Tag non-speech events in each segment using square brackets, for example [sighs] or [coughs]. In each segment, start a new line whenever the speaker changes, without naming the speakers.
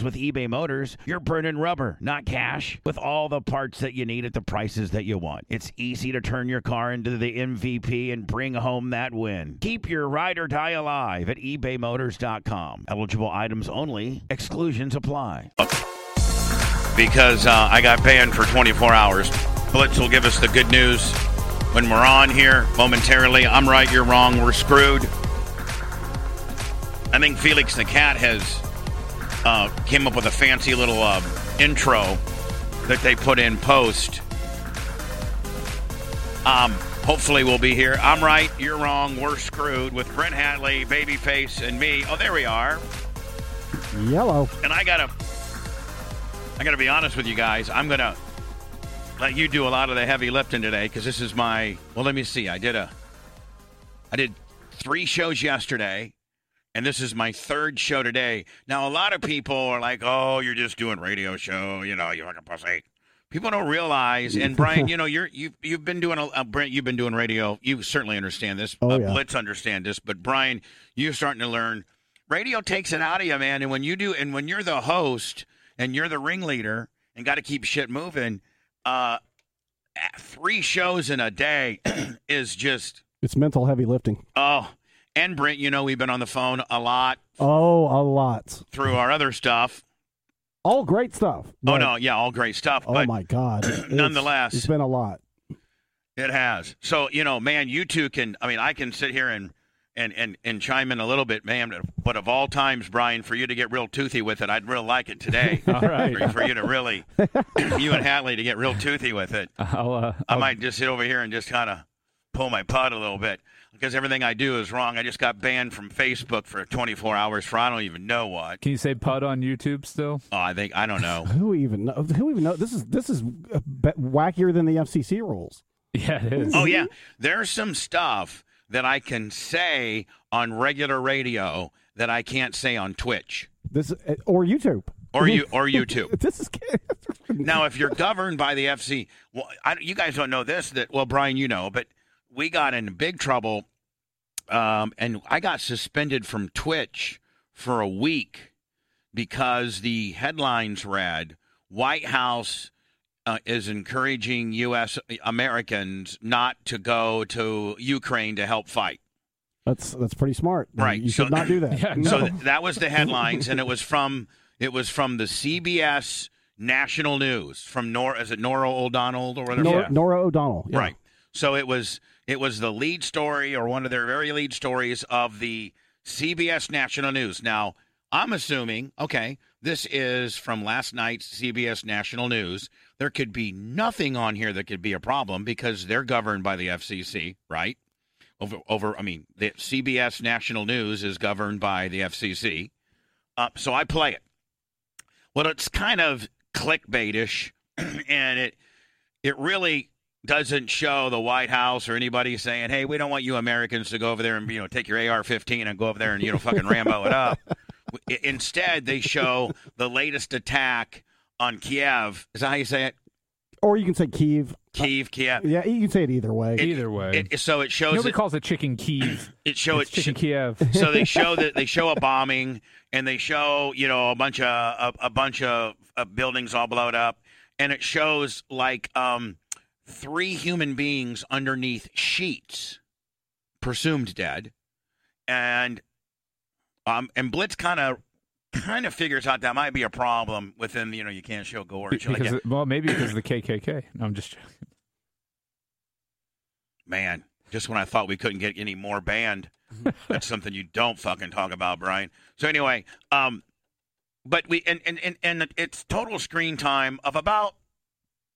with eBay Motors, you're burning rubber, not cash. With all the parts that you need at the prices that you want, it's easy to turn your car into the MVP and bring home that win. Keep your ride or die alive at ebaymotors.com. Eligible items only, exclusions apply.
because uh, I got banned for 24 hours. Blitz will give us the good news when we're on here momentarily. I'm right, you're wrong, we're screwed. I think Felix the Cat has uh, came up with a fancy little uh, intro that they put in post. Um, hopefully we'll be here. I'm right, you're wrong, we're screwed with Brent Hatley, Babyface, and me. Oh, there we are.
Yellow.
And I gotta, I gotta be honest with you guys. I'm gonna let you do a lot of the heavy lifting today because this is my. Well, let me see. I did a, I did three shows yesterday, and this is my third show today. Now, a lot of people are like, "Oh, you're just doing radio show," you know, you fucking pussy. People don't realize, and Brian, you know, you're you you've been doing a uh, Brent, you've been doing radio. You certainly understand this.
Oh,
uh,
yeah.
Blitz understand this, but Brian, you're starting to learn. Radio takes it out of you, man. And when you do, and when you're the host and you're the ringleader and got to keep shit moving, uh, three shows in a day [clears throat] is just
It's mental heavy lifting.
oh. And Brent, you know, we've been on the phone a lot
Oh, a lot.
through our other stuff.
All great stuff.
Oh
but-
no, yeah, all great stuff.
Oh
but [clears throat]
my God. It's-
nonetheless.
it's been a lot.
It has. So you know, man, you two can. I mean, I can sit here and and and and chime in a little bit, man. But of all times, Brian, for you to get real toothy with it, I'd real like it today.
[laughs] All right.
For, for you to really, [clears throat] you and Hatley to get real toothy with it.
I'll, uh,
I
I'll-
might just sit over here and just kind of pull my putt a little bit because everything I do is wrong. I just got banned from Facebook for 24 hours for I don't even know what.
Can you say pud on YouTube still? [laughs]
Oh, I think I don't know.
Who even know? Who even know? This is this is a bit wackier than the FCC rules.
Yeah, it is.
Oh yeah, there's some stuff that I can say on regular radio that I can't say on Twitch
This eh, or YouTube
or you or YouTube.
[laughs] This is
Now, if you're governed by the FC, well, I, you guys don't know this. That well, Brian, you know, but we got in big trouble, um, and I got suspended from Twitch for a week because the headlines read White House uh, is encouraging U.S. Americans not to go to Ukraine to help fight.
that's that's pretty smart.
Right,
You
so-
should
[laughs]
not do that.
Yeah,
no.
So th- that was the headlines, and it was from it was from the CBS National News from Nor is it Nora O'Donnell or whatever.
Nor-
yeah.
Nora O'Donnell. yeah.
Right. So it was it was the lead story or one of their very lead stories of the CBS National News. Now I'm assuming okay, this is from last night's CBS National News. There could be nothing on here that could be a problem because they're governed by the FCC, right? Over, over. I mean, the CBS National News is governed by the FCC. Uh, so I play it. Well, it's kind of clickbaitish, [clears throat] and it it really doesn't show the White House or anybody saying, "Hey, we don't want you Americans to go over there and you know take your AR-15 and go over there and you know fucking Rambo it up." I- Instead, they show the latest attack on Kiev. Is that how you say it?
Or you can say Kiev.
Kiev, Kiev.
Yeah, you can say it either way.
Either way,
It, so it shows
nobody
it,
calls it
[clears throat]
chicken Kiev.
it show
it's
it [laughs]
chicken Kiev.
so they show that they show a bombing and they show you know a bunch of a, a bunch of, of buildings all blown up and it shows like um three human beings underneath sheets presumed dead and um and blitz kind of kind of figures out that might be a problem within you know you can't show gore and shit like
Because
that.
it- well, maybe because of the KKK. No, I'm just joking.
Man, just when I thought we couldn't get any more banned, that's something you don't fucking talk about, Brian. So anyway, um, but we and and and, and it's total screen time of about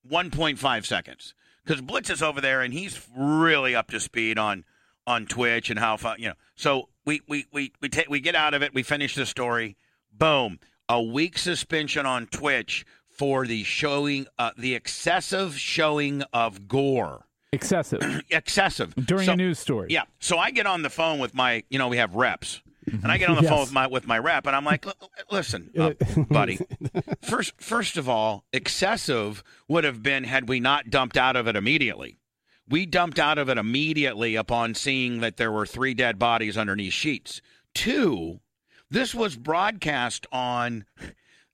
1.5 seconds because Blitz is over there and he's really up to speed on on Twitch and how fu- you know. So we we we we, ta- we get out of it. We finish the story. Boom. A week suspension on Twitch for the showing, uh, the excessive showing of gore. [clears throat]
Excessive
Excessive
during
So-
a news story.
yeah. So I get on the phone with my, you know, we have reps, and I get on the
Yes.
phone with my with my rep, and I'm like, "L- l- listen, uh, buddy. First, first of all, excessive would have been had we not dumped out of it immediately. We dumped out of it immediately upon seeing that there were three dead bodies underneath sheets. Two, this was broadcast on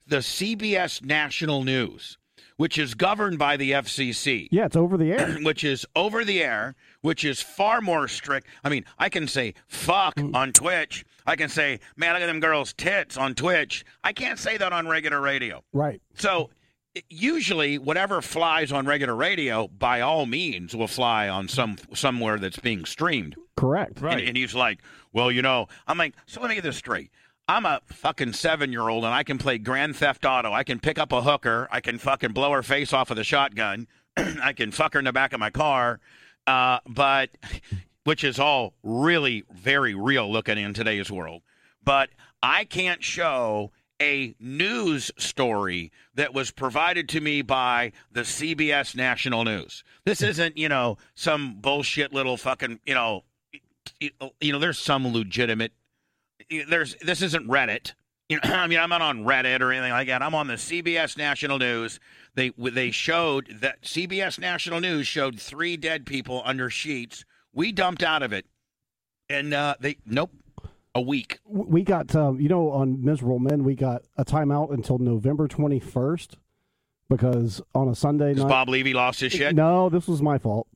the CBS National News, which is governed by the FCC
Yeah, it's over the
[clears throat]
air.
which is over the air, which is far more strict. I mean, I can say fuck on Twitch. I can say, man, look at them girls' tits on Twitch. I can't say that on regular radio.
right.
So i- usually, whatever flies on regular radio, by all means, will fly on some somewhere that's being streamed.
Correct.
And, and he's like, well, you know, I'm like, so let me get this straight. I'm a fucking seven year old and I can play Grand Theft Auto. I can pick up a hooker. I can fucking blow her face off with a shotgun. [clears throat] I can fuck her in the back of my car. Uh, but, [laughs] which is all really very real looking in today's world. But I can't show a news story that was provided to me by the CBS National News. This isn't, you know, some bullshit little fucking, you know, you oh, you know, there's some legitimate. There's this isn't Reddit. You know, [clears throat] I mean, I'm not on Reddit or anything like that. I'm on the CBS National News. They they showed that CBS National News showed three dead people under sheets. We dumped out of it, and uh, they nope, a week.
W- We got, um, you know, on Miserable Men, we got a timeout until November 21st because on a Sunday
'Cause
night.
Bob Levy lost his shit.
No, this was my fault.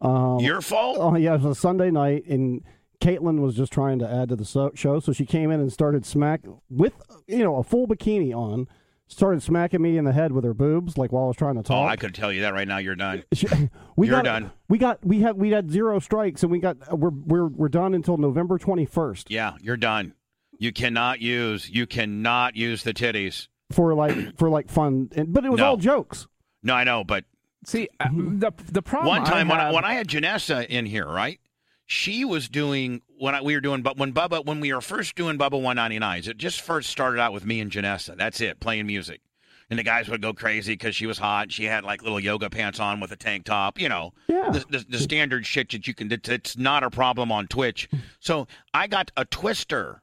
Um,
Your fault.
Oh yeah, it was a Sunday night, and Caitlin was just trying to add to the so- show, so she came in and started smack with you know a full bikini on, started smacking me in the head with her boobs like while I was trying to
Oh,
talk.
I could tell you that right now. You're done.
[laughs] She- we
You're
got,
done.
We got we had we had zero strikes, and we got uh, we're we're we're done until November twenty first
Yeah, you're done. You cannot use. You cannot use the titties.
for like for like fun, and, but it was
No.
all jokes.
No, I know, but
See, uh, the the problem
One time
I
when, I,
have-
when I had Janessa in here, right? She was doing when I, we were doing, but when Bubba, when we were first doing Bubba 199s, it just first started out with me and Janessa. That's it, playing music. And the guys would go crazy because she was hot. She had like little yoga pants on with a tank top, you know,
Yeah.
the, the, the standard shit that you can, that, that's not a problem on Twitch. So I got a twister,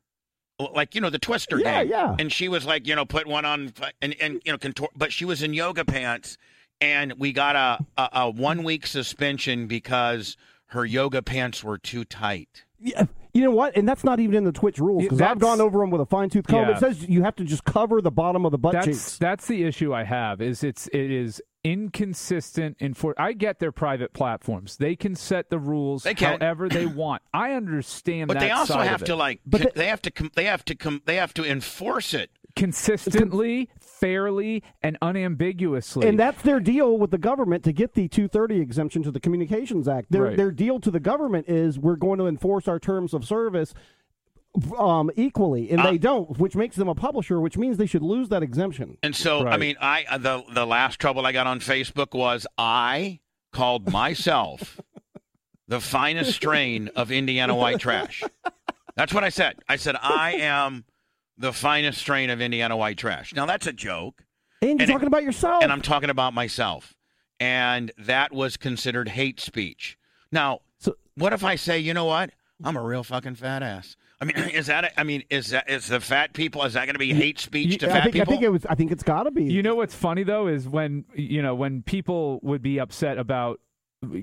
like, you know, the twister
Yeah,
game.
yeah.
And she was like, you know, put one on and, and you know, contort, but she was in yoga pants and we got a, a, a one week suspension because her yoga pants were too tight.
Yeah, you know what? And that's not even in the Twitch rules
Yeah,
because I've
that's-
gone over them with a fine tooth comb.
Yeah.
It says you have to just cover the bottom of the butt
that's
cheeks.
that's the issue I have is it's it is inconsistent and for I get their private platforms. They can set the rules
They can.
however they want. [clears throat] I understand
But
that
they also
side of
have
it.
to like
But
con-
the-
they have to com- they have to com- they have to enforce it.
consistently, fairly, and unambiguously.
And that's their deal with the government to get the 230 exemption to the Communications Act. Their
Right.
their deal to the government is we're going to enforce our terms of service um, equally, and they
Ah.
don't, which makes them a publisher, which means they should lose that exemption.
And so I
Right.
mean, I uh, the the last trouble I got on Facebook was I called myself the finest strain of Indiana white trash. That's what I said. I said I am the finest strain of Indiana white trash. Now that's a joke.
And you're
And it-
talking about yourself.
and I'm talking about myself. And that was considered hate speech. Now,
So-
what if I say, you know what? I'm a real fucking fat ass. I mean, [clears throat] is that? A, I mean, is that is the fat people? Is that going to be hate speech to
I
fat
think, I
people?
think it was. I think it's got to be.
You know what's funny though is when you know when people would be upset about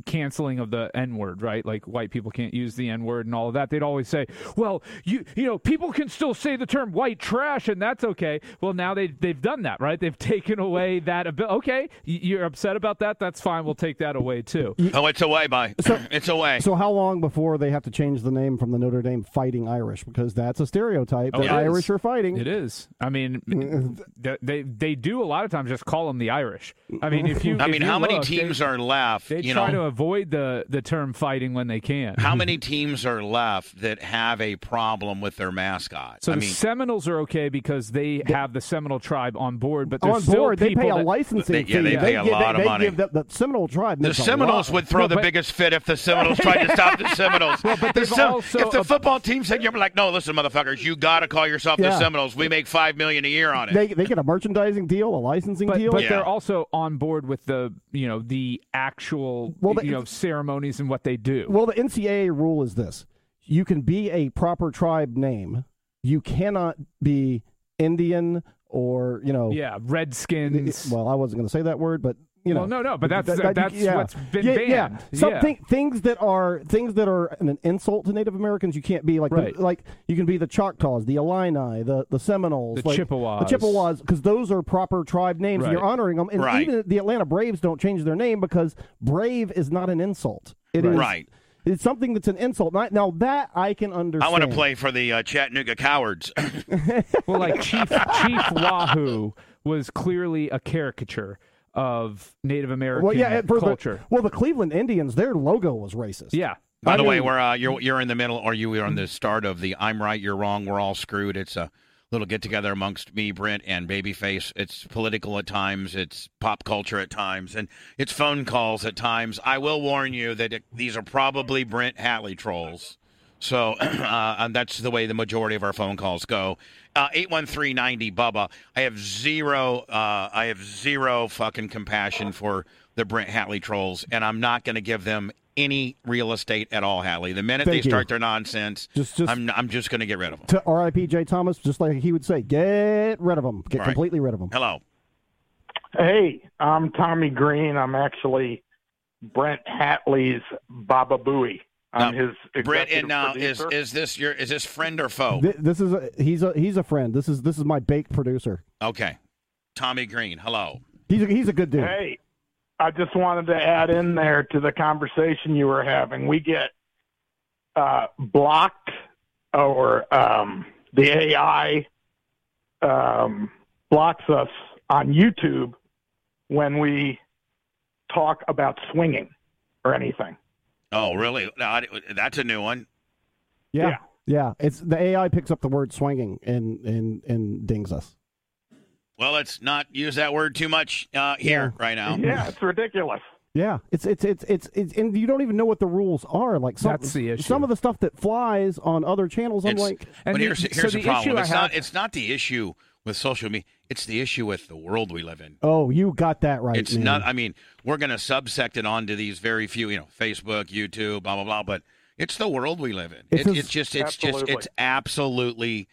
canceling of the N word, right? Like white people can't use the N word and all of that. They'd always say, "Well, you you know people can still say the term white trash and that's okay." Well, now they they've done that, right? They've [laughs] taken away that ability. Okay, y- you're upset about that. That's fine. We'll take that away too.
oh, it's away, by [clears throat] it's away.
so how long before they have to change the name from the Notre Dame Fighting Irish because that's a stereotype
Oh,
it
that
is.
Irish are fighting.
It is. I mean, th- they they do a lot of times just call them the Irish. I mean, if you
I
if
mean,
you
how many
look, they-
teams are left?
They
You know,
try try to avoid the the term fighting when they can.
How many teams are left that have a problem with their mascot?
So
I
the
mean,
Seminoles are okay because they have the Seminole tribe on board, but there's
on board,
still
they
people
pay a
that-
licensing
They-
fee.
yeah, they pay a
give-
lot of
they
money.
Give the, the Seminole tribe.
the
makes a
Seminoles
lot.
would throw
No,
the
but-
biggest fit if
[laughs]
the Seminoles tried to stop the Seminoles.
but
The
they've
Sem-
also
if the
a-
football team said, "You're like, no, listen, motherfuckers, you got to call yourself the
Yeah.
Seminoles. We make five million a year on it."
They, they get a merchandising deal, a licensing
But,
deal.
but
Yeah.
they're also on board with the you know the actual
Well, the-
you know ceremonies and what they do.
Well, the NCAA rule is this: you can be a proper tribe name. You cannot be Indian or you know.
yeah,
it- it-
Redskins.
well, I wasn't going to say that word, but you know.
Well, no, no, but that's
that- that-
that's
yeah.
what's been
yeah,
banned.
Yeah, something things that are things that are an insult to Native Americans. You can't be like the-
Right.
like you can be the Choctaws, the Illini, the the Seminoles,
The
like,
Chippewas.
the Chippewas, because those are proper tribe names. and
Right.
You're honoring them, and
Right.
even the Atlanta Braves don't change their name because brave is not an insult. It is
Right.
It's something that's an insult. Not- Now that I can understand.
I want to play for the uh, Chattanooga Cowards.
[laughs]
Well, like Chief Chief Wahoo was clearly a caricature of Native American
Well, yeah, for the-
culture.
well, the Cleveland Indians, their logo was racist.
yeah.
By
I
the way, Mm-hmm.
mean-
we're uh, you're you're in the middle, or you were on the start of the "I'm right, you're wrong, we're all screwed." It's a little get together amongst me, Brent, and Babyface. It's political at times, it's pop culture at times, and it's phone calls at times. I will warn you that it, these are probably Brent Hatley trolls. So [clears throat] uh, and that's the way the majority of our phone calls go. Uh, Eight one three ninety Bubba. I have zero. Uh, I have zero fucking compassion for the Brent Hatley trolls, and I'm not going to give them any real estate at all, Hatley. The minute
Thank
they
you.
start their nonsense,
Just- just-
I'm I'm just going to get rid of them.
To R.I.P. J. Thomas, just like he would say, get rid of them, get
Right.
completely rid of them.
Hello.
Hey, I'm Tommy Green. I'm actually Brent Hatley's Baba Booey. I'm
Now,
his executive
Brent, and now is
producer.
is this your is this friend or foe?
Th- This is a, he's a he's a friend. This is this is my baked producer.
Okay, Tommy Green. Hello.
He's a, he's a good dude.
Hey, I just wanted to add in there to the conversation you were having. We get uh, blocked or um, the AI um, blocks us on YouTube when we talk about swinging or anything.
Oh, really? No, I- That's a new one.
yeah. yeah,
yeah.
It's the AI picks up the word swinging and and and dings us.
Well, let's not use that word too much uh, here right now.
Yeah, it's ridiculous.
Yeah, it's it's it's it's, it's and you don't even know what the rules are. Like some
That's the issue.
some of the stuff that flies on other channels. I'm
It's-
like,
but
And the-
here's,
so
here's
the
the problem.
issue I
It's not,
have-
it's not the issue with social media. It's the issue with the world we live in.
oh, you got that right.
It's
man.
not. I mean, we're going to subsect it onto these very few, you know, Facebook, YouTube, blah blah blah. But it's the world we live in. It's,
It's a-
it's just, it's just,
Absolutely.
it's absolutely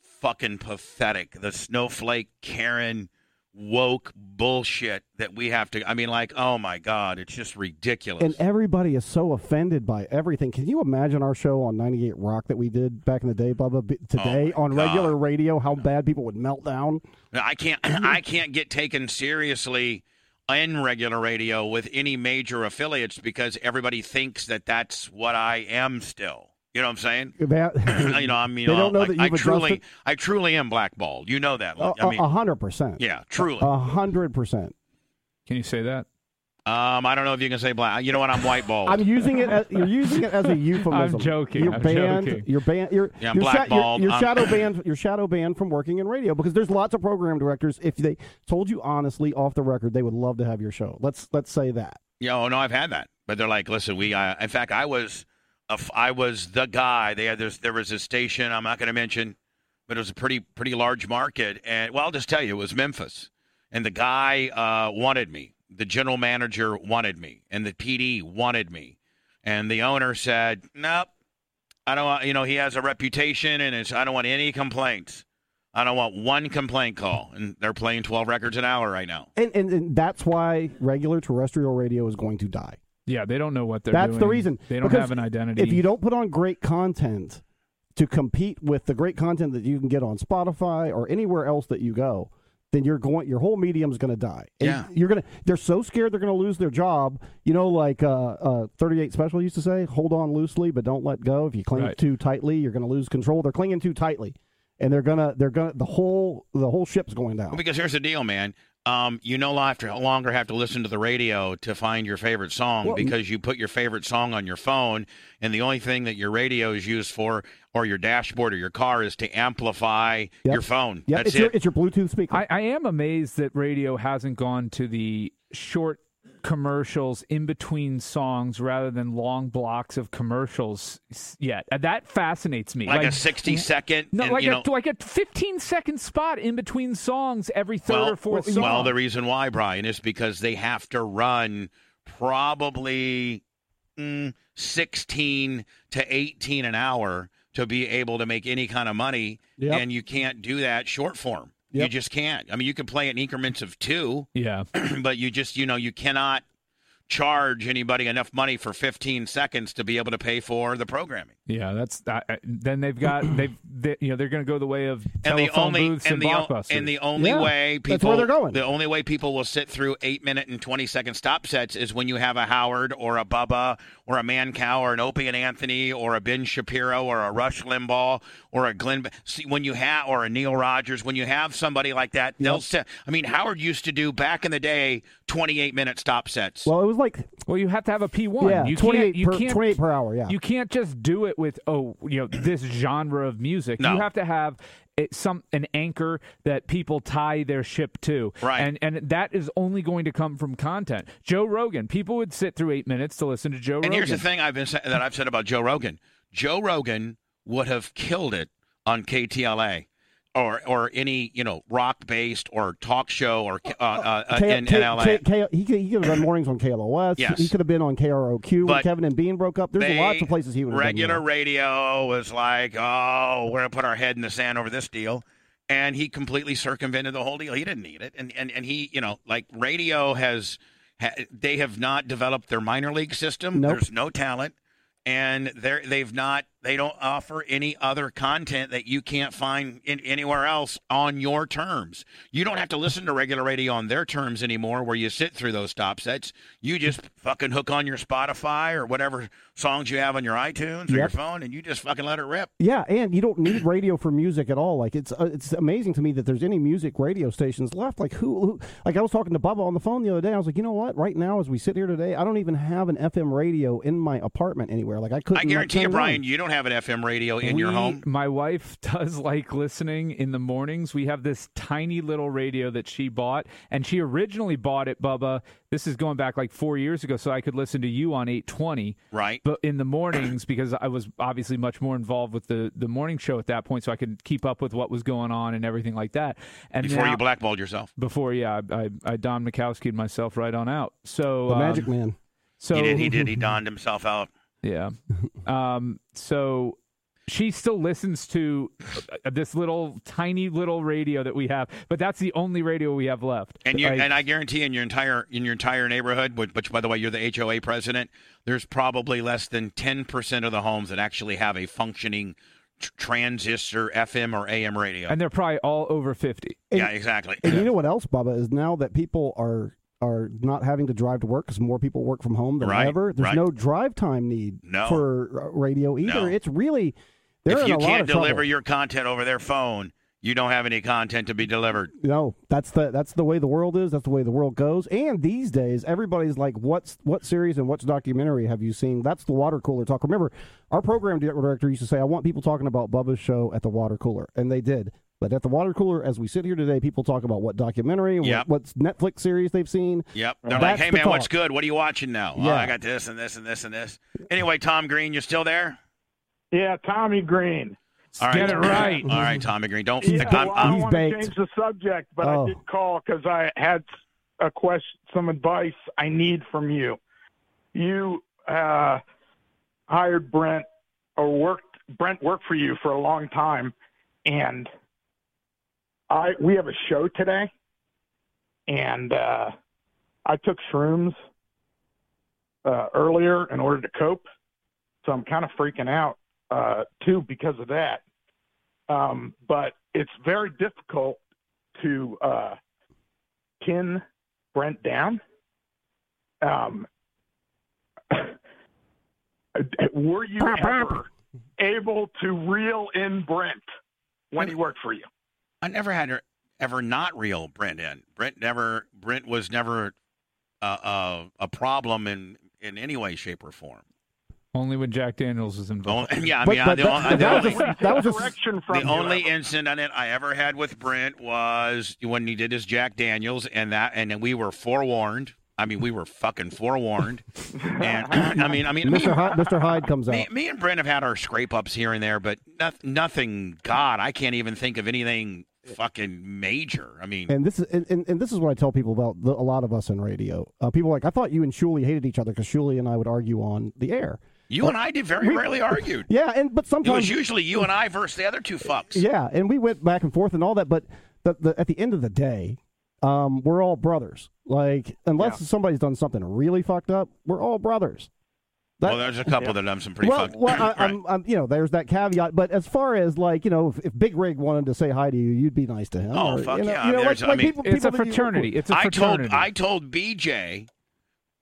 fucking pathetic. The snowflake Karen woke bullshit that we have to. I mean, like, oh my god, it's just ridiculous.
And everybody is so offended by everything. Can you imagine our show on 98 Rock that we did back in the day, Bubba, b- today
Oh my
on
God.
regular radio, how bad people would
[clears throat]
melt down?
I can't I can't get taken seriously in regular radio with any major affiliates because everybody thinks that that's what I am still. You know what I'm saying? [clears throat]
That,
you know, I mean,
They don't
uh,
know
like,
that
I
you've Uh,
truly,
adjusted-
I truly am blackballed. You know that.
a,
I mean,
a- a hundred percent.
yeah, truly.
A hundred percent.
Can you say that?
uh,
um, I don't know if you can say black. You know what? I'm whiteballed.
I'm using it. As, you're using it as a euphemism.
I'm joking,
You're
I'm
banned.
joking.
You're banned. You're,
Yeah, I'm
you're, sha- you're,
blackballed,
you're
I'm-
shadow banned. You're shadow banned from working in radio because there's lots of program directors. If they told you honestly off the record, they would love to have your show. Let's let's say that.
you know, oh, no, I've had that. But they're like, listen, we. Uh, in fact, I was, a f- I was the guy. They had this. There was a station. I'm not going to mention, but it was a pretty pretty large market. And well, I'll just tell you, it was Memphis. And the guy uh, wanted me. The general manager wanted me, and the PD wanted me. And the owner said, nope, I don't want. You know, he has a reputation, and it's. I don't want any complaints. I don't want one complaint call. And they're playing 12 records an hour right now.
And, and and that's why regular terrestrial radio is going to die.
Yeah, they don't know what they're
That's
doing.
the reason.
They don't
Because
have an identity.
If you don't put on great content to compete with the great content that you can get on Spotify or anywhere else that you go, then you're going your whole medium's going to die. And
Yeah.
You're going to they're so scared they're going to lose their job. You know like uh, uh 38 special used to say, hold on loosely but don't let go. If you cling
Right.
too tightly, you're going to lose control. They're clinging too tightly. And they're going to they're going to the whole the whole ship's going down.
Because here's the deal, man. um, you no longer longer have to listen to the radio to find your favorite song
Well,
because you put your favorite song on your phone, and the only thing that your radio is used for, or your dashboard or your car, is to amplify
Yep.
your phone.
Yeah,
That's
it's your
it.
it's your Bluetooth speaker.
I, I am amazed that radio hasn't gone to the short commercials in between songs rather than long blocks of commercials s- yet. Uh, That fascinates me.
like, a sixty second.
No,
and,
like
you
a,
know,
like a 15 second spot in between songs every third
well,
or fourth song.
well, the reason why Brian is because they have to run probably mm, sixteen to eighteen an hour to be able to make any kind of money,
Yep.
and you can't do that short form. You
Yep.
just can't. I mean, you can play in increments of two, [clears throat]
yeah.
but you just you know you cannot charge anybody enough money for 15 seconds to be able to pay for the programming.
Yeah, that's I I- then
[clears throat]
they've got they've they, you know they're going to go the way of
And
telephone
the only
booths and,
and the o-
blockbusters.
and the only
Yeah,
way people
that's where they're going.
the only way people will sit through 8 minute and 20 second stop sets is when you have a Howard or a Bubba or a Mancow or an Opie and Anthony or a Ben Shapiro or a Rush Limbaugh or a Glenn see, when you have or a Neil Rogers when you have somebody like that they'll sit I mean Howard used to do back in the day 28 minute stop sets.
well, it was like
well, you have to have a P one.
yeah,
you
28
can't you
per,
can't
28 per hour. Yeah,
you can't just do it with oh you know
[clears throat]
this genre of music.
No.
You have to have it, some an anchor that people tie their ship to,
Right.
And and that is only going to come from content. Joe Rogan. People would sit through eight minutes to listen to Joe Rogan.
And here's the thing I've been sa- that I've said about Joe Rogan. Joe Rogan would have killed it on KTLA or or any you know rock based or talk show or uh, uh, uh,
K-
in,
K-
in LA.
K- K- he could he could have done mornings on KLOS.
Yes.
He could have been on KROQ when
But
Kevin and Bean broke up. There's
They-
lots of places he would have been,
regular
yeah.
radio was like, oh, we're gonna put our head in the sand over this deal. And he completely circumvented the whole deal. He didn't need it. And and, and he, you know, like radio has, ha, they have not developed their minor league system.
Nope.
There's no talent, and they're they've not they don't offer any other content that you can't find in, anywhere else on your terms. You don't have to listen to regular radio on their terms anymore, where you sit through those stop sets. You just fucking hook on your Spotify or whatever songs you have on your iTunes or your
Yep.
phone, and you just fucking let it rip.
Yeah, and you don't need radio for music at all. Like it's uh, it's amazing to me that there's any music radio stations left. Like who, who? Like I was talking to Bubba on the phone the other day. I was like, you know what? Right now, as we sit here today, I don't even have an FM radio in my apartment anywhere. Like I couldn't.
I
like,
guarantee
turn
you,
it
Brian,
on.
you don't have an FM radio in
We-
your home.
My wife [laughs] does like listening in the mornings. We have this tiny little radio that she bought, and she originally bought it, Bubba. This is going back like four years ago, so I could listen to you on eight twenty,
Right.
But in the mornings, because I was obviously much more involved with the the morning show at that point, so I could keep up with what was going on and everything like that. And
Before
now-
you blackballed yourself,
before, yeah, I, I, I Don Mikowski'd myself right on out. So
the
um,
Magic Man.
So
he did. He did.
[laughs]
He donned himself out.
[laughs] yeah. Um, so she still listens to uh, this little tiny little radio that we have, but that's the only radio we have left.
And you
Like,
and I guarantee in your entire in your entire neighborhood, which, which by the way you're the HOA president, there's probably less than ten percent of the homes that actually have a functioning tr- transistor FM or AM radio.
and they're probably all over 50.
yeah, exactly.
And you know what else, Bubba, is now that people are are not having to drive to work because more people work from home than
Right,
ever. There's
right.
no drive time need
No.
for uh, radio either.
No.
It's really they're
if
in
you
a lot
can't
of
deliver
trouble.
your content over their phone, you don't have any content to be delivered.
no, that's the that's the way the world is. That's the way the world goes. And these days, everybody's like, "What's what series and what's documentary have you seen?" That's the water cooler talk. Remember, our program director used to say, "I want people talking about Bubba's show at the water cooler," and they did. But at the water cooler, as we sit here today, people talk about what documentary, what-
Yep.
what's Netflix series they've seen.
Yep. They're like,
That's
hey
the
man, what's
talk.
good? What are you watching now? Oh,
Yeah.
I got this and this and this and this. Anyway, Tom Green, you're still there?
Yeah, Tommy Green.
All right.
Get it right.
[laughs] All right, Tommy Green. Don't.
Yeah,
I'm,
well, I
I'm,
don't
He's
want to
baked.
change the subject, but
Oh.
I did call because I had a question, some advice I need from you. You uh, hired Brent or worked Brent worked for you for a long time, and I we have a show today, and uh, I took shrooms uh, earlier in order to cope, so I'm kind of freaking out uh, too because of that um, but it's very difficult to uh, pin Brent down. Um, [laughs] were you ever able to reel in Brent when he worked for you?
I never had ever not real Brent in. Brent never Brent was never uh, uh, a problem in in any way, shape, or form.
Only when Jack Daniels was
Oh,
involved.
[laughs] yeah, I
But-
mean, I-
but
the,
that-
only-
but
the
that was
only,
a- that was a-
correction
the
from you.
only incident I ever had with Brent was when he did his Jack Daniels, and that, and then we were forewarned. I mean, we were fucking forewarned.
[laughs]
and [clears throat] I mean, I mean, me,
Mr. Hyde, Mr. Hyde comes out.
me, me and Brent have had our scrape ups here and there, but noth- nothing. God, I can't even think of anything fucking major. I mean,
And this is and, and, and this is what I tell people about the, a lot of us in radio. Uh, people are like I thought you and Shuli hated each other because Shuli and I would argue on the air.
you and I did very rarely argue.
[laughs] Yeah, and
It
but
was
sometimes
usually you and I versus the other two fucks.
Um, yeah, and we went back and forth and all that. But the, the, at the end of the day, um, we're all brothers. Like unless somebody's done something really fucked up, we're all brothers. That-
well, there's a couple that done some pretty
well,
fucked. [laughs]
well I,
Right.
I'm, I'm, you know, there's that caveat. But as far as like, you know, if, if Big Rig wanted to say hi to you, you'd be nice to him.
Oh,
or,
fuck
you know,
yeah.
you know,
There's-
like,
I
like
mean,
people,
It's
people
a
that you-
fraternity. It's a
I told
fraternity.
I told BJ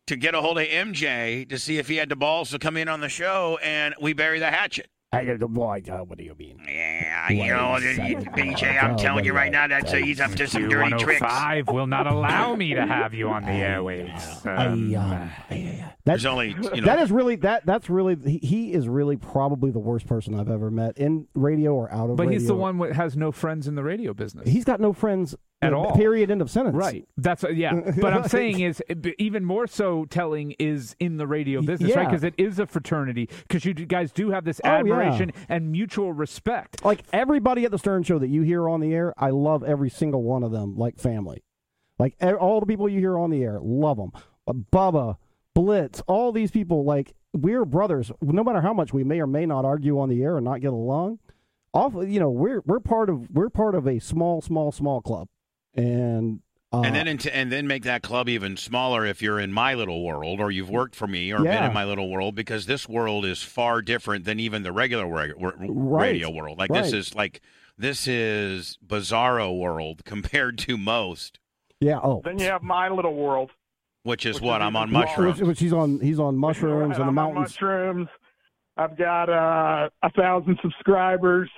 to get a hold of MJ to see if he had the balls to come in on the show, and we bury the hatchet.
I don't know why, uh, what do you mean?
Yeah, you
Why
know,
is that?
BJ, I'm telling you right now, that's uh, he's up to some dirty
oh
tricks.
105 will not allow me to have you on the
[laughs]
airwaves. Um,
I, uh,
There's
that's,
only you know.
that is really that. That's really he, he is really probably the worst person I've ever met in radio or out of.
But
radio.
he's the one that has no friends in the radio business.
He's got no friends
At
uh,
all.
Period. End of sentence.
Right. That's uh,
[laughs]
yeah. But I'm saying is uh, b- even more so telling is in the radio business, right?
yeah.
Because it is a fraternity. Because you d- guys do have this
Oh, yeah. Oh,
admiration and mutual respect.
Like everybody at the Stern Show that you hear on the air, I love every single one of them like family. Like e- all the people you hear on the air, love them. Bubba, Blitz, all these people, like we're brothers. No matter how much we may or may not argue on the air and not get along, off you know we're we're part of we're part of a small small small club, and uh,
and then into, and then make that club even smaller if you're in my little world or you've worked for me or been
Yeah.
in my little world because this world is far different than even the regular ra- ra- radio world. Like this
right.
is like this is bizarro world [laughs] compared to most,
yeah oh
Then you have my little world.
which is
Which
what
is
I'm on
even
mushrooms.
Which, which he's on he's on mushrooms in
And
the
I'm on
mountains.
Mushrooms. I've got uh, a thousand subscribers.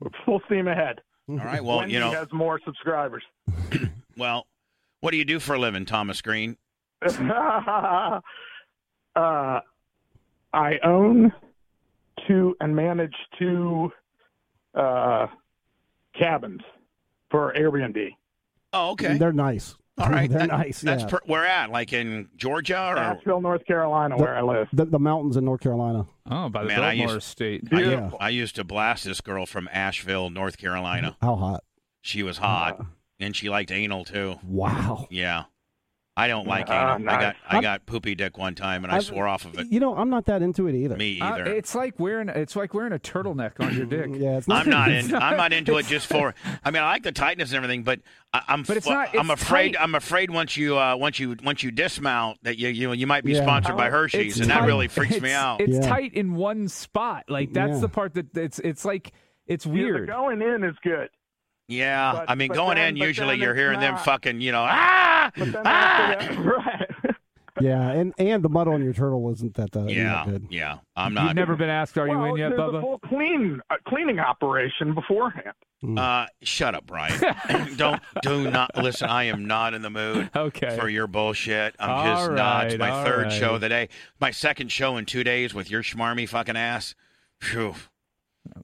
We're Full steam ahead.
[laughs]
All right, well,
Wendy
you know,
has more subscribers. [laughs]
[laughs] well, what do you do for a living, Thomas Green?
uh, I own two and manage two uh, cabins for Airbnb.
Oh, okay.
They're nice.
All right,
[laughs] they're
that-
nice.
That's
yeah.
per- where at, like in Georgia or
Asheville, North Carolina, where I live.
the, the mountains in North Carolina.
Oh, by the
Man, I
Biltmore
used-
State.
I,
Yeah.
I used to blast this girl from Asheville, North Carolina.
How hot?
She was hot
Uh.
and she liked anal too.
Wow.
Yeah. I don't like
Ah,
anal. I got I
nice.
got poopy dick one time and I
I've-
swore off
[laughs]
of it.
You know, I'm not that into it either.
Me
Uh,
either.
it's like wearing it's like wearing a turtleneck on your dick.
[laughs] Yeah, it's not.
I'm not
[laughs]
in. I'm not into it just for. I mean, I like the tightness and everything, but I, I'm.
But it's
fu-
not-
I'm
it's
afraid.
tight.
I'm afraid once you uh, once you once you dismount that you you, you might be
Yeah.
sponsored by Hershey's,
Oh, It's
and
tight-
that really freaks me
it's-
out.
It's
Yeah.
tight in one spot. Like that's
Yeah.
the part that it's it's like it's
Yeah, the
weird.
going in is good.
yeah,
but-
I mean,
but
going
then-
in
but
usually
then
you're
it's
hearing them
not.
fucking, you know, ah,
But then
ah.
after that, [laughs] right.
Yeah, and and the mud on your turtle isn't that uh, isn't that
Yeah,
good.
yeah. I'm
You've
not.
never been asked, "Are
well,
you in yet,
there's a
Bubba?"
full clean uh, cleaning operation beforehand.
Uh, shut up, Brian.
[laughs]
[laughs] Don't do not listen. I am not in the mood.
Okay.
For your bullshit. I'm
All
just not. It's
right,
my
all
third
right.
show of the day. My second show in two days with your schmarmy fucking ass. Phew.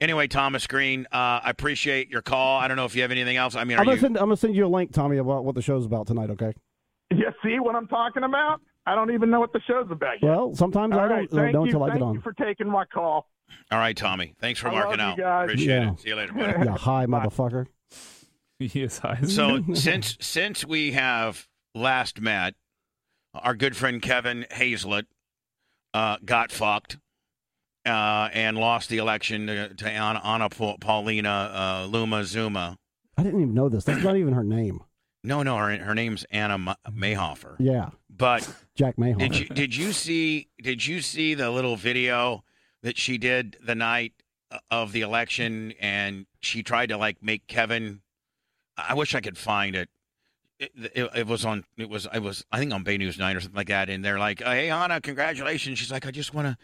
Anyway, Thomas Green, uh, I appreciate your call. I don't know if you have anything else. I mean,
I'm
are
gonna
you?
send I'm gonna send you a link, Tommy, about what the show's about tonight. Okay.
You see what I'm talking about? I don't even know what the show's about yet.
Well, sometimes I
All right,
don't
thank
know
you,
until I get
thank you
on.
for taking my call.
All right, Tommy. Thanks for
I
marking
love
out.
you guys.
Appreciate
Yeah.
it. See you later.
[laughs]
buddy.
Yeah, hi, motherfucker.
[laughs] yes, I.
So since since we have last met, our good friend Kevin Hazlett uh, got fucked uh, and lost the election to, to Anna, Anna Pa- Paulina uh, Luma Zuma.
I didn't even know this. That's not even her name.
No, no, her, her name's Anna Ma- Mayhofer.
Yeah,
[laughs] But
Jack Mayhawk.
did you did you see did you see the little video that she did the night uh, of the election and she tried to like make Kevin I wish I could find it. It, it, it was on it was I was I think on Bay News 9 or something like that and they're like hey Anna congratulations she's like I just want to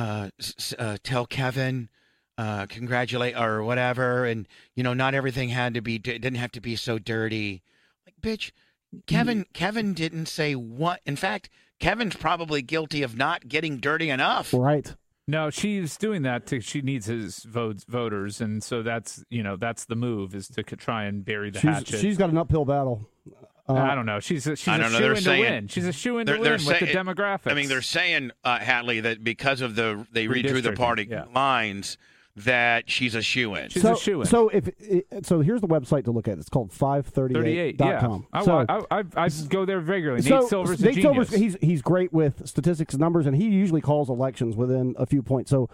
uh, s- s- uh tell Kevin uh, congratulate or whatever, and you know, not everything had to be it didn't have to be so dirty. Like, bitch,
Mm-hmm.
Kevin Kevin didn't say what. In fact, Kevin's probably guilty of not getting dirty enough.
Right.
[laughs] No, she's doing that to she needs his votes, voters, and so that's you know that's the move is to c- try and bury the
She's,
hatchet.
she's got an uphill battle. Uh,
I don't know. She's a, she's
I
a
don't know.
shoe
They're
in to
saying-
win. She's a shoe in to
they're-
win
they're
with the
saying-
demographics.
I mean, they're saying uh, Hatley that because of the they redrew the
Redistricting,
party
yeah.
lines that she's a shoe in.
She's
so,
a shoo-in.
So if it, so, here's the website to look at. It's called 538.com.
38. Yeah, I,
so,
wa- I, I, I go there regularly. Nate Silver's a
Nate
genius.
he's he's great with statistics and numbers, and he usually calls elections within a few points. So,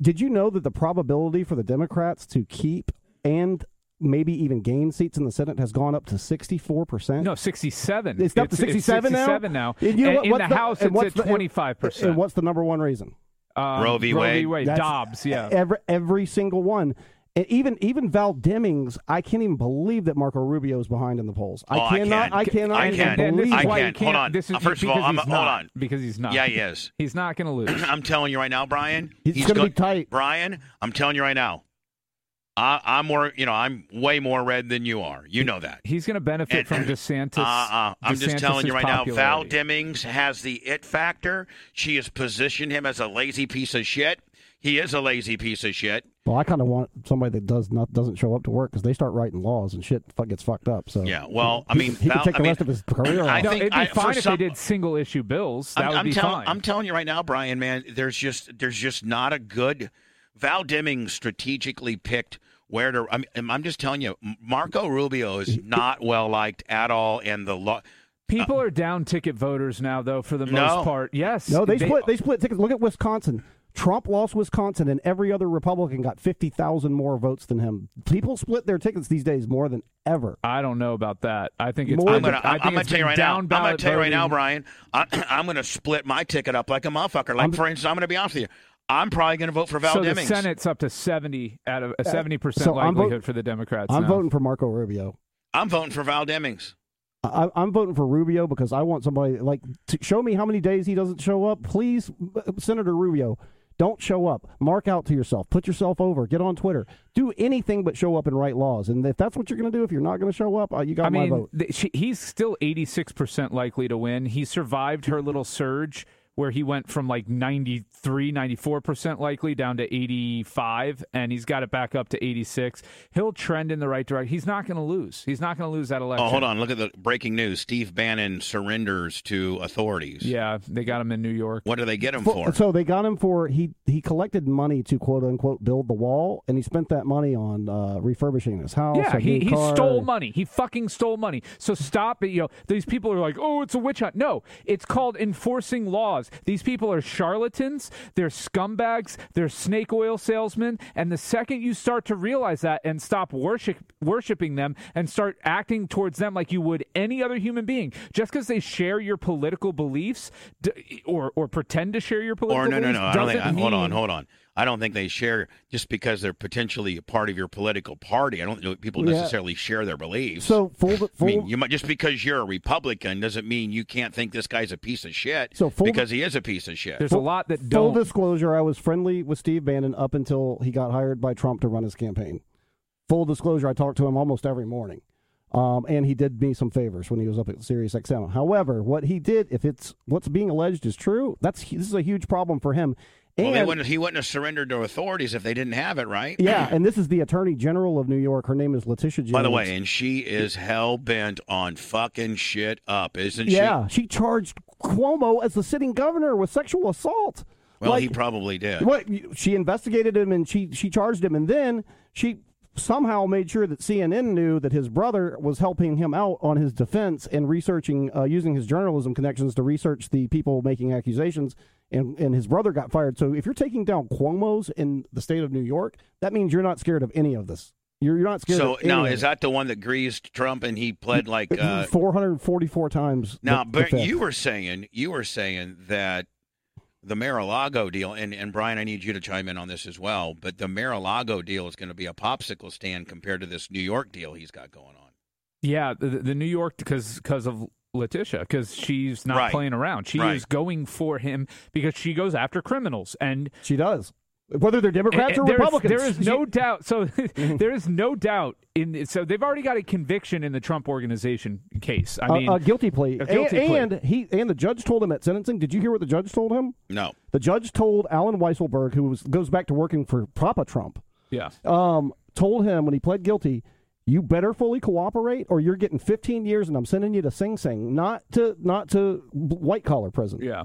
did you know that the probability for the Democrats to keep and maybe even gain seats in the Senate has gone up to sixty four percent?
no, sixty-seven.
It's up to 67 now?
now.
And you know what-
And in
what's
the
the-
House,
and
it's
what's
at
the-
twenty-five
And
percent. Uh,
what's the number one reason?
Roe v.
Roe v.
Wade.
Wade.
That's-
Dobbs. Yeah.
Every every single one. And even even Val Demings, I can't even believe that Marco Rubio is behind in the polls.
Oh, I
cannot.
can.
I cannot.
I
even
can.
And this
Believe
is
I
why you
can't. Hold on. Uh,
This is,
First of all,
because
I'm-
he's
hold
not.
on.
Because he's not.
yeah, he is.
He's not going to lose.
[clears throat] I'm telling you right now, Brian.
It's gonna
go-
be tight.
Brian, I'm telling you right now. I, I'm more, you know, I'm way more red than you are. You know that.
He's going to benefit
And-
from DeSantis.
Uh, uh, I'm just telling you
DeSantis'
right now, Val
popularity.
Demings has the it factor. She has positioned him as a lazy piece of shit. He is a lazy piece of shit.
Well, I kind of want somebody that does not doesn't show up to work because they start writing laws and shit fuck gets fucked up. So
Yeah. Well, I
He
mean,
can- he
Val,
can take
I
the
mean,
rest of his career
I
off.
No,
think
it'd be
I- for
fine if
some-
they did single issue bills. That
I'm,
would
I'm
be
telling,
fine.
I'm telling you right now, Brian, man, there's just there's just not a good. Val Deming strategically picked where to. I'm, I'm just telling you, Marco Rubio is not well liked at all, and the law.
Uh, People are down ticket voters now, though, for the
No.
most part. Yes.
No, they split. They split tickets. Look at Wisconsin. Trump lost Wisconsin, and every other Republican got fifty thousand more votes than him. People split their tickets these days more than ever.
I don't know about that. I think it's.
More
I'm
been-
gonna,
I
I'm,
think
I'm gonna
it's
tell you
been
right now. I'm
down-ballot
gonna tell you right now,
voting.
Brian. I, [clears throat] I'm gonna split my ticket up like a motherfucker. Like for instance, I'm gonna be honest with you. I'm probably gonna vote for Val
So
Demings.
the Senate's up to seventy out of a seventy percent
Uh, so I'm vote-
likelihood for the Democrats.
I'm
now.
voting for Marco Rubio.
I'm voting for Val Demings.
I, I'm voting for Rubio because I want somebody like to show me how many days he doesn't show up. Please, uh, Senator Rubio, don't show up. Mark out to yourself. Put yourself over. Get on Twitter. Do anything but show up and write laws. And if that's what you're going to do, if you're not going to show up, uh, you got
I
my
mean,
vote.
th- she, he's still 86% likely to win. He survived her little surge where he went from like 93, 94% likely down to 85, and he's got it back up to 86. He'll trend in the right direction. He's not going to lose. He's not going to lose that election.
Oh, hold on. Look at the breaking news. Steve Bannon surrenders to authorities.
Yeah, they got him in New York.
What do they get him
Fo-
for?
So they got him for he he collected money to quote unquote build the wall, and he spent that money on uh, refurbishing his house.
Yeah,
a
he,
new
he
car.
stole money. He fucking stole money. So stop it. You know, these people are like, oh, it's a witch hunt. No, it's called enforcing laws. These people are charlatans. They're scumbags. They're snake oil salesmen. And the second you start to realize that and stop worship, worshiping them and start acting towards them like you would any other human being, just because they share your political beliefs d- or or pretend to share your political
or no, no,
beliefs,
no. I don't think.
doesn't
hold on,
mean-
hold on. I don't think they share just because they're potentially a part of your political party. I don't think people
Yeah.
necessarily share their beliefs.
So full the
I
full.
mean, you might just because you're a Republican doesn't mean you can't think this guy's a piece of shit.
So full-
because he is a piece of shit.
There's a lot that
Full
don't.
disclosure, I was friendly with Steve Bannon up until he got hired by Trump to run his campaign. Full disclosure, I talked to him almost every morning. Um, and he did me some favors when he was up at Sirius XM. However, what he did, if it's what's being alleged is true, that's this is a huge problem for him. And
well, they wouldn't, he wouldn't have surrendered to authorities if they didn't have it, right?
yeah, and this is the Attorney General of New York. Her name is Letitia
[clears throat]
James.
By the way, and she is hell bent on fucking shit up, isn't she?
yeah, she charged Cuomo as the sitting governor with sexual assault.
Well,
Like-
he probably did.
What you- she investigated him and she she charged him, and then she somehow made sure that CNN knew that his brother was helping him out on his defense and researching uh, using his journalism connections to research the people making accusations. And, and his brother got fired. So if you're taking down Cuomo's in the state of New York, that means you're not scared of any of this. You're, you're not scared.
So
of
now
any
is that the one that greased Trump and
[laughs]
he pled like uh,
444 times?
Now,
the- the
but
fifth.
you were saying you were saying that the Mar-a-Lago deal, and, and Brian, I need you to chime in on this as well. But the Mar-a-Lago deal is going to be a popsicle stand compared to this New York deal he's got going on.
Yeah, the, the New York because because of Letitia because she's not
Right.
playing around. She
Right.
is going for him because she goes after criminals and eh,
she does. whether they're
Eh,
Democrats or
There is-
Republicans. Mm-hmm.
There is no doubt. So [laughs] there is no doubt in. So they've already got a conviction in the Trump organization case. I
A-
mean,
a, guilty plea.
a guilty
and,
plea.
and he and the judge told him at sentencing. Did you hear what the judge told him?
No.
The judge told Alan Weisselberg, who was, goes back to working for Papa Trump,
yeah.
um, told him when he pled guilty, you better fully cooperate, or you're getting 15 years, and I'm sending you to Sing Sing, not to not to white collar prison.
Yeah.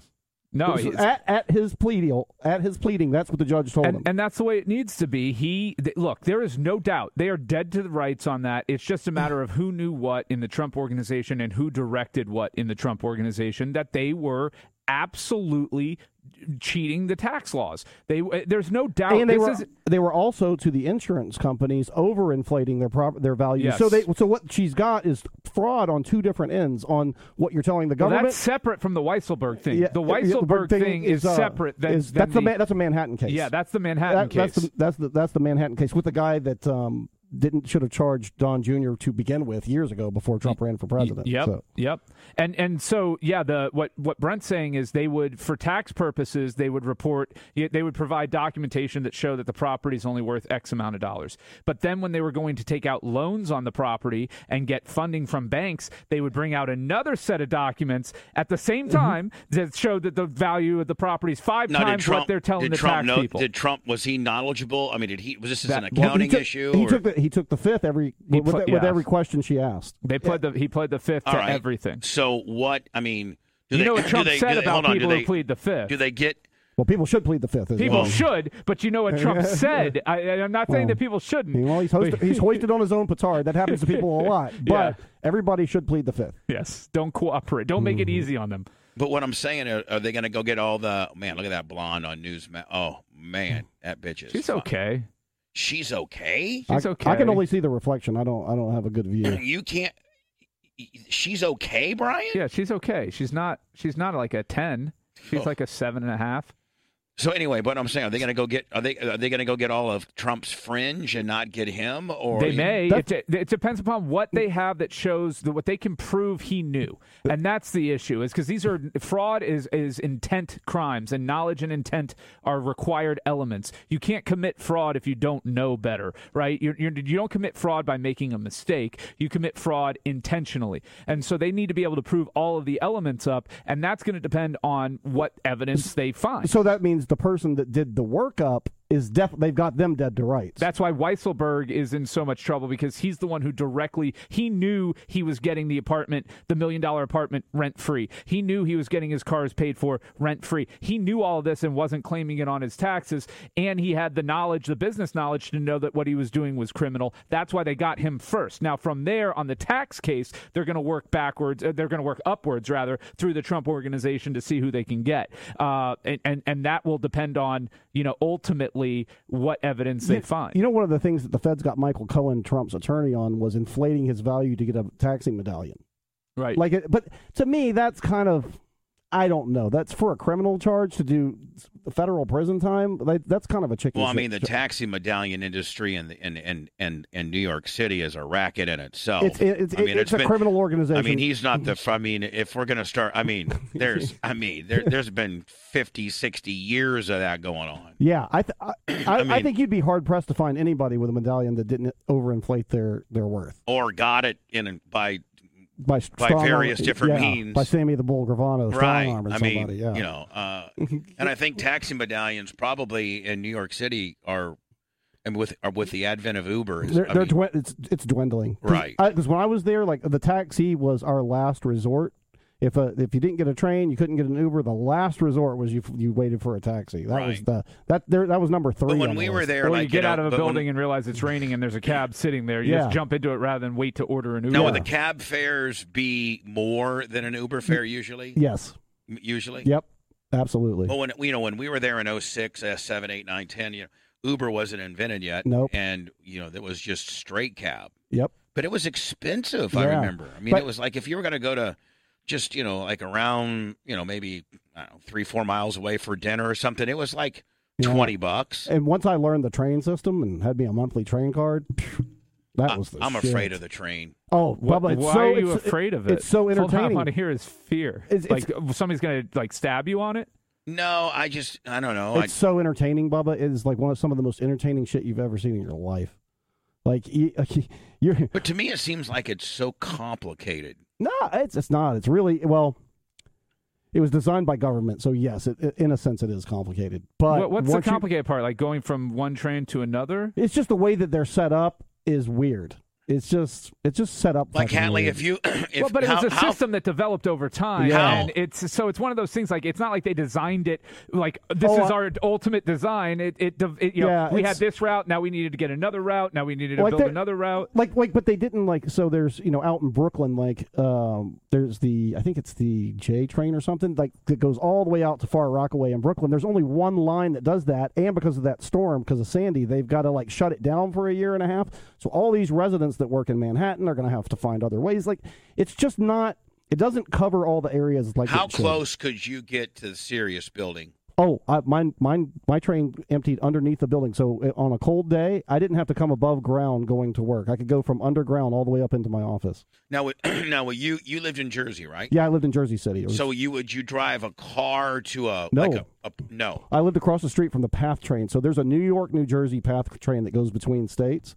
No,
This was
he's-
at, at his plea deal, at his pleading, that's what the judge told him.
and, and that's the way it needs to be. He th- look, there is no doubt they are dead to the rights on that. It's just a matter of who knew what in the Trump organization and who directed what in the Trump organization that they were absolutely cheating the tax laws. They uh, there's no doubt.
And they
Oh, this
were
is,
they were also to the insurance companies overinflating their prop, their value.
Yes.
So they so what she's got is fraud on two different ends on what you're telling the
Well,
government.
that's separate from the Weisselberg thing.
Yeah,
the
yeah,
Weisselberg thing, is,
uh,
separate. Than,
is-
than
that's the,
the-
Ma- that's a Manhattan case.
yeah, that's the
That-
Manhattan case.
that's the that's the that's the Manhattan case with the guy that um, didn't should have charged Don Jr. to begin with years ago before Trump ran for president.
Yep.
So.
Yep. And and so yeah, the what what Brent's saying is they would for tax purposes they would report yeah, they would provide documentation that show that the property is only worth X amount of dollars. But then when they were going to take out loans on the property and get funding from banks, they would bring out another set of documents at the same time that showed that the value of the property is five
Now, did
times
Trump,
what they're telling
did
the
Trump
tax
know,
people.
Did Trump, was he knowledgeable? I mean, did he, was this is an
That-
Well,
accounting
he took,
issue?
He
or-
took the he took the fifth every with,
put-
with
yeah.
every question she asked.
they played the he played the fifth
All
to
right.
everything.
So what, I mean, do
You
they,
know what
do
Trump
they- do
said
they-
about
hold on,
people
do
who
they,
plead the fifth.
Do they get,
Well, people should plead the fifth. is-
People
well,
should, but you know
[laughs]
what Trump said. I, I- I'm not saying that people shouldn't.
well, he's, hoist- he's hoisted on his own petard. That happens to
[laughs]
people a lot.
Yeah.
But everybody should plead the fifth.
[laughs] yes, don't cooperate. Don't make
Mm-hmm.
it easy on them.
but what I'm saying, are, are they going to go get all the, man, look at that blonde on Newsmax. Oh, man, that bitch is.
She's
fine.
okay.
She's okay?
She's
I,
okay.
I can only see the reflection. I don't. I don't have a good
[coughs]
view.
You can't, she's okay, Brian?
Yeah, she's okay. She's not. She's not like a ten. She's
Oh.
like a seven and a half.
So anyway, but I'm saying, are they going to go get? Are they are they going to go get all of Trump's fringe and not get him? Or
They may. It,
That's-
de- it depends upon what they have that shows the, what they can prove he knew, and that's the issue. Is because these are fraud is is intent crimes, and knowledge and intent are required elements. You can't commit fraud if you don't know better, right? You're, you're, you don't commit fraud by making a mistake. You commit fraud intentionally, and so they need to be able to prove all of the elements up, and that's going to depend on what evidence they find.
So that means the person that did the workup is def. They've got them dead to rights.
That's why Weisselberg is in so much trouble because he's the one who directly he knew he was getting the apartment, the million dollar apartment rent free. He knew he was getting his cars paid for rent free. He knew all of this and wasn't claiming it on his taxes and he had the knowledge, the business knowledge to know that what he was doing was criminal. That's why they got him first. Now from there on the tax case, they're going to work backwards, uh, they're going to work upwards rather through the Trump organization to see who they can get. Uh, and, and and that will depend on, you know, ultimately what evidence they find.
You know, one of the things that the feds got Michael Cohen, Trump's attorney, on was inflating his value to get a taxing medallion.
Right.
Like, it, but to me, that's kind of, I don't know. That's for a criminal charge to do federal prison time. Like, that's kind of a chicken.
well, I
shit
mean, the
show.
taxi medallion industry in the- in in in, in New York City is a racket in itself.
it's it's,
I mean,
it's, a
been-
criminal organization.
I mean, he's not the. I mean, if we're going to start, I
[laughs]
mean, there's, I mean, there, there's been 50, 60 years of that going on.
yeah, I, th-
[clears throat]
I, I, I,
mean-
think you'd be hard pressed to find anybody with a medallion that didn't overinflate their their worth
Or got it in a- by
by, strong
various
arm-
different
yeah,
means.
By Sammy the Bull Gravano,
right.
strong arm,
I
somebody.
mean,
yeah.
you know, uh, and I think taxi medallions probably in New York City are, and with are with the advent of Uber, is,
They're,
I
they're
mean,
dwind- it's it's dwindling,
Right.
Because when I was there, like the taxi was our last resort. If a, if you didn't get a train, you couldn't get an Uber. The last resort was you you waited for a taxi. That was
Right.
the that there that was number three.
But
on
when
the
we were
list.
there,
Or
like
you get
know,
out of a
but when-
building and realize it's raining and there's
[laughs]
a cab sitting there. You
Yeah.
just jump into it rather than wait to order an Uber.
now, would the cab fares be more than an Uber fare usually?
yes,
M- Usually,
yep, absolutely.
Well, when you know when we were there in 06, uh, 7, 8, 9, 10, you know, Uber wasn't invented yet.
Nope.
and you know that was just straight cab,
Yep,
but it was expensive. I
Yeah.
remember. I mean,
But-
it was like if you were going to go to just you know like around you know maybe I don't know, three four miles away for dinner or something, it was like
Yeah.
twenty bucks.
and once I learned the train system and had me a monthly train card, phew, that was the.
I'm
shit.
afraid of the train.
Oh,
What-
probably. it's
why
so,
are you
it's-
afraid of it?
it's so
That's all I
entertaining.
want to hear is fear.
It's-
like somebody's gonna like stab you on it.
No, I just I don't know. I,
it's so entertaining, Bubba. It is like one of some of the most entertaining shit you've ever seen in your life. [laughs] Like you, you're
but to me, it seems like it's so complicated.
no, it's it's not. It's really well. It was designed by government, so yes, it, it- in a sense, it is complicated. But
What, what's the
once you-
complicated part? Like going from one train to another?
It's just the way that they're set up is weird. It's just it's just set up
Like
fucking
Hatley,
weird.
if you, [clears throat] if,
well, but it
how-
was a
how-
system that developed over time,
Yeah.
and it's so it's one of those things. Like it's not like they designed it. Like this
Oh,
is
I-
our ultimate design. It, it, dev- it you
Yeah,
know, we had
it's-
this route. Now we needed to get another route. Now we needed to
Like
build
they're-
another route.
like like but they didn't like so there's you know out in brooklyn like um there's the i think it's the j train or something like that goes all the way out to far rockaway in brooklyn there's only one line that does that and because of that storm because of sandy they've got to like shut it down for a year and a half so all these residents that work in manhattan are going to have to find other ways like it's just not it doesn't cover all the areas like
how
it should.
close could you get to the Sirius building?
Oh, I, mine, mine, my train emptied underneath the building. So uh, on a cold day, I didn't have to come above ground going to work. I could go from underground all the way up into my office.
Now, would- [clears throat] now would you you lived in Jersey, right?
Yeah, I lived in Jersey City. It was-
So you would you drive a car to a
No.
like a, a no?
I lived across the street from the PATH train. So there's a New York, New Jersey PATH train that goes between states.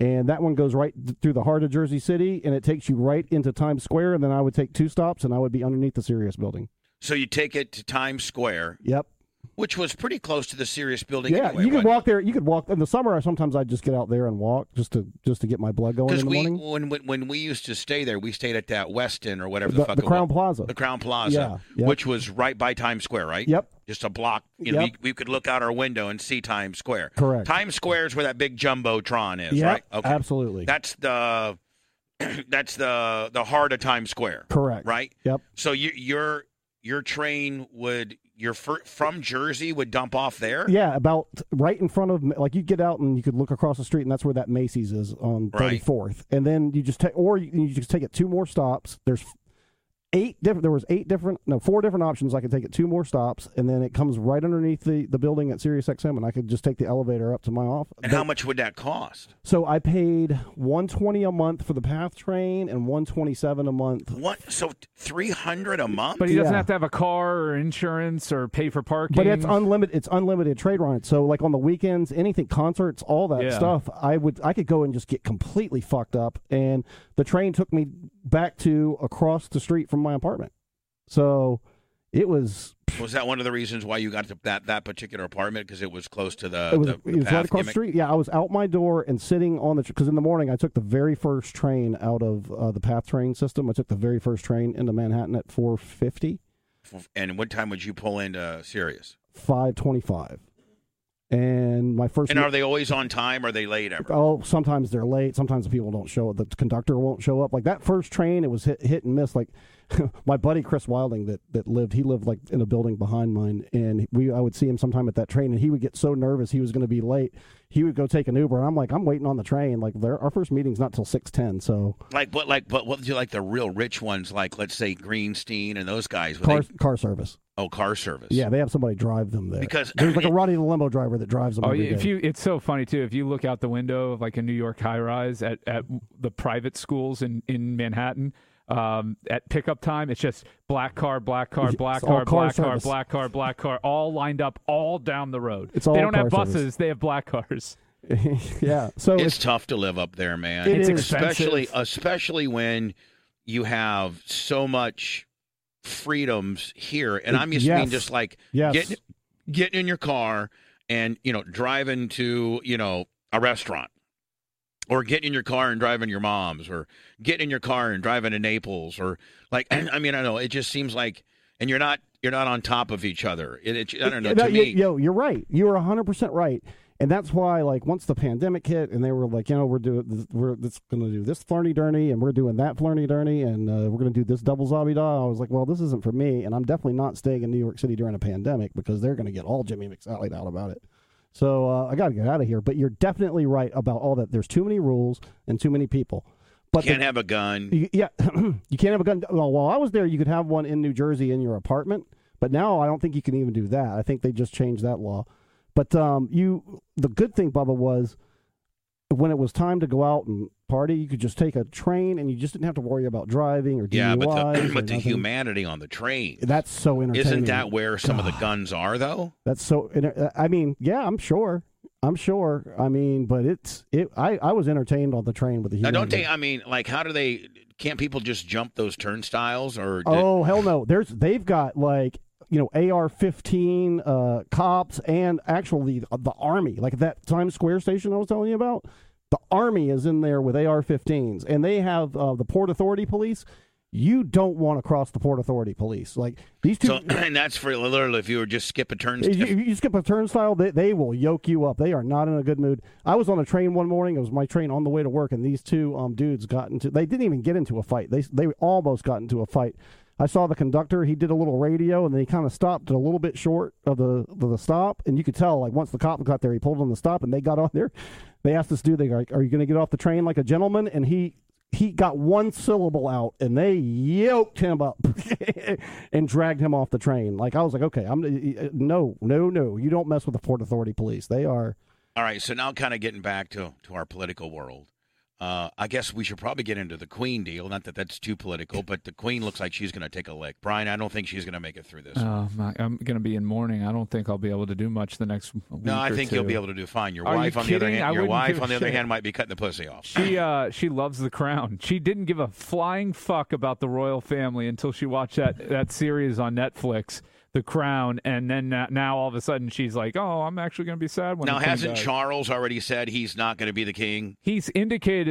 And that one goes right th- through the heart of Jersey City and it takes you right into Times Square. And then I would take two stops and I would be underneath the Sirius building.
So you take it to Times Square,
Yep.
which was pretty close to the Sirius building.
Yeah,
anyway,
you could walk there. You could walk in the summer. I sometimes I'd just get out there and walk just to just to get my blood going in
because
the
we
morning.
when, when when we used to stay there, we stayed at that Westin or whatever the,
The,
fuck
the
it
Crown
was.
Plaza.
the Crown Plaza,
Yeah, yep.
which was right by Times Square, right?
Yep.
Just a block. You know,
Yep.
we, we could look out our window and see Times Square.
Correct.
Times Square is where that big jumbotron is,
Yeah,
right? Okay.
absolutely.
That's the [clears throat] that's the the heart of Times Square,
Correct.
right?
Yep.
So you, your your train would your fir- from Jersey would dump off there.
Yeah, about right in front of like you get out and you could look across the street and that's where that Macy's is on
Right.
34th. And then you just take or you, you just take it two more stops. There's eight different there was eight different no four different options I could take it two more stops and then it comes right underneath the the building at Sirius XM and I could just take the elevator up to my office.
And how much would that cost?
so I paid 120 a month for the PATH train and 127 a month.
What? So three hundred a month?
But he doesn't
Yeah.
have to have a car or insurance or pay for parking.
But it's unlimited. It's unlimited trade rights. So like on the weekends, anything, concerts, all that
Yeah.
stuff, I would I could go and just get completely fucked up. And the train took me back to across the street from my apartment. So it was
was that one of the reasons why you got to that that particular apartment because it was close to the
it was,
the,
it was right
path
across the
gimmick?
street. Yeah, I was out my door and sitting on the because in the morning I took the very first train out of uh, the PATH train system. I took the very first train into Manhattan at four fifty.
And what time would you pull into Sirius?
525 and my first
And are they always on time? Or are they late ever?
Oh, sometimes they're late. Sometimes the people don't show up. The conductor won't show up. Like that first train, it was hit, hit and miss. Like [laughs] my buddy Chris Wilding that that lived, he lived like in a building behind mine, and we I would see him sometime at that train, and he would get so nervous he was going to be late. He would go take an Uber, and I'm like, I'm waiting on the train. Like there, our first meeting's not till six ten, so
Like what? Like but what? Do you like the real rich ones? Like let's say Greenstein and those guys. Were
car
they,
car service.
oh, car service.
Yeah, they have somebody drive them there.
Because-
there's like a Ronnie the limo driver that drives them.
Oh,
every
if
day.
you, it's so funny too. If you look out the window of like a New York high rise at, at the private schools in, in Manhattan, um, at pickup time, it's just black car, black car,
It's
black
all
car,
car
black car,
service.
black car, black car, all lined up all down the road.
It's all
they don't have
car
buses,
service.
they have black cars.
[laughs] yeah, so
It's
it's,
tough to live up there, man.
It It's is.
especially
expensive.
especially when you have so much freedoms here, and I'm just
Yes.
mean just like
yes,
getting getting in your car and you know driving to you know a restaurant, or getting in your car and driving to your mom's, or getting in your car and driving to Naples, or like [clears throat] I mean I know it just seems like and you're not you're not on top of each other. It, it I don't know
No,
to
you-
me.
Yo, you're right. You are 100% right. And that's why, like, once the pandemic hit, and they were like, you know, we're doing, we're that's going to do this flirty derny, and we're doing that flirty derny, and uh, we're going to do this double zombie doll. I was like, well, this isn't for me, and I'm definitely not staying in New York City during a pandemic because they're going to get all Jimmy McSally out about it. So uh, I got to get out of here. But you're definitely right about all that. There's too many rules and too many people. But the
Can't have a gun.
you, yeah, [clears throat] you can't have a gun. Well, while I was there, you could have one in New Jersey in your apartment, but now I don't think you can even do that. I think they just changed that law. But um, you, the good thing, Bubba, was when it was time to go out and party. You could just take a train, and you just didn't have to worry about driving or DUIs.
Yeah, but [clears throat] the,
or
but the
nothing.
humanity on the train
That's so entertaining.
isn't that where some of the guns are though?
That's so. enter- I mean, yeah, I'm sure. I'm sure. I mean, but it's it. I, I was entertained on the train with the.
Now, don't
humanity.
they? I mean, like, how do they? Can't people just jump those turnstiles or?
Oh hell no! There's they've got like you know AR-15 uh, cops and actually the, the army. Like that Times Square station I was telling you about, the army is in there with AR-15s, and they have uh, the Port Authority police. You don't want to cross the Port Authority police. Like these two.
[coughs]
so, [coughs] and that's for literally if you were just skip a
If you,
turnstile.
if you skip a turnstile, they, they will yoke you up. They are not in a good mood. I was on a train one morning. It was my train on the way to work, and these two um, dudes got into. They didn't even get into a fight. They they almost got into a fight. I saw the conductor. He did a little radio, and then he kind of stopped a little bit short of the of the stop. And you could tell, like once the cop got there, he pulled on the stop, and they got on there. They asked this dude, "They like, are you going to get off the train like a gentleman?" And he he got one syllable out and they yoked him up [laughs] and dragged him off the train. Like I was like, okay, I'm uh, no, no, no, you don't mess with the Port Authority police. They are
All right, so now kind of getting back to to our political world. Uh, I guess we should probably get into the Queen deal. Not that that's too political, but the Queen looks like she's going to take a lick. Brian, I don't think she's going to make it through this.
Oh, my, I'm going to be in mourning. I don't think I'll be able to do much the next week.
no, I
or
think
two.
you'll be able to do fine. Your
Are you
wife, on the other
kidding? I
hand, your
wouldn't
wife,
give
on the
a
other
shit.
hand, might be cutting the pussy off.
She uh, she loves the crown. She didn't give a flying fuck about the royal family until she watched that that series on Netflix, The Crown, and then uh, now all of a sudden she's like, "Oh, I'm actually going to be sad when."
Now,
the king
hasn't
dies."
Charles already said he's not going to be the king?
he's indicated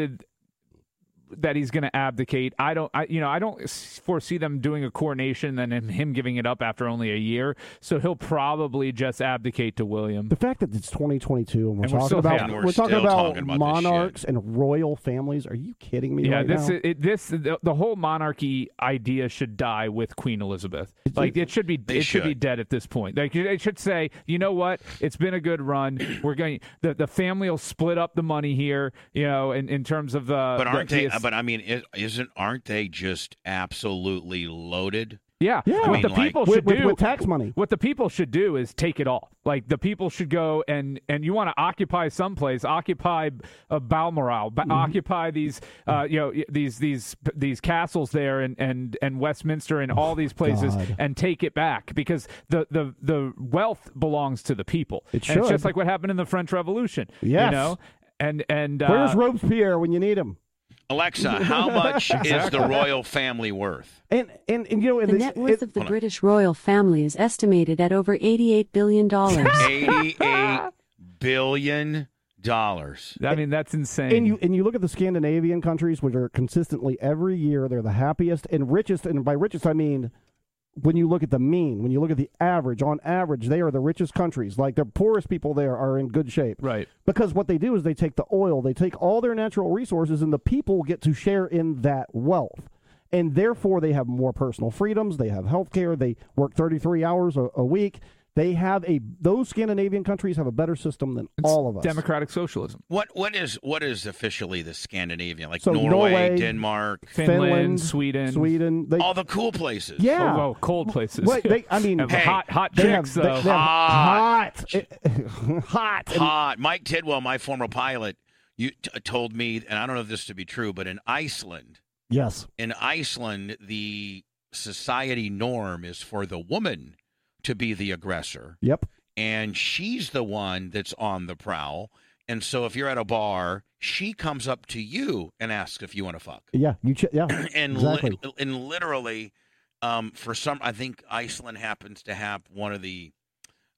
that he's going to abdicate. I don't, I you know, I don't s- foresee them doing a coronation and him, him giving it up after only a year. So he'll probably just abdicate to William.
the fact that it's 2022 and we're
And we're
talking
still-
about
yeah, and
we're
we're, talking
still
about,
talking about this
monarchs and royal families. Are you kidding me?
Yeah,
right
this
now?
is it, this the, the whole monarchy idea should die with Queen Elizabeth. Like it should be
They
it should. be
should.
dead at this point. Like it should say, you know what? It's been a good run. We're going the the family will split up the money here, you know, in, in terms of uh
But
the-
aren't they?
the-
But I mean, is- isn't aren't they just absolutely loaded?
yeah,
Yeah. I
what
mean,
the
like-
people
with,
should
with,
do
with tax money.
what the people should do is take it all. Like the people should go and and you want to occupy someplace, occupy uh, Balmoral,
Mm-hmm.
ba- occupy these uh, you know y- these these these castles there and and and Westminster and all these places
Oh, God.
and take it back because the the the wealth belongs to the people.
It
And it's
should.
just like what happened in the French Revolution.
Yes.
You know? And and uh,
Where's Robespierre when you need him?
Alexa,
[laughs]
how much is the royal family worth?
And and, and you know, and
The
this,
net worth
it-
of the
hold on.
British royal family is estimated at over $88 billion.
[laughs]
Eighty-eight billion dollars.
I mean that's insane.
And you and you look at the Scandinavian countries, which are consistently every year they're the happiest and richest. And by richest, I mean when you look at the mean, when you look at the average. On average, they are the richest countries. Like the poorest people there are in good shape,
right.
Because what they do is they take the oil, they take all their natural resources, and the people get to share in that wealth. And therefore, they have more personal freedoms. They have health care. They work 33 hours a, a week. They have a, those Scandinavian countries have a better system than all of us.
Democratic socialism.
What what is what is officially the Scandinavian? Like
So
Norway,
Norway-
Denmark,
Finland, Sweden.
Sweden. They,
all the cool places.
Yeah. [laughs]
Oh, well, cold places.
Wait, they, I
[laughs]
mean,
And
Hey,
hot hot
they have,
chicks
they, they
though.
have
Hot.
hot, eh, [laughs] hot,
Hot. Mike Tidwell, my former pilot, you t- told me, and I don't know if this to be true, but in Iceland,
yes,
in Iceland, the society norm is for the woman to be the aggressor.
yep.
and she's the one that's on the prowl. And so if you're at a bar, she comes up to you and asks if you want to fuck.
Yeah, you. Ch- yeah,
[clears throat] And
Exactly.
li- and literally, um, for some, I think Iceland happens to have one of the.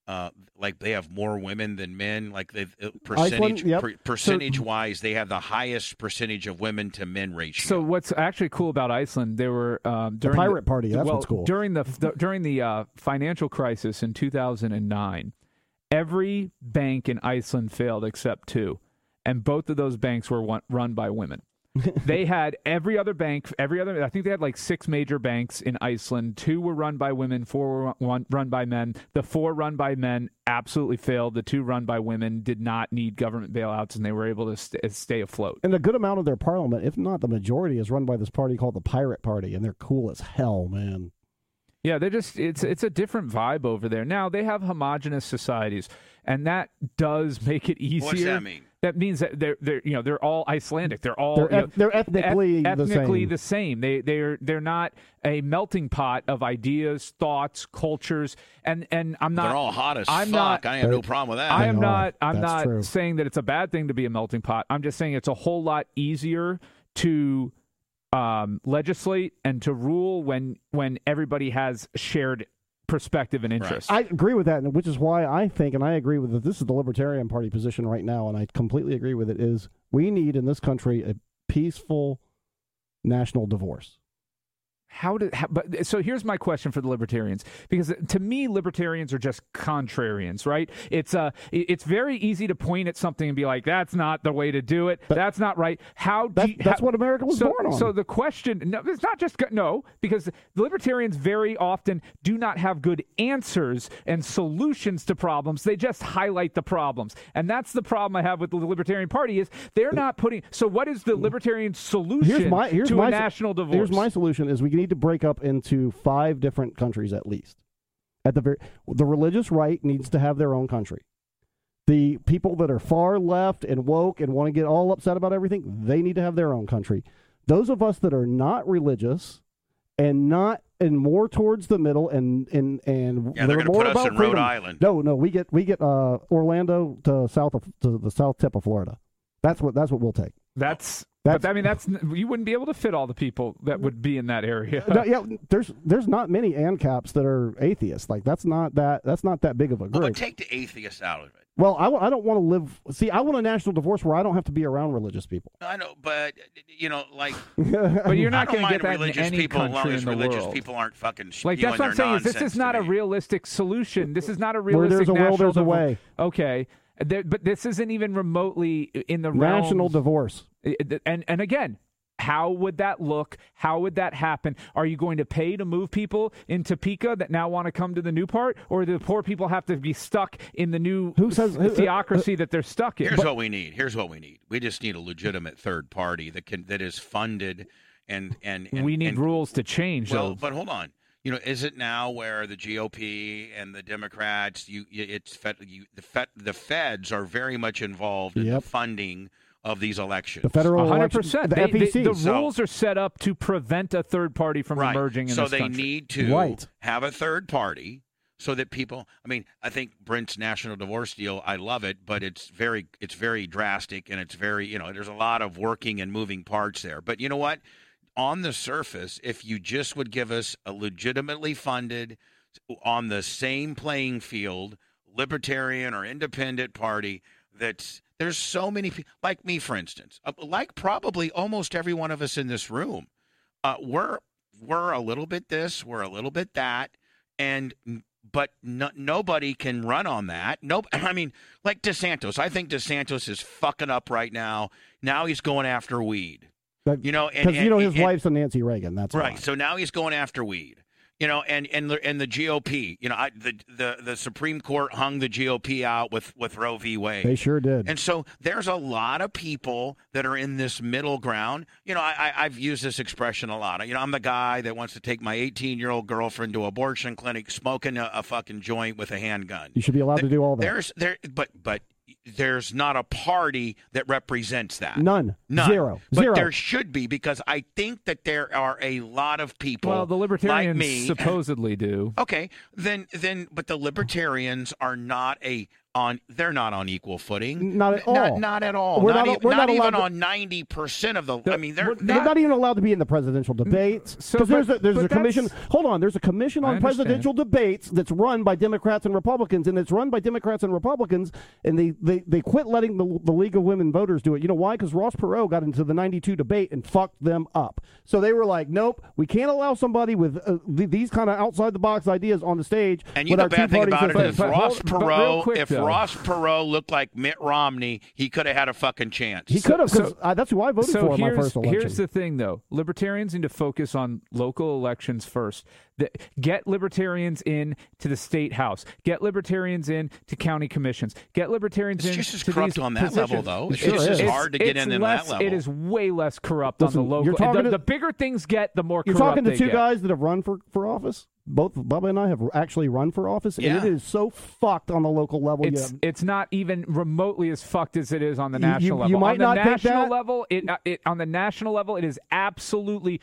Uh, like they have more women than men. Like they uh, percentage
yep.
per, percentage wise, they have the highest percentage of women to men ratio.
So what's actually cool about Iceland? There were um, during
pirate party, that's
well,
what's cool.
During the, the during the uh, financial crisis in 2009, every bank in Iceland failed except two, and both of those banks were one, run
[laughs]
by women. they had every other bank, every other. I think they had like six major banks in Iceland. Two were run by women, four were run, run by men. The four run by men absolutely failed. The two run by women did not need government bailouts, and they were able to st- stay afloat.
and a good amount of their parliament, if not the majority, is run by this party called the Pirate Party, and they're cool as hell, man.
Yeah, they're just it's it's a different vibe over there. Now they have homogenous societies, and that does make it easier.
What's that mean?
that means that they're they're you know they're all Icelandic. They're all
They're,
you know,
eth- they're ethnically,
eth-
the
ethnically
same.
the same. They they're they're not a melting pot of ideas, thoughts, cultures, and and I'm not
They're all hot as
I'm
fuck.
not-
I have no problem with that.
I am
They are.
not. I'm
That's
not
true.
saying that it's a bad thing to be a melting pot. I'm just saying it's a whole lot easier to um, legislate and to rule when when everybody has shared perspective and interest.
I agree with that, and which is why I think, and I agree with that. This is the Libertarian Party position right now, and I completely agree with it. Is we need in this country a peaceful national divorce.
how did? How, but so here's my question for the libertarians, because to me, libertarians are just contrarians, right? It's uh, it- it's very easy to point at something and be like, "That's not the way to do it. that's not right." How do
That,
you-
that's
how-
what America was
so,
born on.
so the question, no, it's not just go- no, because the libertarians very often do not have good answers and solutions to problems. They just highlight the problems, and that's the problem I have with the Libertarian Party is they're not putting. So, what is the libertarian solution
here's my here's
to
my
a
so-
national divorce?
Here's my solution: is we need to break up into five different countries at least. At the very, the religious right needs to have their own country. The people that are far left and woke and want to get all upset about everything, they need to have their own country. Those of us that are not religious and not and more towards the middle and and and
Yeah,
that
they're
are
gonna
more
put us
about
in Rhode
freedom.
Island.
No, no, we get we get uh, Orlando to south of to the south tip of Florida. That's what that's what we'll take.
That's,
That's-
but, I mean, that's you wouldn't be able to fit all the people that would be in that
[laughs]
area.
no, yeah, there's there's not many ANCAPs that are atheists. Like that's not that that's not that big of a
Well, but
group.
take the atheists out of it.
Well, I w- I don't want to live. See, I want a national divorce where I don't have to be around religious people.
I know, but you know, like
but
I
you're
don't
not going to
mind
get that in
religious
any
people as long
country
as
in the
religious
world.
people aren't fucking
Like
spewing
that's what
their
I'm saying is this
nonsense
is not
to
a
me.
realistic solution. This is not a
Where
realistic
there's a will,
national
there's a
divor-
way.
Okay. There, but this isn't even remotely in the
National
realms- eh,
divorce.
and and again how would that look how would that happen are you going to pay to move people in topeka that now want to come to the new part or do the poor people have to be stuck in the new
Who says- who-
theocracy that they're stuck in
Here's
But-
what we need. Here's what we need. We just need a legitimate third party that can that is funded and and, and
we need
and-
rules to change
Well,
though.
but hold on. You know, is it now where the GOP and the Democrats, you, you it's fed, you, the fed, the feds are very much involved in the
Yep.
funding of these elections.
The federal election,
100%
the E
They- they-
FEC.
the
So-
rules are set up to prevent a third party from
right.
emerging in
so
this
they
country.
need to
Right.
have a third party so that people i mean i think brent's national divorce deal i love it but it's very it's very drastic and it's very you know there's a lot of working and moving parts there but you know what on the surface if you just would give us a legitimately funded on the same playing field libertarian or independent party that's there's so many people like me for instance uh, like probably almost every one of us in this room uh, we're we're a little bit this, we're a little bit that, and but no, nobody can run on that. Nope. [clears throat] I mean, like DeSantis. I think DeSantis is fucking up right now. Now he's going after weed.
That-
You know, and-
because you know
and-
his
and-
wife's a Nancy Reagan. That's
Right.
why.
So now he's going after weed. You know, and and the, and the GOP. You know, I, the the the Supreme Court hung the GOP out with with Roe v. Wade.
They sure did.
And so there's a lot of people that are in this middle ground. You know, I, I, I've used this expression a lot. You know, I'm the guy that wants to take my 18 year old girlfriend to abortion clinic, smoking a, a fucking joint with a handgun.
you should be allowed to do all that.
There's there, but but there's not a party that represents that.
None.
None.
Zero.
But
Zero.
there should be because I think that there are a lot of people.
well the libertarians
like
[laughs]
me,
supposedly do
Okay, then then but the libertarians are not a on they're not on equal footing.
Not at
Not,
all.
not at all.
We're
not,
not-
e-
we're
not
not allowed
even
to-
on ninety percent of the, I mean they're,
They're
not-
not even allowed to be in the presidential debates.
Mm, so-
Because there's
but-
a, there's
but
a commission.
that's-
Hold on, there's a commission
I
on
understand.
presidential debates that's run by Democrats and Republicans, and it's run by Democrats and Republicans, and they they, they quit letting the, the League of Women Voters do it. You know why? Because Ross Perot got into the '92 debate and fucked them up. So they were like, nope, we can't allow somebody with uh, th- these kind of outside the box ideas on the stage.
and you
with
know
our
the bad
two
thing
party
about it
system.
is
But- but
Ross
hold- but real
Perot
quick,
if
though.
Ross Perot looked like Mitt Romney, he could have had a fucking chance.
he could have, because
so-
that's who I voted
so
for in my
here's,
first election.
here's the thing, though. Libertarians need to focus on local elections first. The, get libertarians in to the state house. Get libertarians in to county commissions. Get libertarians
It's
in
just as
to
corrupt
these
on that level,
positions.
though. It's
It
just
sure
as
is.
hard to get
it's
in than
less,
that level.
It is way less corrupt
Listen,
on the
you're
local.
talking
The,
to-
the bigger things get, the more
You're
corrupt
talking to
they
two
get.
guys that have run for, for office. Both Bubba and I have actually run for office, and
Yeah.
it is so fucked on the local level. you
It's
have-
it's not even remotely as fucked as it is on the
You- you-
national
you
level.
might
on the
not think
national
that.
level, it, uh, it on the national level, it is absolutely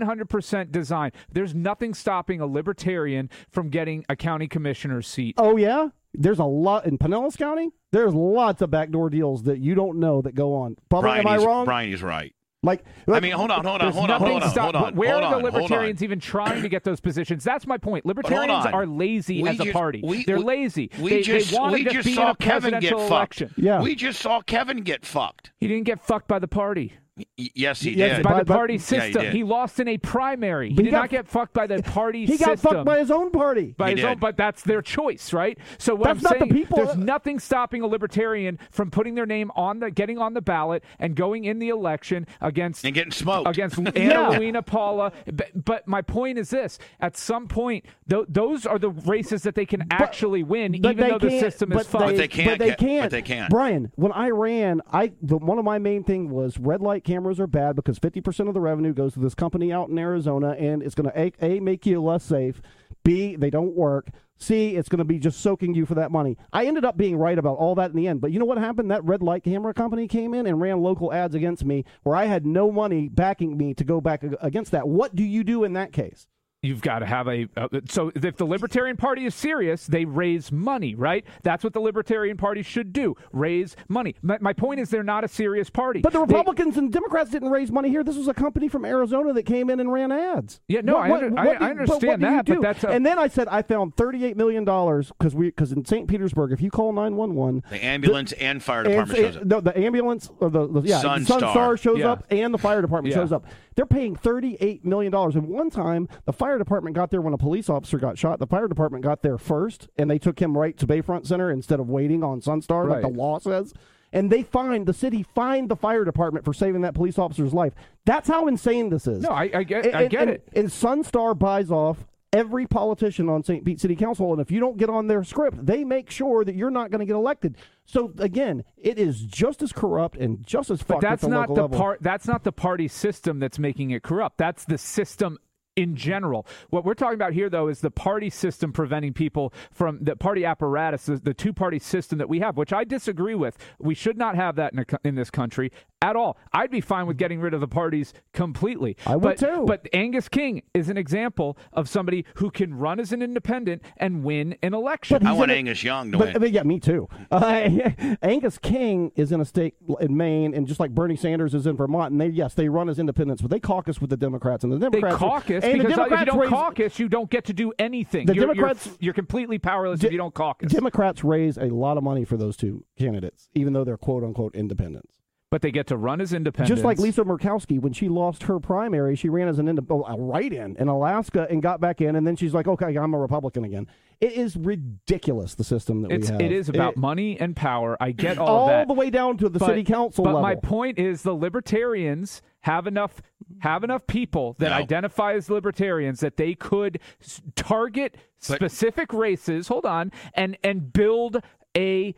100% designed. There's nothing stopping a libertarian from getting a county commissioner's seat.
oh yeah, there's a lot in Pinellas County. There's lots of backdoor deals that you don't know that go on. Bubba,
Brian,
am I
he's-
wrong?
Brian is right.
Like,
I
like-
mean, hold on, hold on,
There's
hold on,
nothing
hold on,
stop-
hold on.
Where
hold
are
on,
the
hold on.
libertarians even trying to get those positions? That's my point.
hold
Libertarians
on.
are lazy
We
as a
just-
party.
we-
They're
we-
lazy.
We
they
just,
they want
we
to
just
be in
saw
a
Kevin get
presidential
fucked.
election.
Yeah.
We just saw Kevin get fucked.
He didn't get fucked by the party.
Y- yes, he
Yes,
did.
by,
By-
the
by-
party
he
system.
did.
he, lost in a primary. He,
But he
did
got-
not get fucked by the party
[laughs] he got
system.
fucked by his own party.
by
He
his
did.
own, but that's their choice, right? So what
That's
I'm
not the
saying,
people-
there's nothing stopping a libertarian from putting their name on the, getting on the ballot and going in the election against
and getting smoked. [laughs]
against Anna
Yeah.
Luina Paula. But, but my point is this: at some point, th- those are the races that they can actually win,
But
even
they
though the
can't-
system is fucked.
But they can't
But they
get- but
can't.
they can't.
Brian, when I ran, I the, one of my main thing was red light cameras are bad because fifty percent of the revenue goes to this company out in Arizona, and it's going to a, a make you less safe. B they don't work. C it's going to be just soaking you for that money. I ended up being right about all that in the end. But you know what happened? That red light camera company came in and ran local ads against me, where I had no money backing me to go back ag- against that. What do you do in that case?
You've got to have a. Uh, so if the Libertarian Party is serious, they raise money, right? That's what the Libertarian Party should do: raise money. My, my point is, they're not a serious party.
But the
They-
Republicans and Democrats didn't raise money here. This was a company from Arizona that came in and ran ads.
Yeah, no, I under- I- I
do- but
understand
do you
that, but
do?
that's a-
and then I said I found thirty-eight million dollars because we because in St. Petersburg, if you call nine one one,
the ambulance and fire department shows up.
no, the ambulance or the, the yeah,
Sunstar.
Sunstar shows
Yeah.
up and the fire department
Yeah.
shows up. They're paying thirty-eight million dollars. And one time, the fire department got there when a police officer got shot. The fire department got there first, and they took him right to Bayfront Center instead of waiting on Sunstar like
Right.
the law says. And they fined the city fined the fire department for saving that police officer's life. That's how insane this is.
No, I, I get,
And,
I get
and-
it.
And Sunstar buys off every politician on St. Pete City Council, and if you don't get on their script, they make sure that you're not going to get elected. So again, it is just as corrupt and just as fucked.
But that's
at the
not
local
the
level.
part. That's not the party system that's making it corrupt. That's the system in general. What we're talking about here, though, is the party system preventing people from the party apparatus, the, the two-party system that we have, which I disagree with. We should not have that in, a, co- in this country at all. I'd be fine with getting rid of the parties completely.
I would
but,
too.
But Angus King is an example of somebody who can run as an independent and win an election.
But
I
he's
want
in a-
Angus Young to
But,
win.
but yeah, me too. Uh, [laughs] Angus King is in a state in Maine, and just like Bernie Sanders is in Vermont, and they yes, they run as independents, but they caucus with the Democrats, and the
They
Democrats
caucus
and the
because uh, if
Democrats
you don't
raise-
caucus, you don't get to do anything.
The
you're, you're
Democrats-
f- you're, completely powerless if
De-
you don't caucus.
Democrats raise a lot of money for those two candidates, even though they're quote unquote independents.
but they get to run as independents.
Just like Lisa Murkowski, when she lost her primary, she ran as an indep- oh, a write-in in Alaska and got back in, and then she's like, "Okay, I'm a Republican again." It is ridiculous the system that
It's,
we have.
it is about
It-
money and power. I get all,
all
of that.
the way down to the
But-
city council
But
level.
my point is, the libertarians have enough have enough people that
No.
identify as libertarians that they could s- target specific races. Hold on, and and build a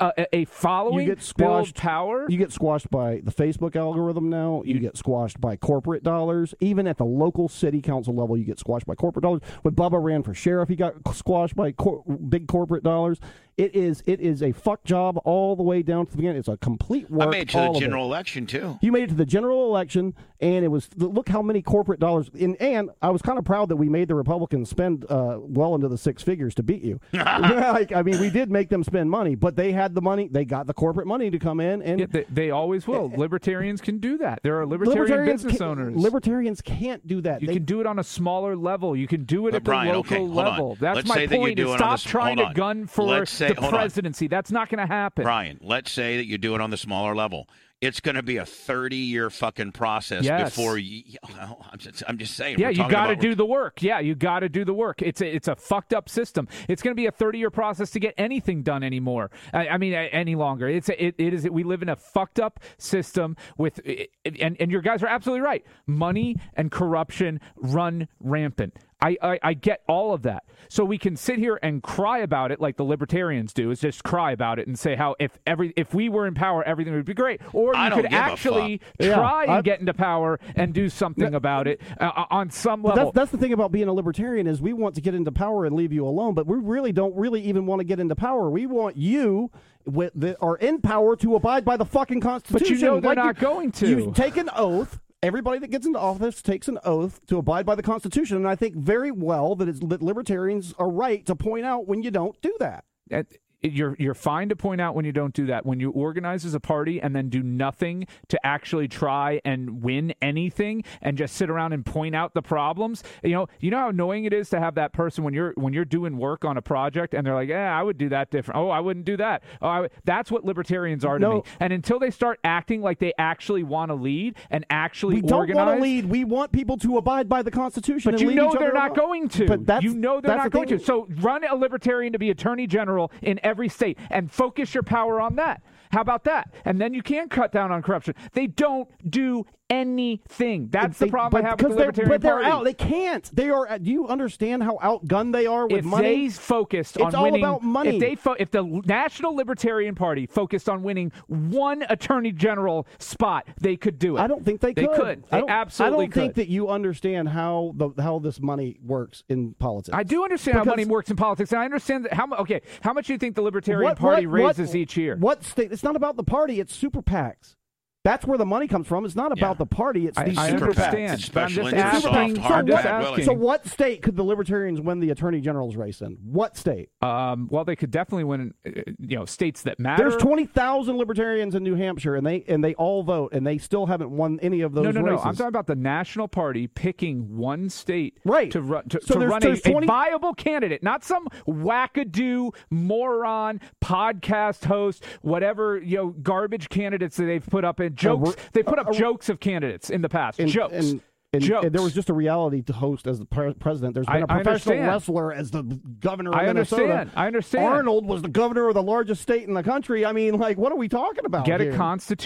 a, a- a following.
you get
build
squashed
power.
You get squashed by the Facebook algorithm now. You get squashed by corporate dollars. Even at the local city council level, you get squashed by corporate dollars. When Bubba ran for sheriff, he got squashed by cor- big corporate dollars. It is it is a fuck job all the way down to the beginning. It's a complete work.
I made it to
all
the
of it.
general election too.
You made it to the general election, and it was look how many corporate dollars. And, and I was kind of proud that we made the Republicans spend uh, well into the six figures to beat
[laughs]
you. like, I mean, we did make them spend money, but they had the money. They got the corporate money to come in, and
Yeah, they, they always will. libertarians can do that. There are libertarian business
ca-
owners.
Libertarians can't do that.
You
They-
can do it on a smaller level. You can do it
But
at the
Brian,
local
okay, hold on.
level. That's
Let's
my
say that you
point. is
do it on
stop
this-
trying
hold
to
on.
gun for
Let's say-
the
hold on.
presidency. That's not going to happen.
Brian, let's say that you do it on the smaller level. It's going to be a 30 year fucking process
Yes.
before you. [laughs] Well, I'm just, I'm just saying.
Yeah,
we're
you
talking
got to
about-
do the work. Yeah, you got to do the work. It's a, it's a fucked up system. It's going to be a 30-year process to get anything done anymore. I, I mean a- any longer. It's a, it, it is we live in a fucked up system with and and your guys are absolutely right. Money and corruption run rampant. I, I, I get all of that. So we can sit here and cry about it like the libertarians do, is just cry about it and say how if every if we were in power, everything would be great. Or
I
you
don't
could
give a
actually
Yeah,
try and
I-
get into power and do something about it uh, on some
But
level.
that's, that's the thing about being a libertarian is we want to get into power and leave you alone, but we really don't really even want to get into power. We want you with, that are in power to abide by the fucking constitution.
know they're
Like you-
not going to.
You take an oath. Everybody that gets into office takes an oath to abide by the constitution, and I think very well that it's that libertarians are right to point out when you don't do that.
at, you're you're fine to point out when you don't do that. When you organize as a party and then do nothing to actually try and win anything, and just sit around and point out the problems. You know, you know how annoying it is to have that person when you're when you're doing work on a project and they're like, "Yeah, I would do that different. Oh, I wouldn't do that. Oh, I would. that's what libertarians are to
No.
me." And until they start acting like they actually want to lead and actually
We don't
organize,
want to lead. We want people to abide by the Constitution. and
but you
leave
know
each other
they're not
alone.
going to.
But that's,
you know they're
that's
not
the
going
thing.
to. So run a libertarian to be attorney general in every state and focus your power on that. How about that? And then you can cut down on corruption. They don't do anything. That's the
They-
problem I
but
have with the
because they're-
libertarian
but they're
party.
out. They can't. They are. uh, Do you understand how outgunned they are with
if
money?
they focused
It's
on
all
winning,
about money.
if they fo- if the National Libertarian Party focused on winning one attorney general spot, they could do it.
I don't think they,
They
could.
could.
I
They
don't,
absolutely
I don't think
could.
that you understand how the how this money works in politics.
I do understand how
Because-
money works in politics, and I understand that how. mu- Okay, how much do you think the Libertarian
What-
Party
what- what-
raises each year?
What state? It's not about the party. It's super PACs. That's where the money comes from. It's not about
Yeah.
the party. It's
I-
these
I
super
understand.
PACs.
It's special
I'm just
interest,
asking-
soft, hard,
I'm just
bad, willing.
asking.
So, what state could the Libertarians win the Attorney General's race in? What state?
Um, well, they could definitely win. uh, You know, states that matter.
There's twenty thousand Libertarians in New Hampshire, and they and they all vote, and they still haven't won any of those.
no, no, no.
races.
I'm talking about the national party picking one state
Right.
to run to,
So
to
there's-
run
there's
a,
20
a viable candidate, not some wackadoo moron podcast host, whatever you know, garbage candidates that they've put up in jokes. they put up jokes of candidates in the past.
and,
jokes.
And, and-
jokes.
and there was just a reality to host as the pre- president. There's been
I-
a
I
professional
understand.
wrestler as the governor of
I
Minnesota.
understand. I understand.
Arnold was the governor of the largest state in the country. I mean, like, what are we talking about?
get
here?
a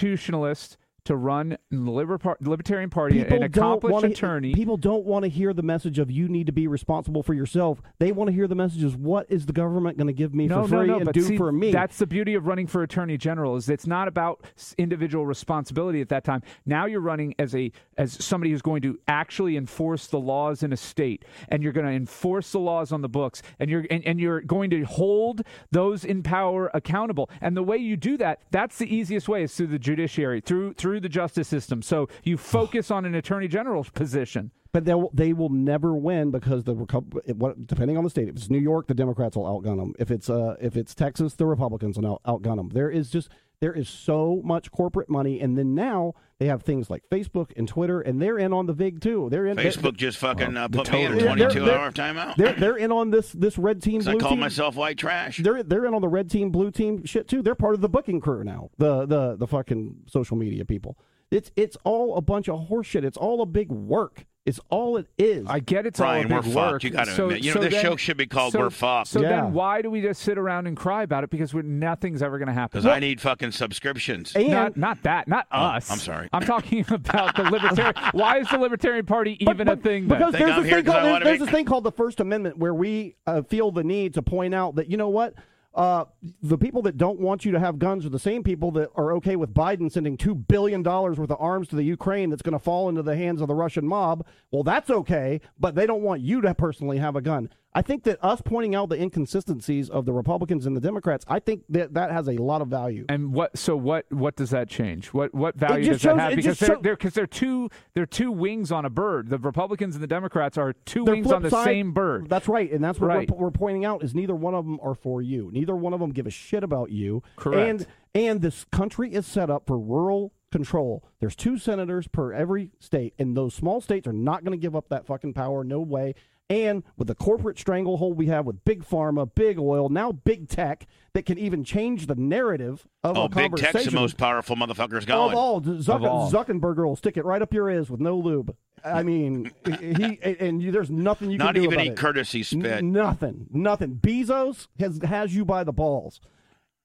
constitutionalist to run in the Liber- Par- Libertarian Party,
People
an
don't
accomplished
wanna-
attorney.
People don't want to hear the message of you need to be responsible for yourself. They want to hear the message is what is the government going to give me
no,
for free
no, no,
and
but
do
see,
for me?
That's the beauty of running for attorney general is it's not about s- individual responsibility at that time. Now you're running as a as somebody who's going to actually enforce the laws in a state, and you're going to enforce the laws on the books, and you're and, and you're going to hold those in power accountable. And the way you do that, that's the easiest way is through the judiciary, through through the justice system. So [sighs] you focus on an attorney general's position.
But they will, they will never win because the Reco- it- what, depending on the state. If it's New York, the Democrats will outgun them. If it's uh, if it's Texas, the Republicans will out, outgun them. There is just there is so much corporate money, and then now they have things like Facebook and Twitter, and they're in on the vig too. They're in they're-
Facebook just fucking uh, put me in a
Yeah, they're-
22
they're-
hour timeout.
They're, they're in on this this red team
'Cause
blue
I call
team.
myself white trash.
They're they're in on the red team blue team shit too. They're part of the booking crew now. The the the fucking social media people. It's it's all a bunch of horseshit. It's all a big work. It's all it is.
I get it's
Brian,
all a
we're
big
fucked.
work.
You gotta
so,
admit. You know,
so
this
then-
show should be called
so-
We're Fucked.
So
Yeah.
then, why do we just sit around and cry about it? Because we're, nothing's ever going to happen.
Because I need fucking subscriptions.
and
not, not that, not us.
Oh, I'm sorry.
I'm talking [laughs] about the libertarian.
[laughs]
why is the libertarian party
But-
even a
but-
thing? then?
Because
Think
there's
I'm
this
here
thing
'cause I
called there's,
wanna
there's
be-
this thing called the First Amendment where we uh, feel the need to point out that you know what. Uh, the people that don't want you to have guns are the same people that are okay with Biden sending two billion dollars worth of arms to the Ukraine that's going to fall into the hands of the Russian mob. Well, that's okay, but they don't want you to personally have a gun. I think that us pointing out the inconsistencies of the Republicans and the Democrats, I think that that has a lot of value.
and what? So what? What does that change? What? What value
just
does that
shows-
have?
it
Because
just
they're
show-
they're because they're two they're two wings on a bird. The Republicans and the Democrats are 2
They're
wings
flip
on the
side-
same bird.
That's right, and that's what
Right.
we're, we're pointing out is neither one of them are for you. Neither one of them give a shit about you.
Correct.
And and this country is set up for rural control. There's two senators per every state, and those small states are not going to give up that fucking power. No way. And with the corporate stranglehold we have with big pharma, big oil, now big tech that can even change the narrative of
oh,
a
big
conversation.
tech's the most powerful motherfuckers
Of
going.
all, Zucker,
Of all.
Zuckerberg will stick it right up your ears with no lube. I mean, he and you, there's nothing you can
Not
do
even
about
a
it.
courtesy spit.
N- nothing. Nothing. Bezos has has you by the balls.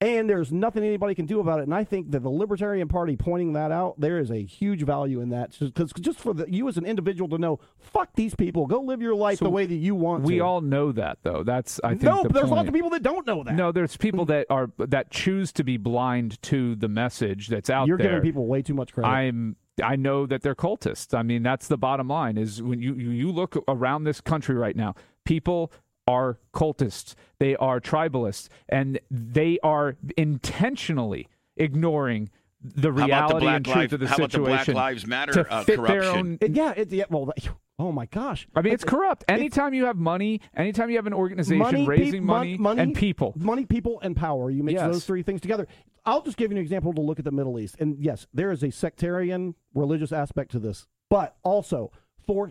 and there's nothing anybody can do about it. And I think that the Libertarian Party pointing that out, there is a huge value in that because just for the, you as an individual to know, fuck these people, go live your life
So
the way that you want.
We
to.
all know that, though. That's I think.
no,
the
there's
point.
lots of people that don't know that.
No, there's people that are that choose to be blind to the message that's out
you're
there.
giving people way too much credit.
I'm I know that they're cultists. I mean, that's the bottom line is when you you, you look around this country right now, people are cultists. They are tribalists and they are intentionally ignoring the
How about
reality
the Black
and truth
Lives?
of the
How about the
situation
Black Lives Matter
to
uh,
fit
corruption?
their own
It- yeah, it, yeah. Well, [laughs] that- oh my gosh.
I mean, it's
Like,
corrupt. Anytime you have money, anytime you have an organization
money,
raising
peop- mon-
money, and people,
money, people, and power. You mix
Yes.
those three things together. I'll just give you an example to look at the Middle East. And yes, there is a sectarian religious aspect to this, but also for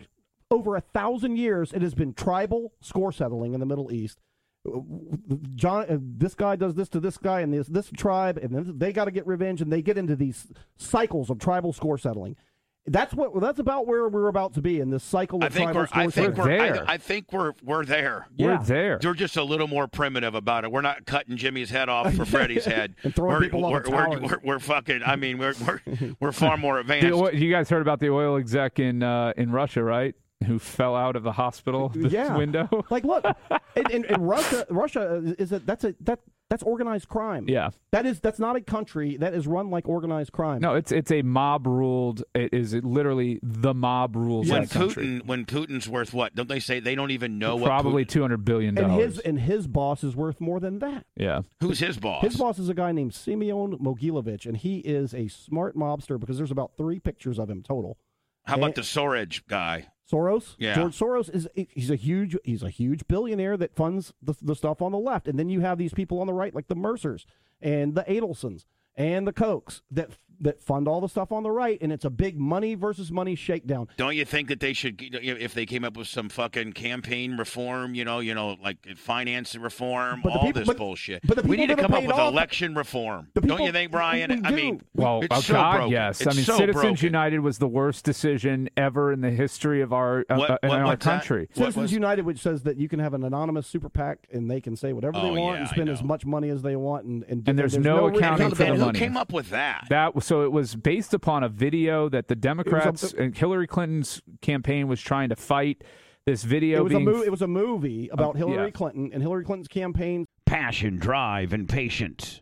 over a thousand years, it has been tribal score settling in the Middle East. John, uh, this guy does this to this guy and this this tribe, and then they got to get revenge, and they get into these cycles of tribal score settling. That's what. That's about where we're about to be in this cycle of
I think
tribal
we're.
score
I think
settling.
we're. I,
There.
I think we're. We're there.
we're
Yeah.
there.
We're just a little more primitive about it. We're not cutting Jimmy's
[laughs]
head off for Freddie's head.
And throwing
we're,
people off
we're,
of
we're,
towers.
we're- we're fucking. I mean, we're we're,
[laughs]
we're far more
The
advanced.
oil, you guys heard about the oil exec in uh, in Russia, right? Who fell out of the hospital this
yeah.
[laughs] window?
Like, look, in, in, in Russia, Russia is a that's a that that's organized crime.
yeah.
that is that's not a country that is run like organized crime.
No, it's it's a mob ruled. It is literally the mob rules
when
that country.
Putin, when Putin's worth what? Don't they say they don't even know what?
Probably
Putin-
two hundred billion
and
dollars.
his and his boss is worth more than that.
yeah.
who's his boss?
His boss is a guy named Simeon Mogilevich, and he is a smart mobster because there's about three pictures of him total.
How
Eh.
about the Soreg guy?
Soros,
Yeah.
George Soros is he's a huge he's a huge billionaire that funds the, the stuff on the left, and then you have these people on the right like the Mercers and the Adelsons and the Kochs that that fund all the stuff on the right, and it's a big money versus money shakedown.
Don't you think that they should, you know, if they came up with some fucking campaign reform, you know, you know, like finance reform,
But the
all
people-
this
but-
bullshit?
but the
we
people
need to
that are
come up
paid
with
off-
election reform.
the
don't
people-
you think, Brian?
we
I
do.
mean,
Well,
it's
oh,
so
God,
broken.
yes. I
It's
mean,
so
Citizens
broken.
United was the worst decision ever in the history of our uh,
What-
uh, in
what-
our
what's that?
country.
What
Citizens
was-
United, which says that you can have an anonymous super PAC and they can say whatever
Oh,
they want
yeah,
and
I
spend as
know.
much money as they want, and and,
And there's no
real
accounting for
Who
the
came-
money.
Who came up with that?
That was- so it was based upon a video that the Democrats and Hillary Clinton's campaign was trying to fight. This video
It was, a
being
mo- it was a movie about Hillary
yeah.
Clinton and Hillary Clinton's campaign
Passion, drive, and patience.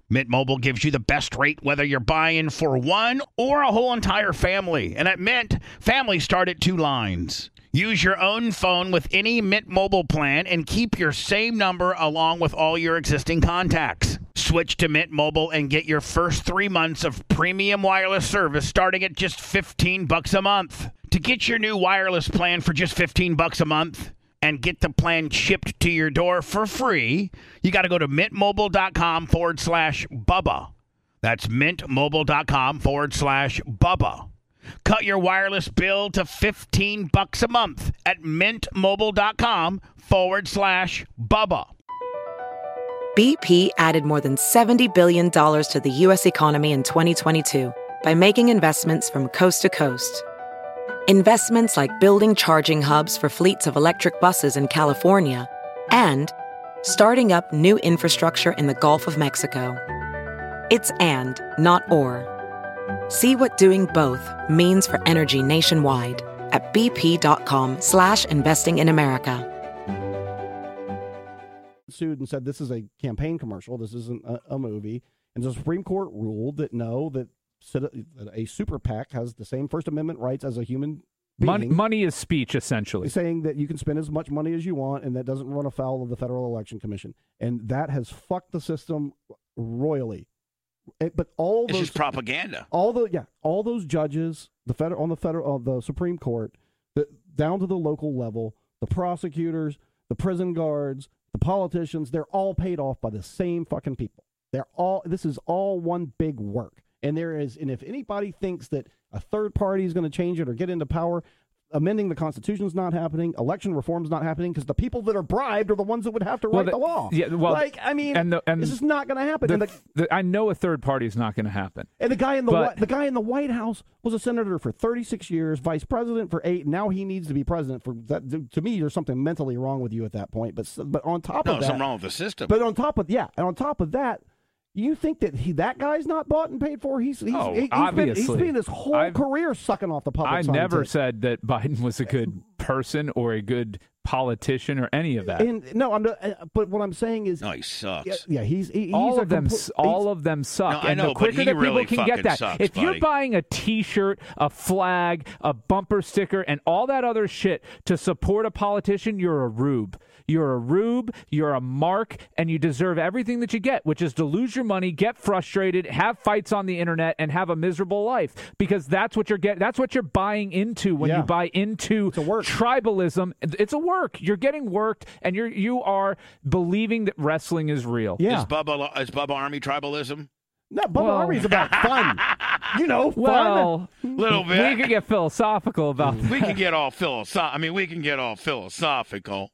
Mint Mobile gives you the best rate whether you're buying for one or a whole entire family. And at Mint, families start at two lines. Use your own phone with any Mint Mobile plan and keep your same number along with all your existing contacts. Switch to Mint Mobile and get your first 3 months of premium wireless service starting at just 15 bucks a month. To get your new wireless plan for just 15 bucks a month, and get the plan shipped to your door for free, you got to go to mintmobile.com forward slash Bubba. That's mintmobile.com forward slash Bubba. Cut your wireless bill to 15 bucks a month at mintmobile.com forward slash Bubba.
BP added more than $70 billion to the U.S. economy in 2022 by making investments from coast to coast. Investments like building charging hubs for fleets of electric buses in California and starting up new infrastructure in the Gulf of Mexico. It's and, not or. See what doing both means for energy nationwide at bp.com slash investing in America.
sued and said this is a campaign commercial. This isn't a, a movie. And the Supreme Court ruled that no, that, citi- that a super PAC has the same First Amendment rights as a human being.
Money, money is speech, essentially.
Saying that you can spend as much money as you want and that doesn't run afoul of the Federal Election Commission. And that has fucked the system royally. It- but all
It's
those
just propaganda.
all the yeah, all those judges, the federal on the federal on the Supreme Court, the, down to the local level, the prosecutors, the prison guards, the politicians, they're all paid off by the same fucking people. They're all this is all one big work. And there is and if anybody thinks that a third party is going to change it or get into power, amending the constitution is not happening, election reform is not happening because the people that are bribed are the ones that would have to
Well,
write
the-
the, law.
yeah, well,
like I mean,
and the- and
this is not going to happen.
The-
and the,
the- I know a third party is not going to happen.
and the guy in the
But-
Whi- the guy in the White House was a senator for 36 years, vice president for eight. Now he needs to be president for that. To me, there's something mentally wrong with you at that point. But s- but on top
No,
of that,
something wrong with the system.
but on top of yeah, and on top of that, you think that he that guy's not bought and paid for? He's he's,
Oh,
he- he's been he's
obviously.
been his whole
I've-
career sucking off the public.
I
side
never
tip.
said that Biden was a good person or a good politician or any of that.
And no, I'm not, uh, but what I'm saying is,
no, he sucks.
yeah, yeah, he's he, he's
all
a
of them,
compl-
s all of them suck.
No, I
and
know,
the
but
quicker
he
that
really
people can get
fucking
that,
sucks,
if you're
buddy.
buying a T-shirt, a flag, a bumper sticker, and all that other shit to support a politician, you're a rube. You're a rube. You're a mark, and you deserve everything that you get, which is to lose your money, get frustrated, have fights on the internet, and have a miserable life because that's what you're get. That's what you're buying into when
Yeah.
you buy into
a work.
tribalism. It's a work. You're getting worked, and you're you are believing that wrestling is real.
yeah,
Is Bubba is Bubba Army tribalism?
no, Bubba
Well-
Army's
[laughs]
about fun, you know, fun.
Well, [laughs]
Little
we
bit. Mm.
could get philosophical about
we can get all philosophical. I mean, we can get all philosophical.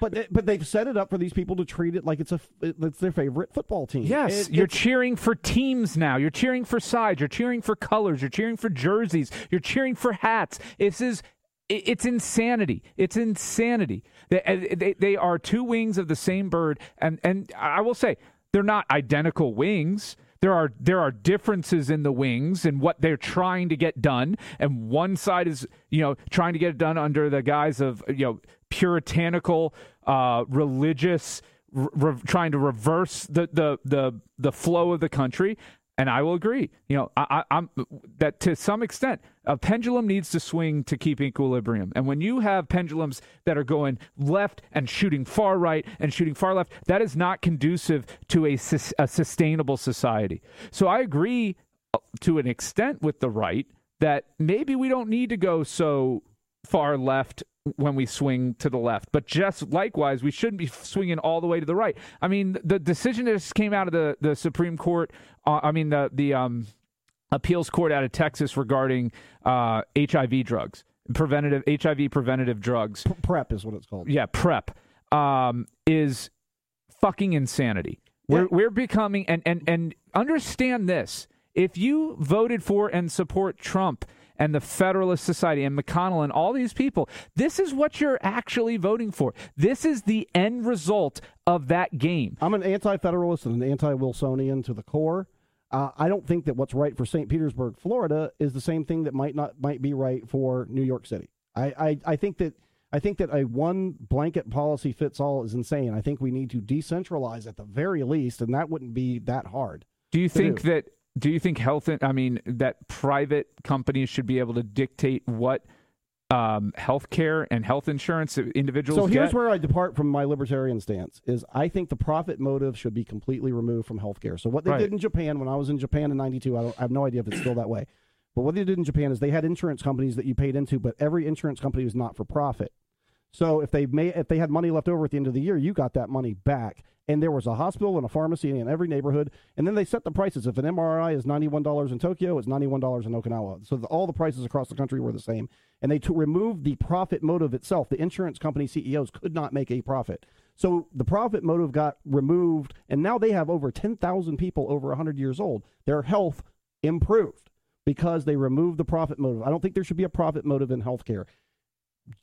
But they, but they've set it up for these people to treat it like it's a it's their favorite football team.
Yes,
It-
you're
it's-
cheering for teams now. You're cheering for sides. You're cheering for colors. You're cheering for jerseys. You're cheering for hats. This is i- it's insanity. It's insanity. They, uh, they, they are two wings of the same bird, and and I will say they're not identical wings. There are there are differences in the wings and what they're trying to get done, and one side is you know trying to get it done under the guise of you know puritanical, uh, religious re- re- trying to reverse the, the the the flow of the country. And I will agree. You know, I, I, I'm that to some extent, a pendulum needs to swing to keep equilibrium. And when you have pendulums that are going left and shooting far right and shooting far left, that is not conducive to a, sus- a sustainable society. So I agree uh, to an extent with the right that maybe we don't need to go so far left when we swing to the left, but just likewise, we shouldn't be swinging all the way to the right. I mean, the decision that just came out of the the Supreme Court. Uh, I mean, the the um, appeals court out of Texas regarding uh, HIV drugs, preventative HIV preventative drugs.
P- prep is what it's called.
Yeah, prep um, is fucking insanity. We're
Yeah.
we're becoming and and and understand this. If you voted for and support Trump and the Federalist Society and McConnell and all these people, this is what you're actually voting for. This is the end result of that game.
I'm an anti-federalist and an anti-Wilsonian to the core. Uh, I don't think that what's right for St. Petersburg, Florida, is the same thing that might not might be right for New York City. I, I, I think that I think that a one blanket policy fits all is insane. I think we need to decentralize at the very least, and that wouldn't be that hard.
Do you
They
think
do.
that? Do you think health? in- I mean, that private companies should be able to dictate what um, health care and health insurance individuals
So here's
get?
where I depart from my libertarian stance is I think the profit motive should be completely removed from healthcare. So what they
Right.
did in Japan when I was in Japan in 92, I, don't, I have no idea if it's still that way. But what they did in Japan is they had insurance companies that you paid into, but every insurance company was not for profit. So if they may, if they had money left over at the end of the year, you got that money back. And there was a hospital and a pharmacy in every neighborhood. And then they set the prices. If an MRI is ninety-one dollars in Tokyo, it's ninety-one dollars in Okinawa. So the, all the prices across the country were the same. And they to remove the profit motive itself. The insurance company CEOs could not make a profit. So the profit motive got removed, and now they have over ten thousand people over hundred years old. Their health improved because they removed the profit motive. I don't think there should be a profit motive in healthcare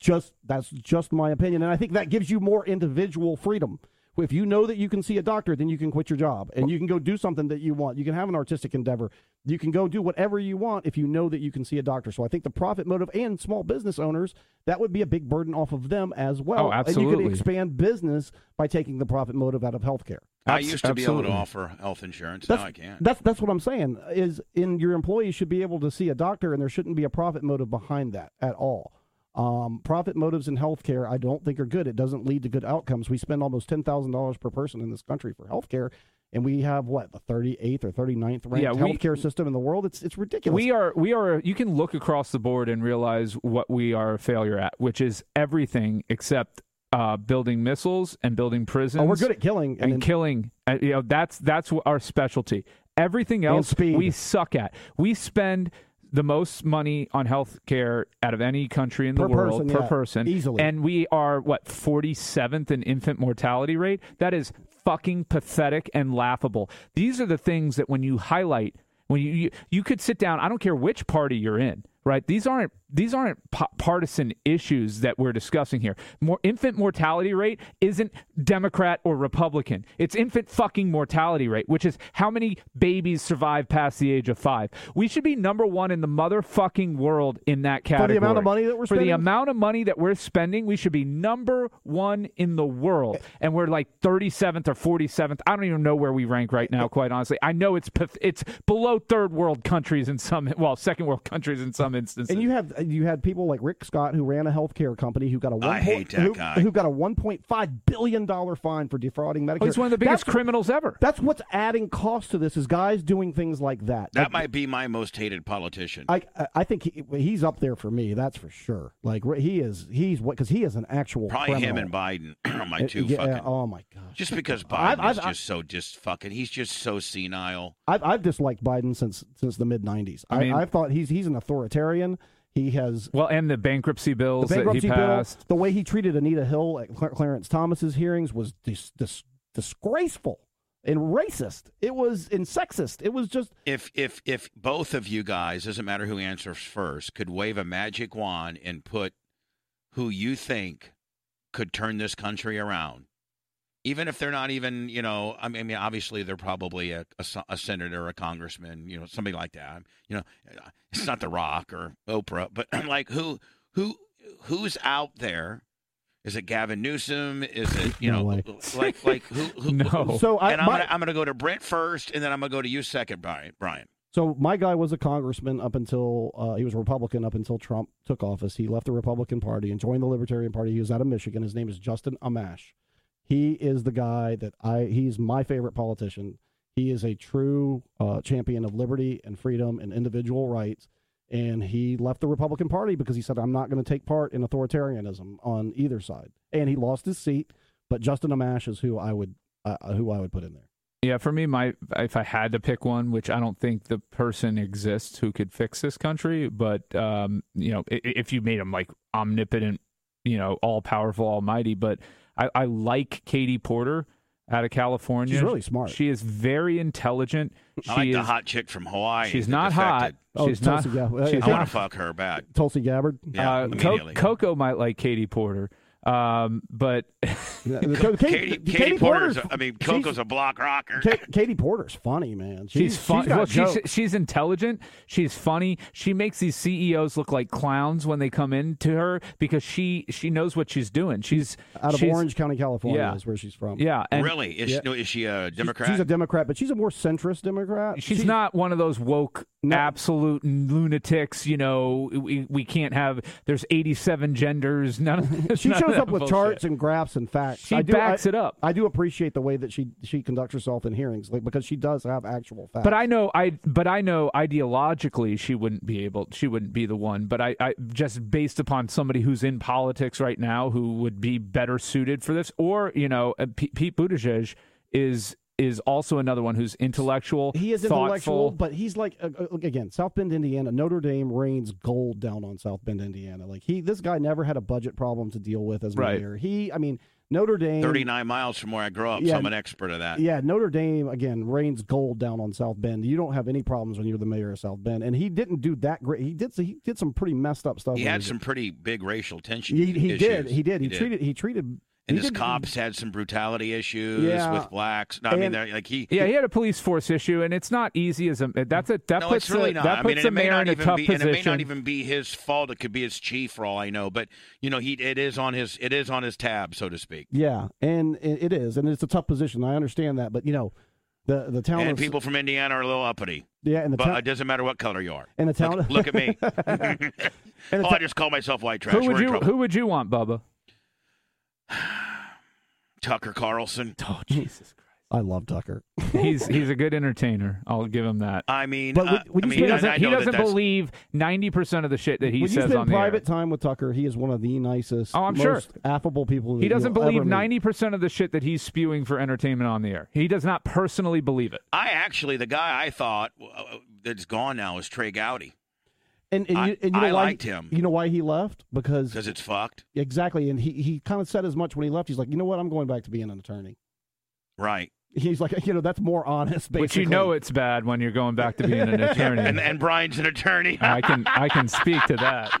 just that's just my opinion and i think that gives you more individual freedom if you know that you can see a doctor then you can quit your job and you can go do something that you want you can have an artistic endeavor you can go do whatever you want if you know that you can see a doctor so i think the profit motive and small business owners that would be a big burden off of them as well
Oh,
and you
absolutely.
could expand business by taking the profit motive out of healthcare
I used to be able
Absolutely.
to offer health insurance. now I can't.
that's that's what i'm saying is in your employees should be able to see a doctor and there shouldn't be a profit motive behind that at all um, profit motives in healthcare, I don't think are good. It doesn't lead to good outcomes. We spend almost ten thousand dollars per person in this country for healthcare, and we have what the thirty eighth or 39th ranked
Yeah, we-
healthcare system in the world. It's it's ridiculous.
We are we are you can look across the board and realize what we are a failure at, which is everything except uh, building missiles and building prisons.
oh, we're good at killing and,
and,
then-
killing. Uh, you know, that's that's wh- our specialty. Everything
And
else
speed.
we suck at. We spend the most money on health care out of any country in
Per
the world
person,
per
yeah,
person
easily.
and we are what 47th in infant mortality rate that is fucking pathetic and laughable these are the things that when you highlight when you you, you could sit down i don't care which party you're in right these aren't these aren't pa- partisan issues that we're discussing here more infant mortality rate isn't democrat or republican it's infant fucking mortality rate which is how many babies survive past the age of 5 we should be number 1 in the motherfucking world in that category
the amount of money that we're
For the
spending?
amount of money that we're spending, we should be number one in the world, and we're like 37th or 47th. I don't even know where we rank right now, quite honestly. I know it's path- it's below third world countries in some, well, second world countries in some instances.
and you have you had people like Rick Scott who ran a healthcare company who got a one
I
point-
hate that
who,
guy.
who got a one point five billion dollar fine for defrauding Medicare.
oh, he's one of the biggest
That's-
criminals ever.
That's what's adding cost to this is guys doing things like that.
That might be my most hated politician.
I I- I think he, he's up there for me. That's for sure. Like re- he is, he's what because he is an actual
Probably him
criminal.
and Biden are my
Uh,
two
yeah,
fucking.
Oh my gosh,
Just because Biden
I've-
is
I've-
just so just fucking, he's just so senile.
I've, I've disliked Biden since since the mid '90s. I, I,
mean-
thought he's he's an authoritarian. He has
Well, and the bankruptcy
the
bills that
bankruptcy
he
bill.
passed.
The way he treated Anita Hill at Clar- Clarence Thomas's hearings was dis- dis- disgraceful and racist. It was and sexist. It was just
If if if both of you guys, doesn't matter who answers first, could wave a magic wand and put who you think could turn this country around, even if they're not even, you know, I mean, I mean, obviously they're probably a, a, se- a senator, a congressman, you know, somebody like that. You know, it's not The Rock or Oprah, but [clears throat] like who who who's out there? Is it Gavin Newsom? Is it you
No
know
way.
like like who who,
No.
so. I,
Oh, and
[laughs]
I'm,
my-
gonna, I'm gonna go to Brent first, and then I'm gonna go to you second, Brian. Brian,
So my guy was a congressman up until uh, he was a Republican up until Trump took office. He left the Republican Party and joined the Libertarian Party. He was out of Michigan. His name is Justin Amash. He is the guy that I. He's my favorite politician. He is a true uh, champion of liberty and freedom and individual rights. And he left the Republican Party because he said, "I'm not going to take part in authoritarianism on either side." And he lost his seat. But Justin Amash is who I would uh, who I would put in there.
Yeah, for me, my if I had to pick one, which I don't think the person exists who could fix this country, but um, you know, i- i- if you made him like omnipotent, you know, all powerful, almighty, but I, I like Katie Porter out of California.
She's really smart.
She is very intelligent. She
I like
is,
the hot chick from Hawaii.
She's
that
not hot.
defected.
Oh,
she's
Tulsi,
not.
yeah.
She's
I want
not
to fuck her bad.
Tulsi Gabbard.
Yeah,
uh, Co-
immediately.
Coco might like Katie Porter, um, but [laughs]
Yeah, the- Katie,
Katie, Katie, Porter's. I mean, Coco's a block rocker.
Katie, Katie Porter's funny, man.
She's,
She's,
fun.
She's got
well, she's,
jokes.
she's intelligent. She's funny. She makes these CEOs look like clowns when they come in to her because she she knows what she's doing. She's
out of
she's-
Orange County, California,
Yeah.
is where she's from.
Yeah, and
really? Is,
Yeah.
she, no, is she a Democrat?
She's a Democrat, but she's a more centrist Democrat.
she's
She-
not one of those woke
No.
absolute lunatics. You know, we, we can't have. There's 87 genders. None. Of,
She
[laughs] none of
shows
that
up with
bullshit.
charts and graphs and facts. that.
She
I do,
backs
I,
it up.
I do appreciate the way that she she conducts herself in hearings, like because she does have actual facts.
But I know I but I know ideologically she wouldn't be able she wouldn't be the one. But I, I just based upon somebody who's in politics right now who would be better suited for this, or you know, uh, Pete, Pete Buttigieg is is also another one who's intellectual.
he is
thoughtful.
intellectual, but he's like uh, uh, look, again, South Bend, Indiana. Notre Dame rains gold down on South Bend, Indiana. Like he, this guy never had a budget problem to deal with as
Right.
mayor. He, I mean, Notre Dame.
39 miles from where I grew up,
Yeah.
so I'm an expert of that.
Yeah, Notre Dame again rains gold down on South Bend. You don't have any problems when you're the mayor of South Bend, and he didn't do that great. He did he did some pretty messed up stuff.
He
when
had
was-
some pretty big racial tension.
He, he
issues.
did. He did. He,
He did.
treated. He treated.
And
he
his
did-
cops had some brutality issues
Yeah.
with blacks. No, I mean,
And-
they're, like he.
Yeah, he had a police force issue, and it's not easy as a that's a that
no,
puts
it's really
a,
not.
that
I
puts
mean, and
a
it may
mayor
not
in a
even
tough
be,
position.
and it may not even be his fault. It could be his chief, for all I know. But you know, he it is on his it is on his tab, so to speak.
Yeah, and it, it is, and it's a tough position. I understand that, but you know, the the town
And
of
people from Indiana are a little uppity,
yeah, and the
but
town
it doesn't matter what color you are.
and the town.
Look, look
[laughs]
at me.
And
[laughs] oh,
the t-
I just call myself white trash.
who
We're
would
in
you
trouble.
who would you want, Bubba?
Tucker Carlson.
Oh Jesus
I love Tucker.
Christ! he's he's a good entertainer. I'll give him that.
I mean,
But
uh,
would- would
I
you
mean,
say-
He
and
doesn't,
I
he
know that
doesn't
that's-
believe ninety percent of the shit that he
when you
says
spend
on the air.
private time with Tucker, he is one of the nicest,
Oh, I'm
most
sure.
affable people. that
He doesn't
you'll ever
believe
meet.
ninety percent of the shit that he's spewing for entertainment on the air. He does not personally believe it.
I actually, the guy I thought uh, that's gone now is Trey Gowdy
And, and
I-
you, and you know
I
why
liked
he-
him.
You know why he left? Because
because it's fucked.
exactly, and he he kind of said as much when he left. He's like, you know what? I'm going back to being an attorney. [laughs]
Right.
He's like, you know, that's more honest. Basically,
Which you know it's bad when you're going back to being
[laughs]
an attorney. [laughs]
And, and Brian's an attorney.
I can I can speak to that.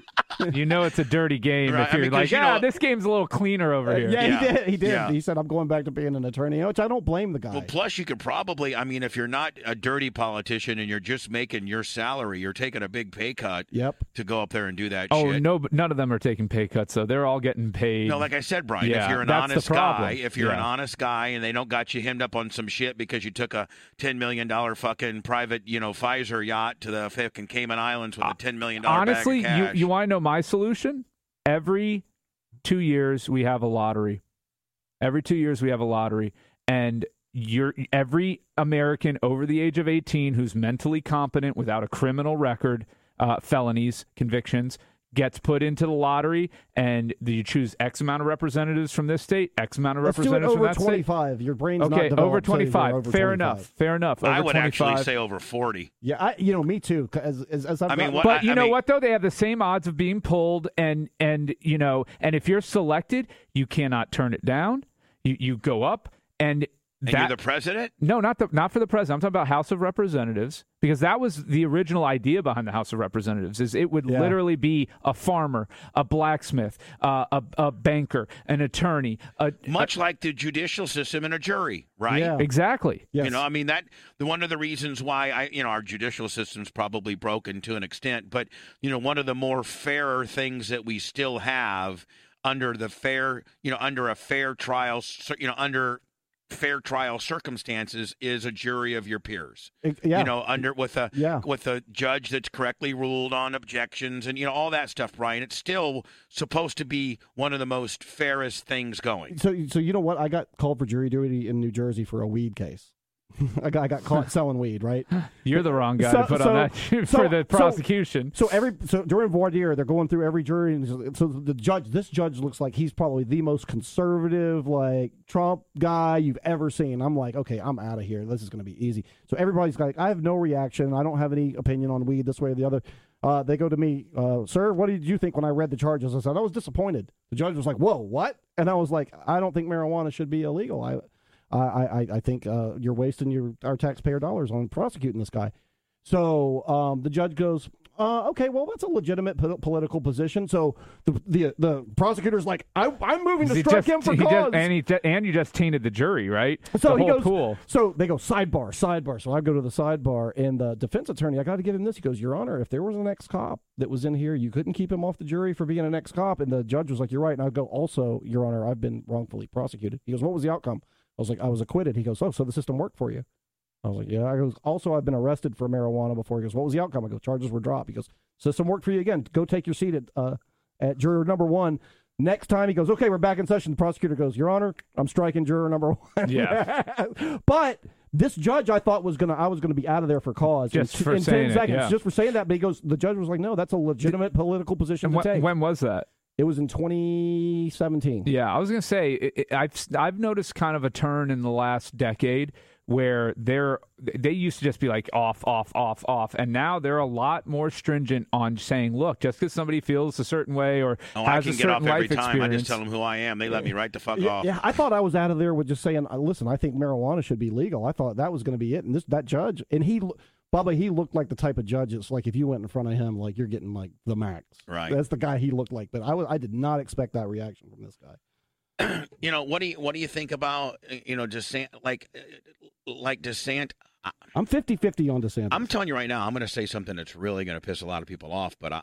You know it's a dirty game
Right,
if
I
you're
mean, 'cause
like,
you
yeah,
know-
this game's a little cleaner over
Uh,
here.
yeah, he
Yeah.
did. He did.
Yeah.
He said, "I'm going back to being an attorney," which I don't blame the guy.
[laughs] Well, plus you could probably, I mean, if you're not a dirty politician and you're just making your salary, you're taking a big pay cut
yep.
to go up there and do that
Oh
shit.
no, but none of them are taking pay cuts, so they're all getting paid.
No, like I said, Brian,
Yeah,
if you're an
that's the
honest
problem.
guy, if you're an
Yeah.
honest guy and they don't got you hemmed up on some shit because you took a $10 million fucking private, you know, Pfizer yacht to the fucking Cayman Islands with a $10 million
Uh, honestly,
bag of
you
cash.
you want to know my solution? Every two years we have a lottery. Every two years we have a lottery, and you're every American over the age of eighteen who's mentally competent without a criminal record, uh, felonies, convictions. Gets put into the lottery, and you choose X amount of representatives from this state, X amount of
Let's do it
representatives
over
from that state.
25. Your brain's not
Okay,
developed
over
till you're
25.
over
Fair
25.
enough. Fair enough.
I
Over
would
25.
actually say over 40.
Yeah, I, you know, me too. 'cause As, as, as I've
I mean,
gotten-
what-
But you
I
know
mean-
what though? They have the same odds of being pulled and and you know, and if you're selected, you cannot turn it down. You you go up and
And
that
you're the president?
no, not the not for the president. I'm talking about House of Representatives because that was the original idea behind the House of Representatives. Is it would
Yeah.
literally be a farmer, a blacksmith, uh, a a banker, an attorney, a,
Much like the judicial system and a jury, right?
Yeah.
exactly.
Yes.
You know, I mean that the one of the reasons why I, you know, our judicial system's probably broken to an extent, but you know, one of the more fairer things that we still have under the fair, you know, under a fair trial, cir- you know, under fair trial circumstances is a jury of your peers.
It- yeah.
You know, under with a
Yeah.
with a judge that's correctly ruled on objections and you know all that stuff, Brian. It's still supposed to be one of the most fairest things going.
so, so you know what? I got called for jury duty in New Jersey for a weed case. [laughs] I got, I got caught selling weed, right?
You're the wrong guy
So-
to put
so-
on that for
so-
the
so-
prosecution.
So every so during voir dire, they're going through every jury, and so- so the judge, this judge looks like he's probably the most conservative, like Trump guy you've ever seen. I'm like, okay, I'm out of here. This is going to be easy. So everybody's like, I have no reaction. I don't have any opinion on weed this way or the other. Uh, they go to me, uh, sir. What did you think when I read the charges? I said I was disappointed. The judge was like, whoa, what? And I was like, I don't think marijuana should be illegal. I, I, I, I think uh, you're wasting your our taxpayer dollars on prosecuting this guy. So um, the judge goes, uh, "Okay, well, that's a legitimate po- political position." So the the, the prosecutor's like, I, "I'm moving to
He
strike
just-
him for
he just-
cause."
and, he, ju- and you just tainted the jury, right?
so
the
he
whole
goes.
pool.
So they go sidebar, sidebar. So I go to the sidebar, and the defense attorney, I got to give him this. He goes, "Your Honor, if there was an ex cop that was in here, you couldn't keep him off the jury for being an ex cop." And the judge was like, "You're right." And I go, "Also, Your Honor, I've been wrongfully prosecuted." He goes, "What was the outcome?" I was like, "I was acquitted." He goes, "Oh, so the system worked for you." I was like, yeah. I goes, also, I've been arrested for marijuana before. He goes, what was the outcome? I go, charges were dropped. He goes, system worked for you again. Go take your seat at uh, at juror number one. Next time he goes, okay, we're back in session. The prosecutor goes, Your Honor, I'm striking juror number [laughs] one.
Yeah.
[laughs] but this judge, I thought was gonna, I was gonna be out of there for cause
Just
in, t-
for
in
saying
ten
it,
seconds,
yeah.
just for saying that. But he goes, the judge was like, No, that's a legitimate political position
And
to
wh-
take.
when was that?
it was in 2017.
Yeah, I was gonna say it, it, I've s- I've noticed kind of a turn in the last decade where they're they used to just be like off off off off, and now they're a lot more stringent on saying, look, just because somebody feels a certain way or
Oh, I
has
can
a
get
certain
off
life
every time. I
experience,
just tell them who I am. They let me right the fuck
Yeah,
off.
yeah, I thought I was out of there with just saying, uh, "Listen, I think marijuana should be legal." I thought that was going to be it, and this that judge and he, lo- Bubba, he looked like the type of judge. It's like if you went in front of him, like you're getting like the max.
Right.
That's the guy he looked like, but I was I did not expect that reaction from this guy.
You know what do you what do you think about uh, you know DeSant like uh, like DeSant?
I'm 50-50 on DeSantis.
I'm telling you right now, I'm going to say something that's really going to piss a lot of people off, but I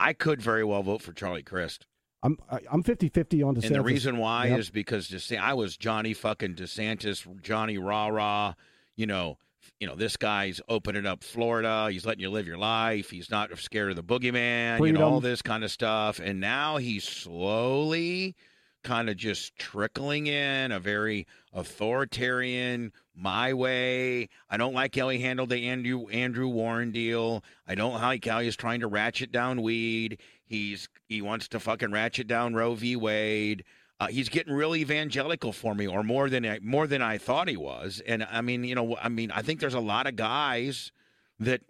I could very well vote for Charlie Crist.
I'm I- I'm 50-50 on DeSantis.
And the reason why
Yep.
is because DeSantis, I was Johnny fucking DeSantis, Johnny rah rah. You know, you know this guy's opening up Florida. He's letting you live your life. He's not scared of the boogeyman. You know all
Freedom.
this kind of stuff. And now he's slowly kind of just trickling in a very authoritarian my way. I don't like how he handled the Andrew Andrew Warren deal. I don't like how he's trying to ratchet down weed. He's he wants to fucking ratchet down Roe v. Wade. Uh, he's getting real evangelical for me, or more than I, more than I thought he was. And I mean, you know, I mean, I think there's a lot of guys that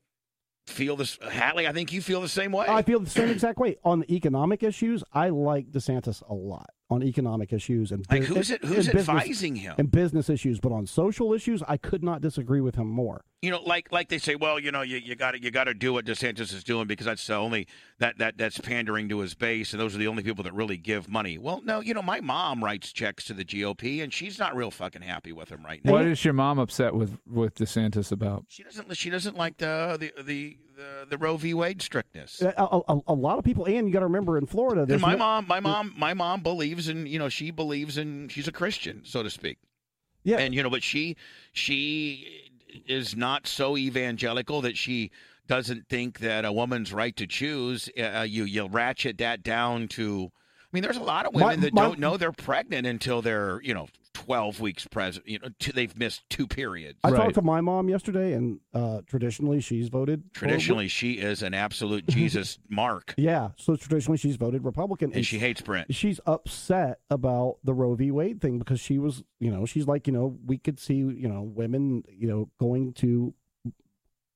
feel this. Hatley, I think you feel the same way.
I feel the same exact way on the economic issues. I like DeSantis a lot on economic issues and
like
bus-
who's it?
and-
Who's
and business,
advising him?
and business issues, but on social issues, I could not disagree with him more.
you know, like like they say, well, you know, you you got to you got to do what DeSantis is doing because that's the only that that that's pandering to his base, and those are the only people that really give money. Well, no, you know, my mom writes checks to the GOP, and she's not real fucking happy with him right now.
What is your mom upset with with DeSantis about?
She doesn't she doesn't like the the the the, the Roe v. Wade strictness.
A, a, a- a lot of people, and you got to remember in Florida,
And
there's
my
no-
mom, my mom, my mom believes in you know she believes in she's a Christian, so to speak.
Yeah.
and you know, but she she is not so evangelical that she doesn't think that a woman's right to choose. Uh, you you ratchet that down to. I mean, there's a lot of
My-
women that
my-
don't know they're pregnant until they're you know twelve weeks pregnant. You know, two, they've missed two periods.
I
Right.
talked to my mom yesterday, and uh, traditionally she's voted for-
Traditionally, she is an absolute
[laughs]
Jesus mark,
yeah. So traditionally she's voted Republican,
and she hates Brent.
she's upset about the Roe v. Wade thing because she was, you know, she's like, you know, we could see, you know, women, you know, going to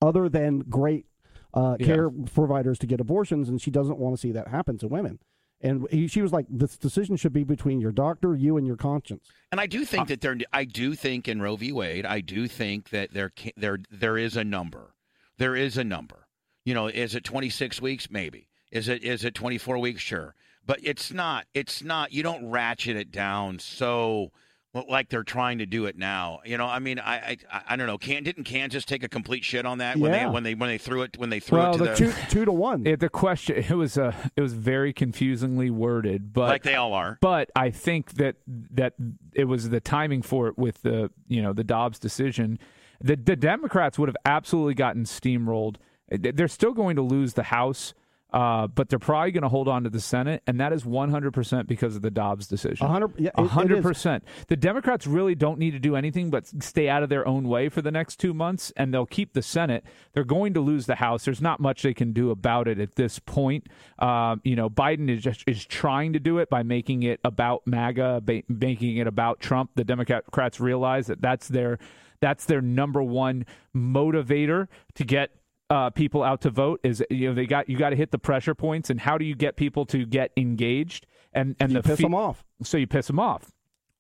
other than great uh,
Yeah.
care providers to get abortions, and she doesn't want to see that happen to women. And he, she was like, this decision should be between your doctor, you, and your conscience.
And I do think that there, I do think in Roe v. Wade, I do think that there, ca- there, there is a number. There is a number. You know, is it 26 weeks? Maybe. Is it, is it 24 weeks? Sure. But it's not, it's not, you don't ratchet it down so well, like they're trying to do it now. You know, I mean, I, I, I- I don't know. Can, didn't Kansas take a complete shit on that when
Yeah.
they, when they, when they threw it, when they threw
Well,
it to
the
the,
Two, two to one.
It, the question [laughs] it was uh, it was very confusingly worded, but
like they all are.
but I think that that it was the timing for it with the you know the Dobbs decision. The the Democrats would have absolutely gotten steamrolled. They're still going to lose the House, uh, but they're probably going to hold on to the Senate, and that is one hundred percent because of the Dobbs decision.
A hundred- yeah, it- it
A
is.
hundred percent. The Democrats really don't need to do anything but stay out of their own way for the next two months, and they'll keep the Senate. They're going to lose the House. There's not much they can do about it at this point. Um, you know, Biden is just is trying to do it by making it about MAGA, ba- making it about Trump. The Democrats realize that that's their that's their number one motivator to get uh, people out to vote is you know they got you got to hit the pressure points and how do you get people to get engaged and and
You
the
piss
fe-
them off.
so you piss them off.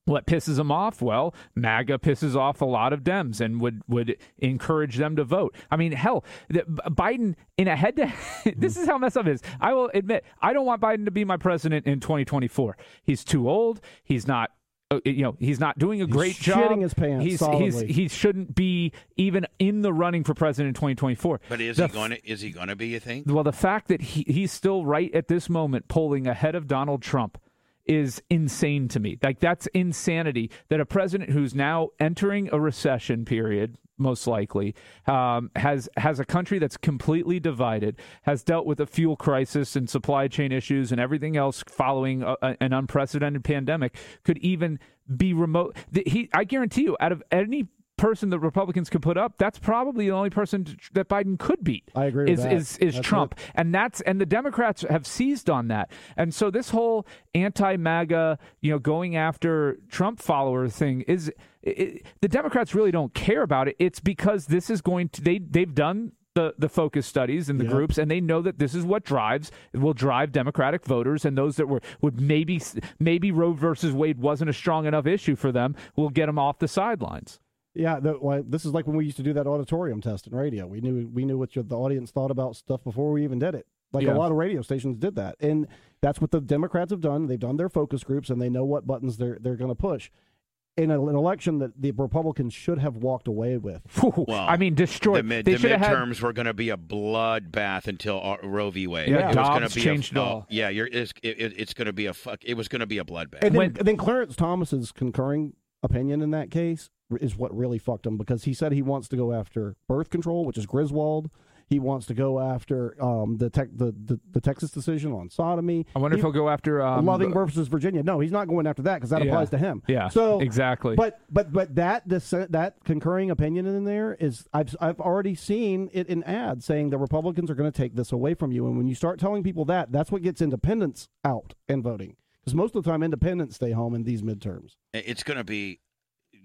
What pisses them off? Well, MAGA pisses off a lot of Dems and would would encourage them to vote. I mean, hell, the, B- Biden in a head to [laughs] this is how messed up it is. I will admit, I don't want Biden to be my president in 2024. He's too old. He's not. uh, You know, he's not doing a great job.
shitting his pants
He's, he's
solidly.
he shouldn't be even in the running for president in 2024.
But is
The
he going to, is he going to be, you think?
well, the fact that he, he's still right at this moment polling ahead of Donald Trump is insane to me. Like, that's insanity that a president who's now entering a recession period, most likely, um, has has a country that's completely divided, has dealt with a fuel crisis and supply chain issues and everything else following a, a- an unprecedented pandemic, could even be remote. th- He, I guarantee you, out of any person that Republicans could put up, that's probably the only person t- that Biden could beat.
I agree with
is,
that.
is is
That's
Trump, and that's and the Democrats have seized on that, and so this whole anti-MAGA, you know, going after Trump follower thing is it, the Democrats really don't care about it. It's because this is going to they they've done. The, the focus studies and the groups and they know that this is what drives will drive democratic voters and those that were would maybe maybe roe versus wade wasn't a strong enough issue for them will get them off the sidelines
Yeah, the, like, this is like when we used to do that auditorium test in radio. We knew we knew what your, the audience thought about stuff before we even did it. Like
Yeah.
a lot of radio stations did that, and that's what the Democrats have done. They've done their focus groups, and they know what buttons they're they're going to push. In a- an election that the Republicans should have walked away with,
Whew,
Well,
I mean,
The,
destroyed.
mid,
they
the
should have had.
midterms were going to be a bloodbath until uh, Roe v. Wade.
Yeah,
it was gonna
Dobbs
be
changed it
a, oh,
all.
Yeah, you're, it's, it, it- it's going to be a fuck. It was going to be a bloodbath.
and then,
When-
and then Clarence Thomas's concurring opinion in that case r- is what really fucked him because he said he wants to go after birth control, which is Griswold. He wants to go after um, the, tech the, the the Texas decision on sodomy.
I wonder
He-
if he'll go after um,
Loving versus Virginia. No, he's not going after that because that
Yeah.
applies to him.
Yeah,
So
exactly.
But but but that dissent, that concurring opinion in there is I've I've already seen it in ads saying the Republicans are going to take this away from you, and when you start telling people that, that's what gets independents out and voting because most of the time independents stay home in these midterms.
It- It's going to be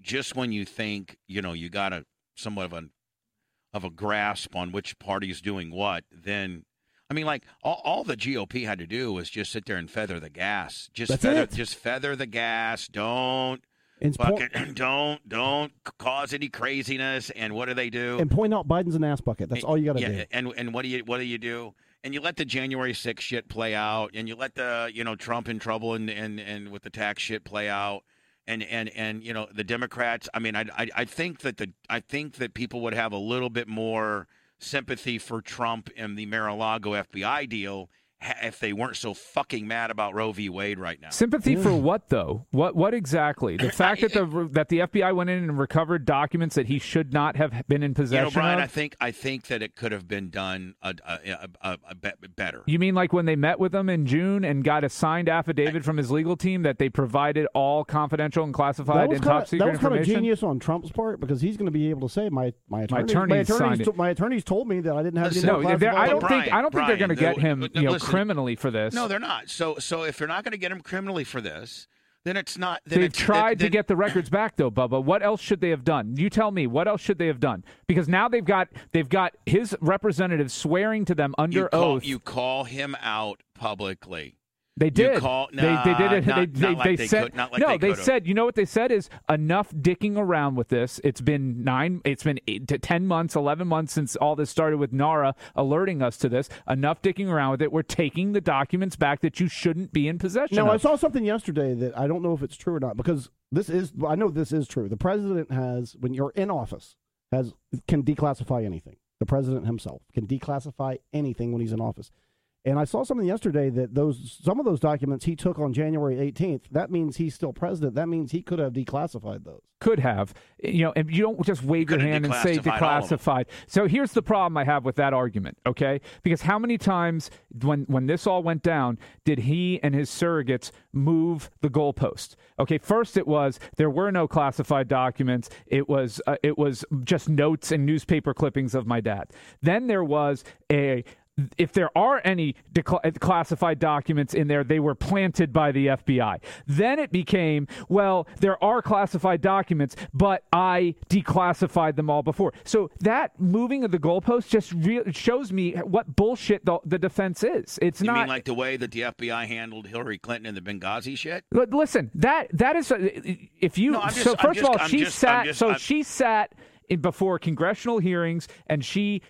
just when you think you know you got a somewhat of a of a grasp on which party's doing what. Then, I mean, like all, all the GOP had to do was just sit there and feather the gas. Just
That's
feather,
it.
just feather the gas. Don't
And, it's point,
fucking [clears throat] don't don't cause any craziness. And what do they do?
and point out Biden's an ass bucket. That's all you got to
yeah,
do.
And and what do you what do you do? And you let the January 6th shit play out, and you let the you know Trump in trouble and and, and with the tax shit play out, and and and you know the Democrats. I mean, I, I I think that the I think that people would have a little bit more sympathy for Trump and the Mar-a-Lago FBI deal ha- if they weren't so fucking mad about Roe v. Wade right now.
Sympathy for what though? What what exactly? The fact that the that the FBI went in and recovered documents that he should not have been in
You
possession
know, Brian,
of.
I think I think that it could have been done uh, a, a, a, a, a uh, be- better.
you mean like when they met with him in June and got a signed affidavit from his legal team that they provided all confidential and classified
that was
and top
kinda-
secret
that was kind of
information?
genius on Trump's part because he's going to be able to say my my attorney,
attorneys
my
signed
attorneys,
it.
to- my attorneys told me that I didn't have any
Listen,
No,
more
they're- I
classified
don't
documents.
think I don't think they're
Brian,
going to get
Brian,
him
the-
you know
listen.
criminally for this.
No, they're not. So so if they're not going to get him criminally for this, then it's not. Then
They've
it's-
tried to
then-
get the records back though, Bubba. What else should they have done? You tell me. What else should they have done? Because now they've got they've got his representative swearing to them under
you call,
oath.
You call him out publicly.
they did.
call-
they, they did it.
nah,
they
not- not like they
said
could- not like
no.
they
They,
could've.
said you know what they said is enough dicking around with this. It's been nine. It's been eight to ten months, eleven months since all this started with Nara alerting us to this. Enough dicking around with it. We're taking the documents back that you shouldn't be in possession
Now,
of.
I saw something yesterday that I don't know if it's true or not because this is I know this is true. The president has when you're in office has can declassify anything. The president himself can declassify anything when he's in office. And I saw something yesterday that those some of those documents he took on January 18th, that means he's still president. That means he could have declassified those.
could have, you know, and you don't just wave your
could've
hand and say
declassified all of them.
declassified. So here's the problem I have with that argument, okay? Because how many times when when this all went down did he and his surrogates move the goalpost? Okay, first it was there were no classified documents. It was uh, it was just notes and newspaper clippings of my dad. Then there was a if there are any decla- uh, classified documents in there, they were planted by the FBI. Then it became, well, there are classified documents, but I declassified them all before. So that moving of the goalpost just re- shows me what bullshit the, the defense is. It's
You
not.
mean like the way that the FBI handled Hillary Clinton and the Benghazi shit?
Li- Listen, that that is uh, if you.
No, I'm just-
so
I'm
1st
just-
of all,
I'm
she
just- I'm
sat.
just-
so
I'm-
she sat in before congressional hearings, and she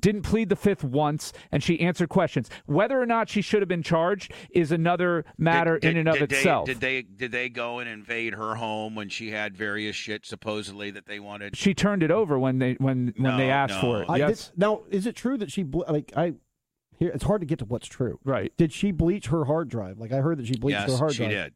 didn't plead the fifth once, and she answered questions. Whether or not she should have been charged is another matter in and of
did
itself.
They, did they did they go and invade her home when she had various shit supposedly that they wanted?
she turned it over when they when when
No,
they asked for
no.
it.
I,
yes,
did- now, is it true that she ble- like I here it's hard to get to what's true.
right.
Did she bleach her hard drive? Like I heard that she bleached
yes,
her hard
she
drive.
did.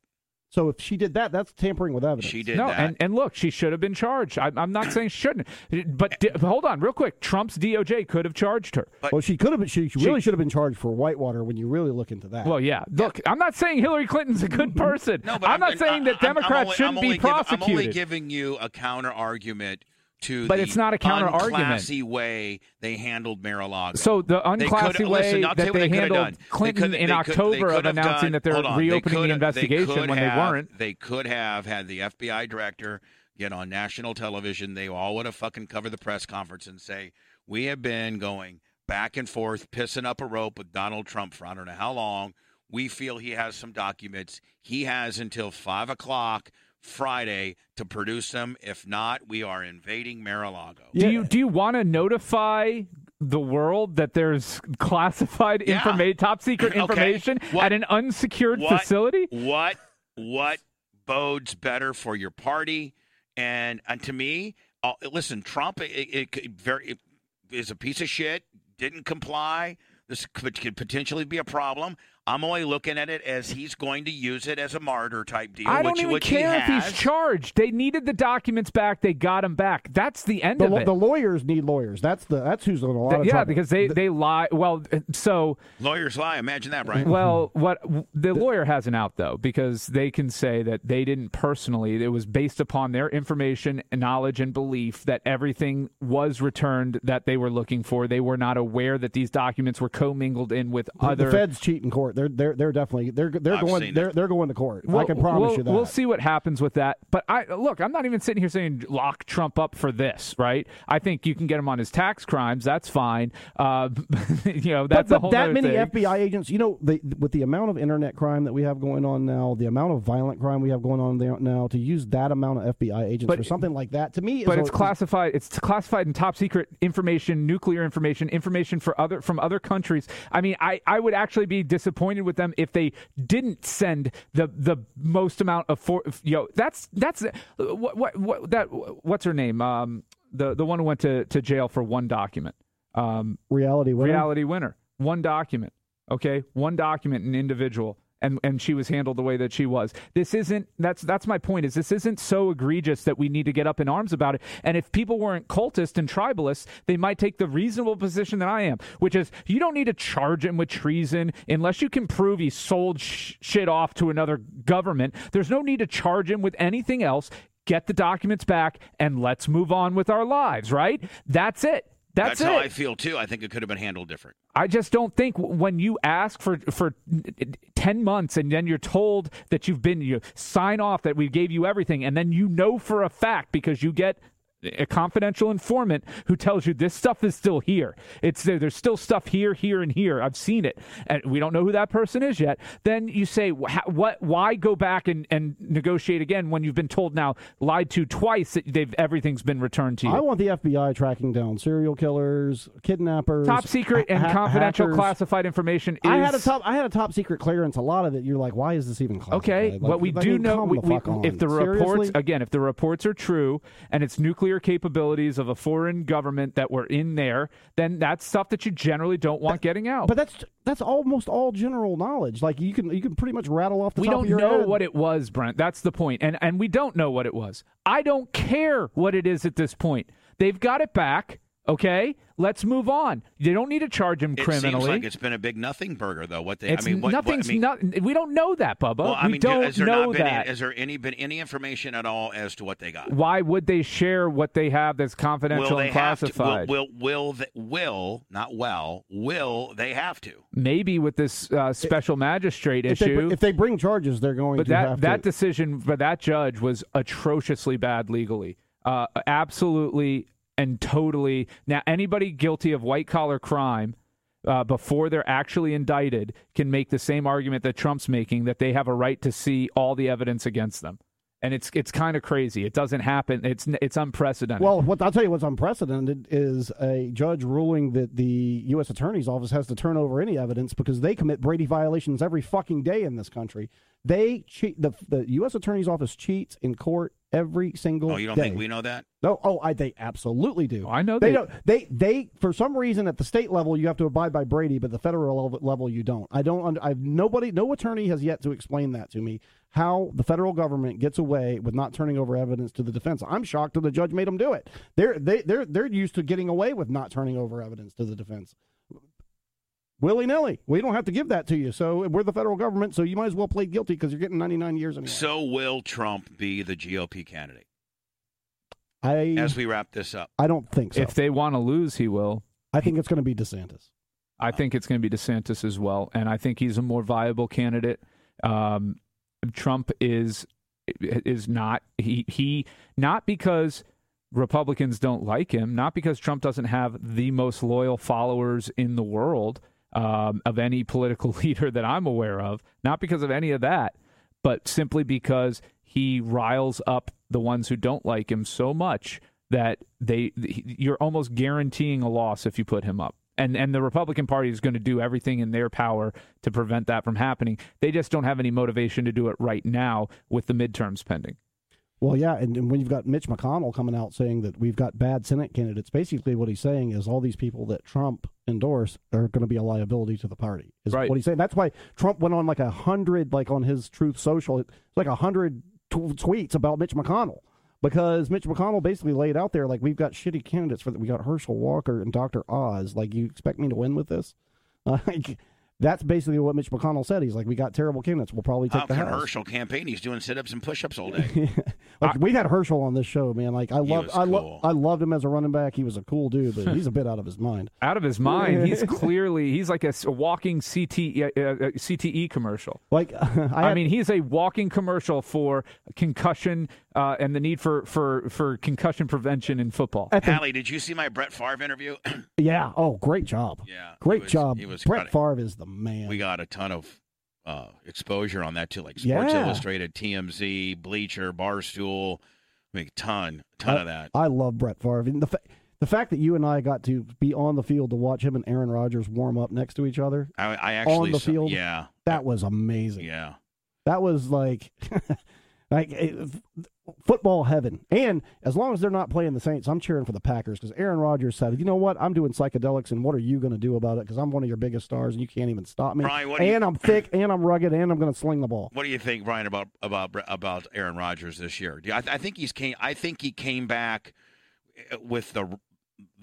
So if she did that, that's tampering with evidence.
She did
no,
that.
and, and look, she should have been charged. I, I'm not saying she shouldn't, but di- hold on, real quick. Trump's DOJ could have charged her.
Well, she could have been. She, she really should have been charged for Whitewater when you really look into that.
Well, yeah. Look, I'm not saying Hillary Clinton's a good person.
Mm-hmm. No, but
I'm, not saying that
I'm- I'm
Democrats
only-
shouldn't
I'm
be
only giving-
prosecuted.
I'm only giving you a counter argument to
But
the
it's not a counter-argument.
unclassy way they handled Mar-a-Lago.
So the
They
unclassy
could've-
way
listen, I'll tell you
that
what
they,
could've
handled
done. They
Clinton
could-
in
they could- they
October of
could've
announcing
done-
that they're
hold on, they
reopening
could've-
the
they
investigation
could
when they
have-
weren't.
They could have had the FBI director get on national television. They all would have fucking covered the press conference and say, "We have been going back and forth, pissing up a rope with Donald Trump for I don't know how long. We feel he has some documents. He has until five o'clock." Friday to produce them. If not, we are invading Mar-a-Lago.
Do you do you want to notify the world that there's classified
Yeah.
informa- top secret
[clears throat] Okay.
information
What-
at an unsecured [laughs]
what-
facility?
What what bodes better for your party? And and to me, uh, listen, Trump it, it, could very it is a piece of shit. Didn't comply. This could, could potentially be a problem. I'm only looking at it as he's going to use it as a martyr type deal.
I don't
which,
even
which he
care if
has.
he's charged. They needed the documents back. They got them back. That's the end
the,
of
law-
it.
the lawyers need lawyers. That's the that's who's in a lot
Th-
of
yeah,
trouble.
because they, they lie. Well, uh, so
Lawyers lie. Imagine that,
[laughs]
Brian.
well, what the lawyer has an out though, because they can say that they didn't personally. It was based upon their information, knowledge, and belief that everything was returned that they were looking for. They were not aware that these documents were commingled in with
The-
other.
the feds cheat in court. They're they're they're definitely they're they're
I've seen
going
it.
they're they're going to court. I
We'll-
can promise
we'll,
you that.
We'll see what happens with that. But I look, I'm not even sitting here saying lock Trump up for this, right? I think you can get him on his tax crimes. That's fine. Uh, [laughs] you know, that's
but,
a whole
but that
nother
many
thing.
FBI agents, you know, the, with the amount of internet crime that we have going on now, the amount of violent crime we have going on there now, to use that amount of FBI agents
But-
for something like that, to me, is
but
a-
it's classified. It's classified in top secret information, nuclear information, information for other from other countries. I mean, I, I would actually be disappointed with them if they didn't send the the most amount of for you know that's that's what what, what that what's her name um the the one who went to, to jail for one document um
reality. Winner.
reality winner one document okay one document an individual and and she was handled the way that she was this isn't that's that's my point is this isn't so egregious that we need to get up in arms about it and if people weren't cultists and tribalists they might take the reasonable position that i am which is you don't need to charge him with treason unless you can prove he sold sh- shit off to another government there's no need to charge him with anything else get the documents back and let's move on with our lives right that's it that's,
That's
it.
how I feel too. I think it could have been handled different.
I just don't think w- when you ask for for ten months and then you're told that you've been you sign off that we gave you everything and then you know for a fact because you get a confidential informant who tells you this stuff is still here. It's there, there's still stuff here, here, and here. I've seen it, and we don't know who that person is yet. Then you say, "Wh- how- what? Why go back and, and negotiate again when you've been told now lied to twice that they've everything's been returned to you?
I want the FBI tracking down serial killers, kidnappers,
Top secret and
ha-
confidential
hackers.
classified information. Is
I had a top. I had a top secret clearance. A lot of it. You're like, why is this even classified?
Okay,
Like,
what we
I
do
mean,
know,
come
we,
the
we-
fuck on.
if the reports
Seriously?
again, if the reports are true and it's nuclear capabilities of a foreign government that were in there, then that's stuff that you generally don't want getting out.
but that's that's almost all general knowledge. Like you can you can pretty much rattle off. The
we
top
don't
of your
know
head.
what it was, Brent. That's the point, and and we don't know what it was. I don't care what it is at this point. They've got it back. Okay, let's move on. They don't need to charge him
It
criminally.
seems like it's been a big nothing burger though. What they
It's-
I mean, what, what- I
nothing's
mean-
not- We don't know that, Bubba.
Well, I
we
mean, do-
don't
has there
know
not been
that.
Any, has there any been any information at all as to what they got?
why would they share what they have that's confidential
will they
and
have to? Will
classified?
will will, th- will not well? Will they have to? Oh,
Maybe with this uh, special magistrate
If they,
issue.
br- if they bring charges, they're going
but
to have
that that
to.
decision by that judge was atrociously bad legally. Uh, absolutely and totally. Now anybody guilty of white collar crime. Uh, before they're actually indicted, can make the same argument that Trump's making that they have a right to see all the evidence against them, and it's it's kind of crazy. It doesn't happen. It's it's unprecedented.
Well, what I'll tell you what's unprecedented is a judge ruling that the U.S. Attorney's Office has to turn over any evidence because they commit Brady violations every fucking day in this country. They cheat. The, the U.S. Attorney's Office cheats in court every single.
Oh, you don't
day.
think we know that?
No, oh, I, they absolutely do.
I know
they,
they-
don't. They they for some reason at the state level you have to abide by Brady, but the federal level, level you don't. I don't. under- I've nobody. No attorney has yet to explain that to me. how the federal government gets away with not turning over evidence to the defense. I'm shocked that the judge made them do it. They're they, they're they're used to getting away with not turning over evidence to the defense. Willy nilly, we don't have to give that to you. So we're the federal government, so you might as well plead guilty because you're getting 99 years anyway.
So will Trump be the GOP candidate
I
as we wrap this up?
I don't think so.
If they want to lose, he will.
I think it's going to be DeSantis.
I think it's going to be DeSantis as well, and I think he's a more viable candidate. Um, Trump is is not he he not because Republicans don't like him, not because Trump doesn't have the most loyal followers in the world um, of any political [laughs] leader that I'm aware of, not because of any of that, but simply because he riles up the ones who don't like him so much that they you're almost guaranteeing a loss if you put him up. And and the Republican Party is going to do everything in their power to prevent that from happening. They just don't have any motivation to do it right now with the midterms pending.
Well, yeah, and, and when you've got Mitch McConnell coming out saying that we've got bad Senate candidates, basically what he's saying is all these people that Trump endorsed are going to be a liability to the party. Is
Right.
what he's saying. That's why Trump went on like a hundred, like on his Truth Social, it's like a hundred tw- tweets about Mitch McConnell because Mitch McConnell basically laid out there like we've got shitty candidates for that. We got Herschel Walker and Dr. Oz. Like you expect me to win with this? [laughs] Like that's basically what Mitch McConnell said. He's like, we got terrible candidates. We'll probably take
How
the
can
house.
Herschel campaign? He's doing sit ups and push ups all day.
[laughs] Like, we've had Herschel on this show, man. Like I love,
was
I
cool.
love, I loved him as a running back. He was a cool dude, but he's a bit out of his mind.
Out of his mind, he's clearly he's like a, s- a walking CTE, uh, uh, CTE commercial.
Like [laughs] I, had,
I, mean, he's a walking commercial for concussion uh, and the need for, for, for concussion prevention in football.
at the-
Hallie, did you see my Brett Favre interview? [clears throat]
yeah. Oh, great job.
yeah. he
Great
was-
job.
He was
Brett
cutting-
Favre is the man.
We got a ton of uh, exposure on that too, like Sports
Yeah.
Illustrated, TMZ, Bleacher, Barstool. I mean, ton, ton
Uh,
of that.
I love Brett Favre. And the fa- the fact that you and I got to be on the field to watch him and Aaron Rodgers warm up next to each other,
I, I actually
the
saw-
field?
Yeah,
that was amazing.
yeah.
That was like, [laughs] like it, football heaven. And as long as they're not playing the Saints, I'm cheering for the Packers because Aaron Rodgers said, "You know what? I'm doing psychedelics, and what are you going to do about it? Because I'm one of your biggest stars, and you can't even stop me.
Brian, what do you-
and I'm thick, and I'm rugged, and I'm going to sling the ball."
What do you think, Brian, about about about Aaron Rodgers this year? Do you- I, I think he's came. I think he came back eh, with the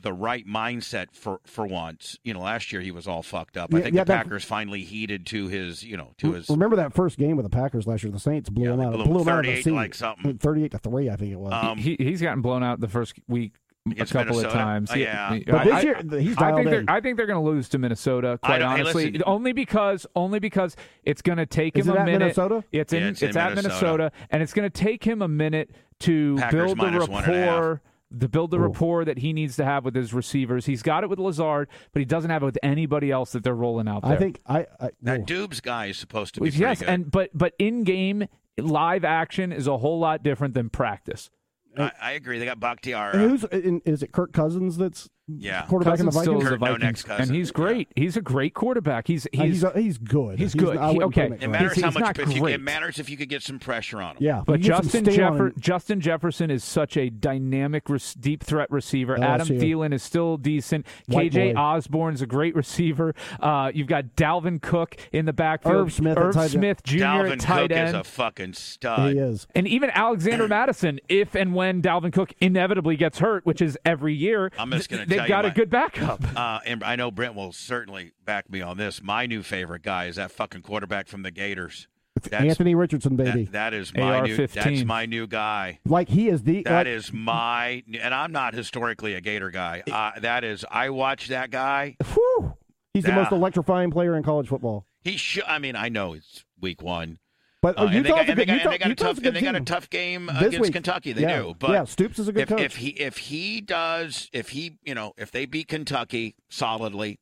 the right mindset for for once. You know, last year he was all fucked up. I
Yeah,
think
yeah,
the
that-
Packers finally heeded to his, you know, to his.
Remember that first game with the Packers last year? The Saints blew
Yeah,
them
they
out.
blew 'em
blew them out of
38
the
to
seat.
like something.
Thirty-eight to three, I think it was.
Um,
he, he's gotten blown out the first week a
Against
couple
Minnesota?
of times.
Oh, yeah.
but
I-
this
I-
year, he's
I
dialed
think they're
in.
I think they're going to lose to Minnesota.
I
Quite
don't- hey,
honestly,
listen.
only because only because it's going to take
Is
him
it
a
at
minute.
Minnesota?
It's in
Yeah,
it's,
it's in
at
Minnesota.
Minnesota, and it's going to take him a minute to
Packers
build the
minus one and a half.
rapport. The build the rapport that he needs to have with his receivers. He's got it with Lazard, but he doesn't have it with anybody else that they're rolling out there.
I think I. I
that
whoa.
Dubes guy is supposed to be pretty
yes,
good.
and but but in game live action is a whole lot different than practice.
I, I agree. They got Bakhtiara.
And who's in, is it? Kirk Cousins that's
Yeah.
quarterback in the
Cousins still
Vikings.
is a
Kirk, no, next
Vikings, and
Cousins,
he's great. He's a great quarterback. He's
Uh,
he's,
he's, uh, he's good.
he's good.
I
He-
wouldn't put
okay.
him at
It
quarterback.
matters
He's-
how
he's
much
not
if you,
great.
it matters if you could get some pressure on him.
Yeah,
But
you get some
Justin
sting on
Jeffer-
him.
Justin Jefferson is such a dynamic rec- deep threat receiver. Adam
LSU.
Thielen is still decent.
White
KJ
boy.
Osborne's a great receiver. Uh, you've got Dalvin Cook in the backfield.
Irv Smith at tight end.
Smith Jr.
Dalvin
at tight
Cook
end.
is a fucking stud.
he is.
and even
[clears throat]
Alexander Madison, if and when Dalvin Cook inevitably gets hurt, which is every year,
I'm just gonna
th- they've
tell you
got a
my-
good backup.
Uh, and I know Brent will certainly back me on this. My new favorite guy is that fucking quarterback from the Gators. That's,
Anthony Richardson, baby.
that- that is my new. That's
AR-15.
my new guy.
like he is the.
That
like,
is my. And I'm not historically a Gator guy. Uh, that is. I watch that guy.
whew, he's the most
Yeah.
electrifying player in college football.
He. Sh- I mean, I know it's week one.
But
Uh,
uh,
and they got-
Utah's a
and
good.
they got and
Utah,
they got a
Utah's
tough.
a
And
good
they got a
team.
tough game
This
against
week.
Kentucky. They
Yeah.
do. But
yeah, Stoops is a good
if,
coach.
if he if he does if he you know if they beat Kentucky solidly,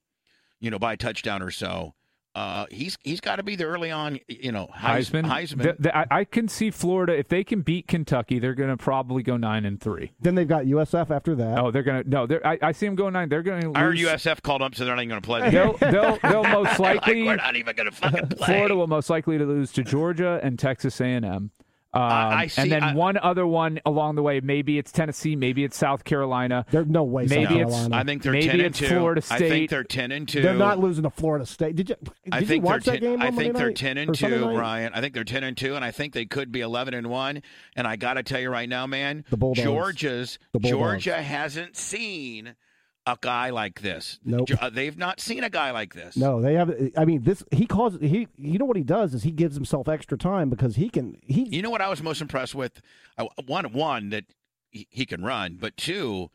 you know by a touchdown or so, uh, he's he's got to be the early on you know Heis-
Heisman.
Heisman.
Th- th- I-, I can see Florida if they can beat Kentucky, they're going to probably go nine and three.
then they've got USF after that.
Oh, they're gonna no. They're, I, I see them going nine. They're gonna.
I heard
lose.
USF called up, so they're not even going to play. The game.
[laughs] They'll,
[laughs]
they'll, they'll most
They're [laughs] like,
likely. [laughs]
we're not even going to fucking play.
Florida will most likely to lose to Georgia and Texas A and M. Um,
I see-
and then
I-
one other one along the way. Maybe it's Tennessee. Maybe it's South Carolina.
There, no way.
Maybe
South
it's-
Carolina.
I think they're
Maybe
ten and
it's
two.
Florida
I think
State.
they're ten and 2
They're not losing to Florida State. Did you? Did
I think
you
they're
watch that
ten.
game?
I
on
think
Monday
they're
night
ten
or
and
Sunday
two,
night?
Ryan. I think they're ten and two, and I think they could be eleven and one. And I got to tell you right now, man,
The Bulldogs.
Georgia's
The Bulldogs.
Georgia hasn't seen a guy like this.
Nope.
Ge- uh, They've not seen a guy like this.
No, they have. I mean, this he calls he. You know what he does is he gives himself extra time because he can. He
You know what I was most impressed with? I- One, one that he, he can run, but two,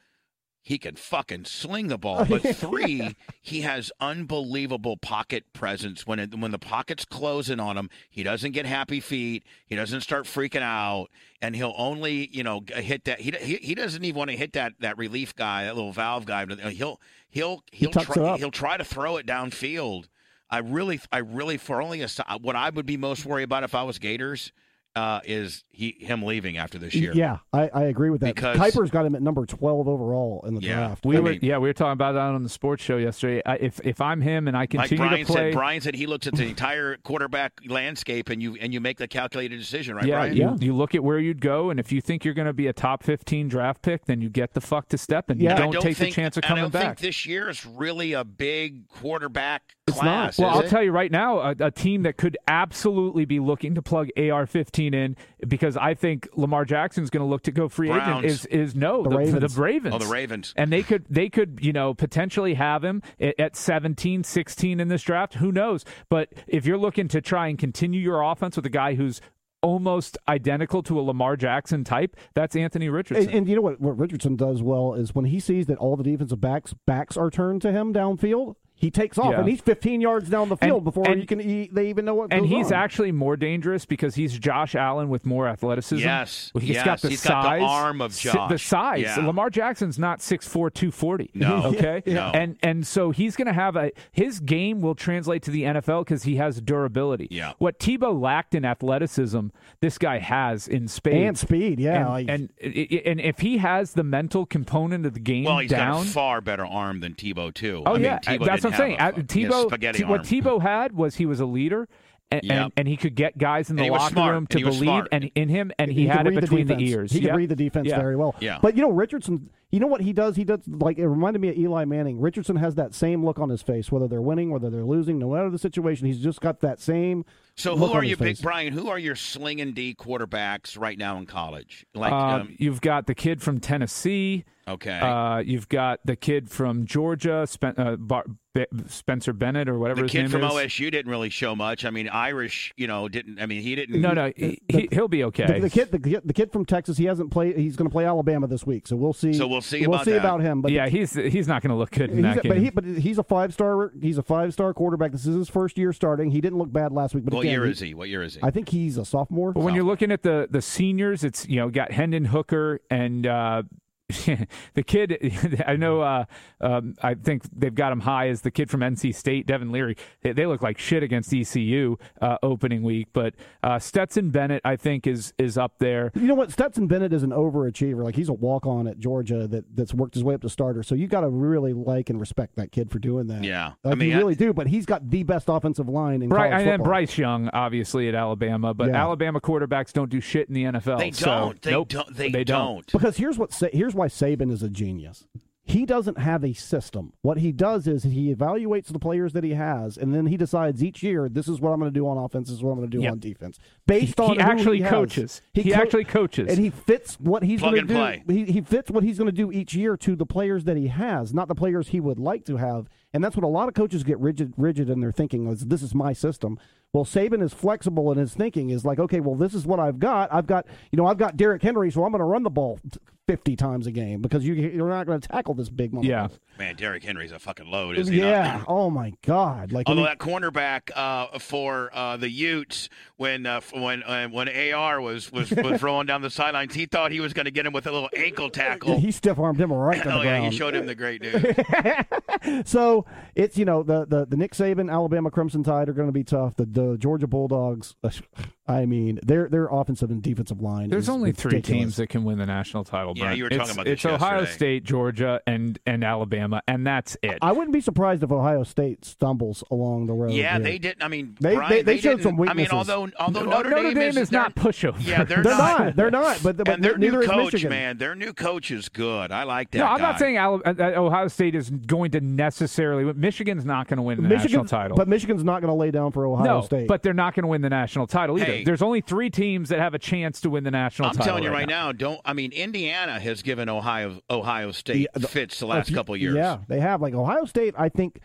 he can fucking sling the ball.
[laughs]
But three, he has unbelievable pocket presence. When it, when the pocket's closing on him, he doesn't get happy feet. He doesn't start freaking out, and he'll only you know g- hit that. He he, he doesn't even want to hit that that relief guy, that little valve guy. But He'll he'll he'll
tucks it
try,
up.
he'll try to throw it downfield. I really, I really, for only a si- what I would be most worried about if I was Gators uh, is he him leaving after this year.
Yeah, I, I agree with that.
Because-
Kuiper's got him at number twelve overall in the
Yeah.
draft.
We
I
were
mean-
yeah, we were talking about that on the sports show yesterday. I, if if I'm him and I
Like
continue
Brian
to play,
said, Brian said he looks at the entire quarterback landscape and you and you make the calculated decision, right,
yeah,
Brian?
you,
Yeah.
you look at where you'd go, and if you think you're going to be a top 15 draft pick, then you get the fuck to step and
Yeah.
you
And I
don't, take
think,
the chance of
and
coming
I don't
back.
think this year is really a big quarterback
It's not.
class.
well,
is
I'll
it?
tell you right now, a, a team that could absolutely be looking to plug AR-15 in because I think Lamar Jackson's going to look to go free agent
Browns.
is is no
The
the,
Ravens.
the Ravens.
Oh, the Ravens.
and they could they could you know potentially have him a- at 17 16 in this draft who knows but if you're looking to try and continue your offense with a guy who's almost identical to a Lamar Jackson type that's Anthony Richardson
And, and you know what, what Richardson does well is when he sees that all the defensive backs backs are turned to him downfield, he takes off
Yeah.
and he's 15 yards down the field
And-
before
and-
you can he, they even know what.
and
goes
he's
on.
actually more dangerous because he's Josh Allen with more athleticism.
Yes,
he's
yes,
got the
he's got the
size,
arm of
si- The
Josh.
size.
Yeah.
Lamar Jackson's not 6'4", 240. [laughs]
No.
okay,
[laughs] No.
and and so he's going to have a his game will translate to the NFL because he has durability.
Yeah.
what Tebow lacked in athleticism, this guy has in space
and speed. Yeah,
And,
like-
and and if he has the mental component of the game
Well, he's
down,
got a far better arm than Tebow too.
Oh
I mean,
yeah,
Tebow
that's what
didn't
I'm saying.
have a
Uh,
fu- yeah,
Tebow,
spaghetti
T-
arm.
what Tebow had was he was a leader, and
Yep.
and, and he could get guys in
And
the
he was
locker
smart,
room
and
to
he was
believe
smart.
and in him, and he,
could
had it
read the
between the,
defense.
ears.
He could
Yep.
read the defense
Yeah.
very well.
Yeah.
But you know, Richardson, you know what he does? He does like it reminded me of Eli Manning. Richardson has that same look on his face, whether they're winning, whether they're losing, no matter the situation. He's just got that same.
So
look
who are
on
you,
his
big
face.
Brian? Who are your sling and D quarterbacks right now in college? Like,
Um,
um,
you've got the kid from Tennessee.
okay,
Uh, you've got the kid from Georgia, Spen- uh, Bar- Be- Spencer Bennett or whatever
the
his
kid
name
from
is.
OSU didn't really show much. I mean, Irish, you know, didn't. I mean, he didn't.
No, no, he, he, will be okay.
The, the kid, the, kid- the kid from Texas, he hasn't played. He's going to play Alabama this week, so we'll see.
So we'll see
We'll
about
see
that.
about him. But
yeah, he's he's not going to look good in
He's
that
a,
game.
but, he, but he's a five star. He's a five star quarterback. This is his first year starting. He didn't look bad last week. But
What
again,
year
he-
is he? What year is he?
I think he's a sophomore.
But when you're looking at the the seniors, it's you know got Hendon Hooker and uh, [laughs] the kid. [laughs] I know. Uh, um, I think they've got him high as the kid from NC State, Devin Leary. They, they look like shit against ECU uh, opening week, but uh, Stetson Bennett, I think, is is up there.
You know what? Stetson Bennett is an overachiever. Like he's a walk on at Georgia that, that's worked his way up to starter. So you got to really like and respect that kid for doing that.
Yeah.
Like,
I mean,
you
I-
really do. But he's got the best offensive line in
Bry-
college
and then
football.
Bryce Young, obviously at Alabama, but
Yeah.
Alabama quarterbacks don't do shit in the NFL.
They
so,
don't. they
nope,
don't. They,
don't.
don't.
Because here's what Sa- here's why Saban is a genius. He doesn't have a system. What he does is he evaluates the players that he has, and then he decides each year this is what I'm going to do on offense, this is what I'm going to do
Yep.
on defense, based
He-
on
he
who
actually
has.
coaches. He actually coaches.
and he fits what he's
Plug
going
and
to do.
play.
He, he fits what he's going to do each year to the players that he has, not the players he would like to have. And that's what a lot of coaches get rigid, rigid in their thinking is this is my system. Well, Saban is flexible in his thinking. Is like, okay, well, this is what I've got. I've got, you know, I've got Derrick Henry, so I'm going to run the ball t- 50 times a game because you, you're not going to tackle this big one.
Yeah.
Man, Derrick Henry's a fucking load, isn't he?
Yeah. Oh my God. Like,
[clears throat] Although
when he-
that cornerback uh, for uh, the Utes, when uh, f- when uh, when AR was was, was rolling down the sidelines, he thought he was going to get him with a little ankle tackle. [clears throat]
he stiff armed him right to the
[laughs] oh yeah,
ground.
he showed him the great news.
so it's you know the, the the Nick Saban Alabama Crimson Tide are going to be tough. The the Georgia Bulldogs, uh, [sighs] I mean, their their offensive and defensive line.
There's
is
only three
ridiculous.
teams that can win the national title.
Yeah,
Brent.
you were talking
it's,
about this
It's Ohio
yesterday.
State, Georgia, and and Alabama, and that's it.
I wouldn't be surprised if Ohio State stumbles along the road.
Yeah,
here.
they didn't. I mean,
They-
Brian,
they- they showed
didn't-
some weaknesses.
I mean, although although
Oh,
Notre, Dame,
is,
is
not
they're-
pushover.
Yeah,
[laughs]
they're,
They're not. They're not. But, but
and their
neither
new
is
coach,
Michigan.
man, their new coach is good. I like that.
No, I'm
guy.
not saying Alabama, that Ohio State is going to necessarily. win. Michigan's not going to win the
Michigan,
national title.
but Michigan's not going to lay down for Ohio
no,
State.
but they're not going to win the national title either.
Hey.
There's only three teams that have a chance to win the national
I'm
title.
telling you right now, don't. I mean, Indiana has given Ohio Ohio State
Yeah, the-
fits the last
If you-
couple years.
Yeah, they have like Ohio State. I think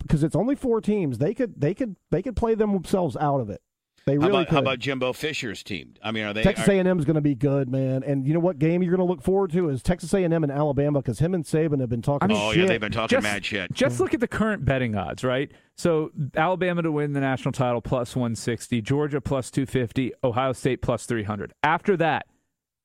because it's only four teams, they could they could they could play themselves out of it. They
How
really
about,
could.
how about Jimbo Fisher's team? I mean, are they?
Texas
are-
A&M is going to be good, man. And you know what game you're going to look forward to is Texas A&M and Alabama because him and Saban have been talking.
I mean,
oh
shit.
yeah, they've been talking
Just-
mad shit.
Just look at the current betting odds, right? So Alabama to win the national title plus 160, Georgia plus 250, Ohio State plus 300. After that,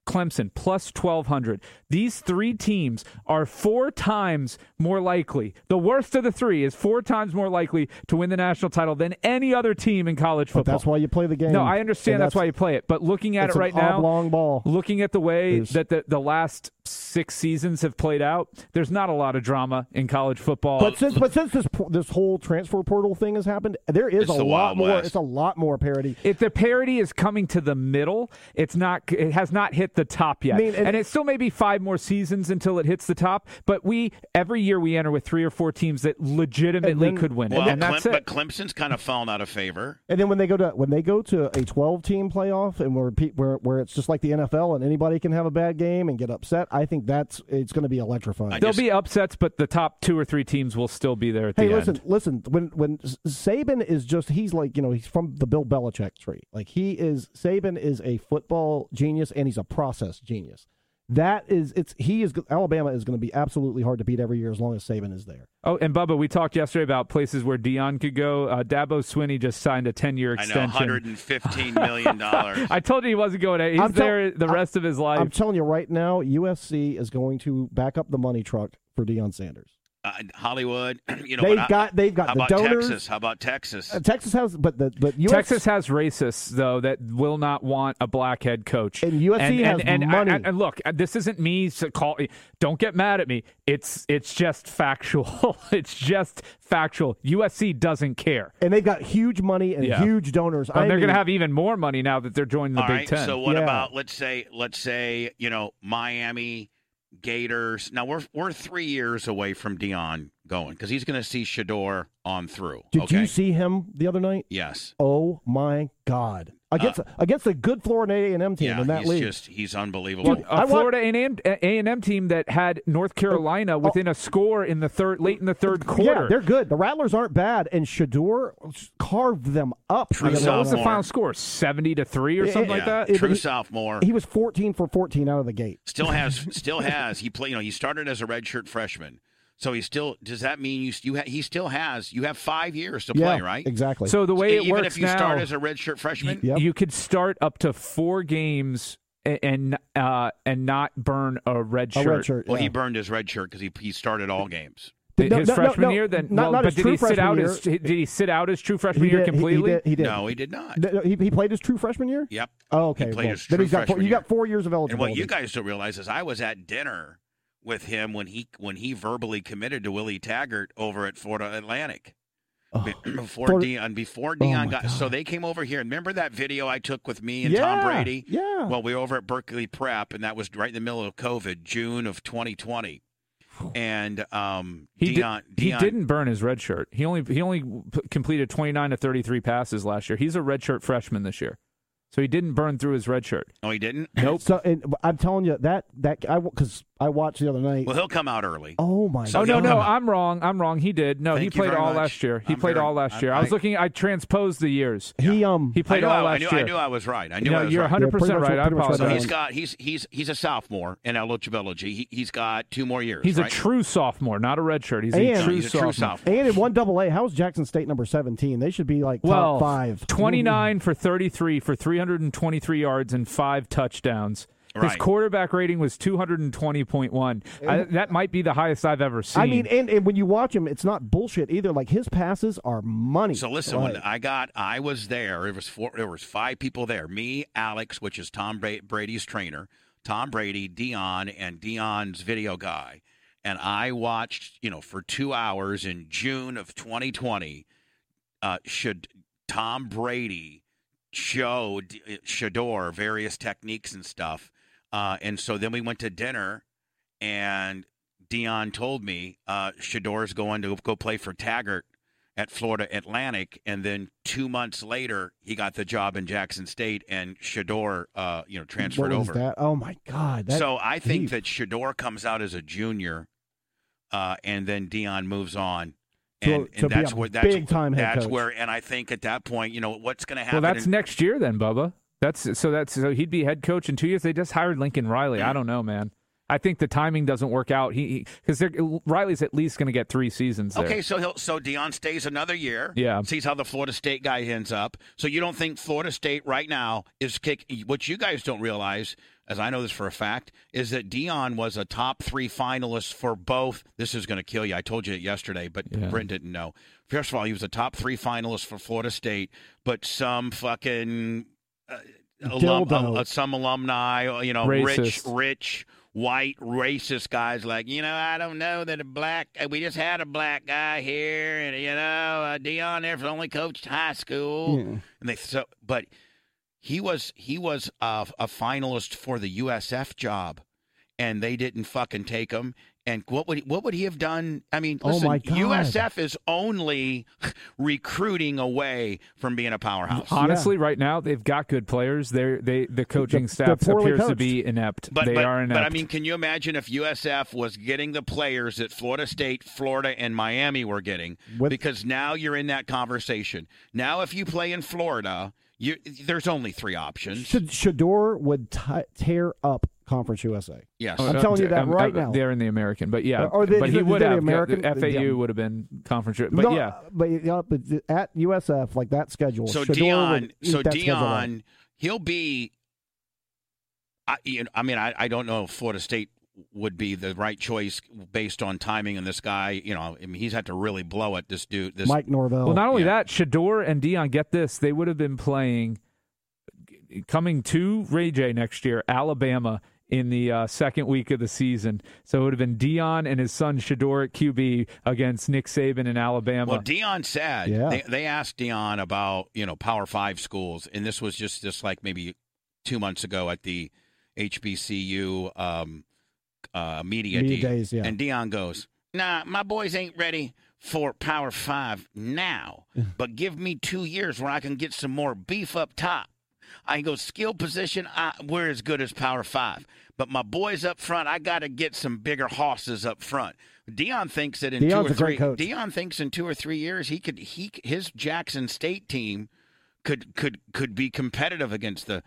Clemson plus 1200. These three teams are four times more likely. The worst of the three is four times more likely to win the national title than any other team in college
But
football.
that's why you play the game.
no, I understand
And
that's, why you play it, but looking at
it's
it right
an
now,
oblong ball.
looking at the way
There's-
that the, the last six seasons have played out, there's not a lot of drama in college football.
But since but since this po- this whole transfer portal thing has happened, there is
It's
a
the
lot
Wild
more.
West.
It's a lot more parity.
if the parity is coming to the middle, it's not. It has not hit the top yet,
I mean, it-
and it still may be five more seasons until it hits the top. But we every year we enter with three or four teams that legitimately
And then-
could win it,
well,
and that's
Clem-
it.
but Clemson's kind of fallen out of favor.
And then when they go to when they go to a 12 team playoff and where pe- where where it's just like the NFL and anybody can have a bad game and get upset, I think that's it's going to be electrifying.
I
There'll
just-
be upsets, but the top two or three teams will still be there at
Hey,
the
listen,
end.
listen. When when S- Saban is just he's like you know he's from the Bill Belichick tree. Like he is Saban is a football genius and he's a process genius. That is it's he is Alabama is going to be absolutely hard to beat every year as long as Saban is there.
Oh, and Bubba, we talked yesterday about places where Dion could go. Uh, Dabo Swinney just signed a ten-year
I know,
extension.
115
[laughs]
million dollars.
[laughs] I told you he wasn't going. To, he's
I'm tell-
there the
I-
rest of his life.
I'm telling you right now, USC is going to back up the money truck for Deion Sanders.
uh, Hollywood, [clears throat] you know,
they've
what I-
got they've got
How
the
about
donors.
Texas? How about Texas?
Uh, Texas has, but the but US,
Texas has racists though that will not want a black head coach,
And USC
and,
has
and, and,
money.
And, and look, uh, this isn't me to call. Don't get mad at me. It's it's just factual. [laughs] it's just factual. USC doesn't care,
and they've got huge money and
Yeah.
huge donors.
and
I
they're
mean,
going to have even more money now that they're joining the
All
Big
right.
Ten.
So what
Yeah.
about let's say let's say you know Miami Gators? Now we're we're three years away from Dion going because he's going to see Shador on through.
Did
okay.
you see him the other night?
yes.
Oh my God! Against against a good Florida A and M team
Uh, Yeah.
in that
he's
league.
just he's unbelievable.
Well,
Dude,
a
I want-
Florida A&M, A&M team that had North Carolina within a score in the third, late in the third quarter.
Oh. Yeah, they're good. The Rattlers aren't bad, and Shador carved them up. the
True
other
so what was the
night.
sophomore.
final score? Seventy to three or
Yeah,
something
yeah.
like that.
it-
True
he-
sophomore.
He was fourteen for fourteen out of the gate.
still has still has he play you know he started as a redshirt freshman so he still does that mean you you ha, he still has you have five years to play
yeah,
right
Exactly.
So the way it
E-, even
works
if you
now,
start as a redshirt freshman
Yep.
you could start up to four games a- and uh, and not burn a red
a
shirt.
red shirt.
well
yeah.
he burned his red shirt because he, he started all games
Th-
No,
his
no, no, no,
freshman year, then
not-
well,
not
but
his
did
true
he sit out
freshman
as did he sit out as true freshman
He did-
year
he-
completely?
He, did. He did.
no he did not
No, he, he played his true freshman year.
yep
Oh, okay.
He played
well,
his
then
true
he's got four,
freshman
you
year.
got four years of
and
eligibility.
what you guys don't realize is i was at dinner with him when he when he verbally committed to willie taggart over at florida atlantic
Oh.
Be- [clears throat] before
Florida-
Dion, before
Oh
Dion
my
got,
God.
so they came over here. And remember that video I took with me and
yeah,
Tom Brady?
Yeah.
Well, we were over at Berkeley Prep, and that was right in the middle of COVID, June of 2020. And um,
He,
Dion,
did,
Dion,
he didn't burn his red shirt. He only he only p- completed 29 to 33 passes last year. He's a red shirt freshman this year. So he didn't burn through his red shirt.
No, he didn't.
Nope.
So and but I'm telling you that that I because I watched the other night.
Well, he'll come out early.
oh my!
So
Oh no
he'll
God.
no,
come out.
I'm wrong. I'm wrong. He did. No,
Thank
he
you
played
very
all
much.
last year. He
I'm
played
very-
all last year. I,
I-
was looking. I transposed the years.
He um
He
I
played
knew
all
I, I
last
knew,
year.
I knew I was right. I knew I
no,
was
you're
right.
100
Yeah,
percent
pretty much-
right. I
pretty much what
So
I was.
apologize.
he's got he's he's he's a sophomore in eligibility. He, he's got two more years.
He's a
right?
true sophomore, not a red shirt. He's
And-
a
No,
true
he's a
sophomore.
true sophomore.
and in one double A, how's Jackson State number 17? They should be like top
Well,
five.
29 for 33 for 323 yards and five touchdowns.
Right.
His quarterback rating was 220.1. I, that might be the highest I've ever seen.
I mean, and, and when you watch him, it's not bullshit either. Like his passes are money.
So listen,
Like,
when I got, I was there. It was four. There was five people there. Me, Alex, which is Tom Bra- Brady's trainer, Tom Brady, Dion, and Dion's video guy, and I watched. You know, for two hours in June of 2020, uh, should Tom Brady show D- uh, Shador various techniques and stuff, uh, and so then we went to dinner, and Dion told me uh, Shador's going to go play for Taggart at Florida Atlantic, and then two months later, he got the job in Jackson State, and Shador, uh, you know,
what
transferred
was
over.
that? Oh my god! That,
so I think
deep.
that Shador comes out as a junior, uh, and then Dion moves on,
To-
and,
to
and
be
that's
a
where that's
big-time head
that's
coach.
where, and I think at that point, you know, what's going to
well,
happen?
that's
in-
next year then, Bubba. That's so that's so he'd be head coach in two years. They just hired Lincoln Riley. I don't know, man. I think the timing doesn't work out. He because Riley's at least going to get three seasons. There.
okay, so he'll so Dion stays another year.
Yeah.
sees how the Florida State guy ends up. So you don't think Florida State right now is kick? What you guys don't realize, as I know this for a fact, is that Dion was a top three finalist for both. This is going to kill you. I told you it yesterday, but Brent didn't know. First of all, he was a top three finalist for Florida State, but some fucking uh, alum,
Dildo.
uh, some alumni, uh, you know, rich,
Racist.
rich. White racist guys like you know I don't know that a black uh, we just had a black guy here and you know uh, Dion there's only coached high school
Yeah.
and they so but he was he was a, a finalist for the USF job and they didn't fucking take him and what would he, what would he have done I mean
Oh,
listen
my God.
USF is only [laughs] recruiting away from being a powerhouse
Honestly, right now they've got good players. They they the coaching
They're-
staff
they're poorly
appears to
coached.
be inept.
but
they
but,
are inept.
but I mean can you imagine if USF was getting the players that Florida State Florida and Miami were getting
With-
because now you're in that conversation now if you play in Florida you there's only three options
Sh- Shador would ti tear up Conference USA.
yes
Oh,
I'm
no,
telling you
d-
that
um,
right
uh,
now.
They're in the American, but yeah,
Or they-
but he
they're
would
the
have
American-
the FAU
yeah.
would have been conference. But
No,
yeah,
but, yeah, but th- at USF, like that schedule.
So
Shador
Dion,
would eat
so
that schedule up.
Dion, he'll be. I, you know, I mean, I, I don't know if Florida State would be the right choice based on timing and this guy. You know, I mean, he's had to really blow it. This dude, this
Mike Norvell.
Well, not only
Yeah.
that, Shador and Dion get this. They would have been playing, coming to Ray J next year, Alabama in the uh, second week of the season. So it would have been Dion and his son Shador at QB against Nick Saban in Alabama.
Well, Dion said
Yeah.
they, they asked Dion about you know Power Five schools, and this was just just like maybe two months ago at the HBCU um, uh, media,
Media
day.
days, yeah.
And Dion goes, "Nah, my boys ain't ready for Power Five
[laughs]
now, but give me two years where I can get some more beef up top." I go skill position. I, we're as good as Power Five, but my boys up front, I got to get some bigger horses up front. Dion thinks that in
Dion's
two or
a great
three,
coach.
Dion thinks in two or three years he could he his Jackson State team could could could be competitive against the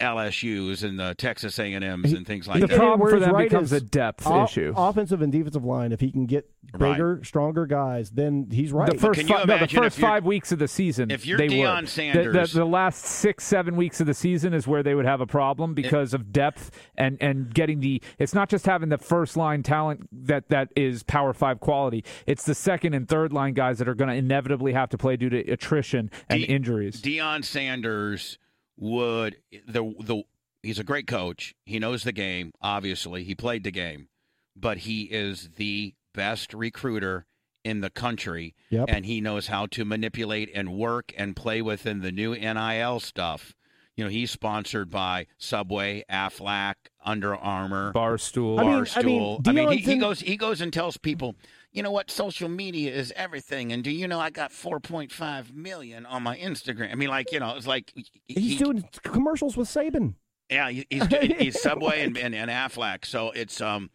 LSU's and the Texas A and M's and things like
the
And
that.
problem
where
for
he's
them
right
becomes
is
a depth
o-
issue.
Offensive and defensive line. If he can get
Right.
bigger, stronger guys, then he's right.
the first,
can you
fi- no, the
imagine
first
if you're-
five weeks of the season,
if you're
they
Deion
would. The-
Sanders-
the, the, last six, seven weeks of the season is where they would have a problem because of depth and and getting the. It's not just having the first line talent that that is power five quality. It's the second and third line guys that are going to inevitably have to play due to attrition and
De-
injuries.
Deion Sanders would the the he's a great coach. He knows the game. Obviously, he played the game, but he is the best recruiter in the country,
Yep.
and he knows how to manipulate and work and play within the new NIL stuff. You know, he's sponsored by Subway, Aflac, Under Armour,
Barstool.
I mean-
Barstool. I mean, he,
Deion's
he
in-
goes he goes and tells people, you know what, social media is everything. And do you know I got 4.5 million on my Instagram? I mean, like you know, it's like
he's
he-
doing commercials with Saban.
yeah, he-
[laughs]
he's he's Subway and, and and Aflac. So it's um,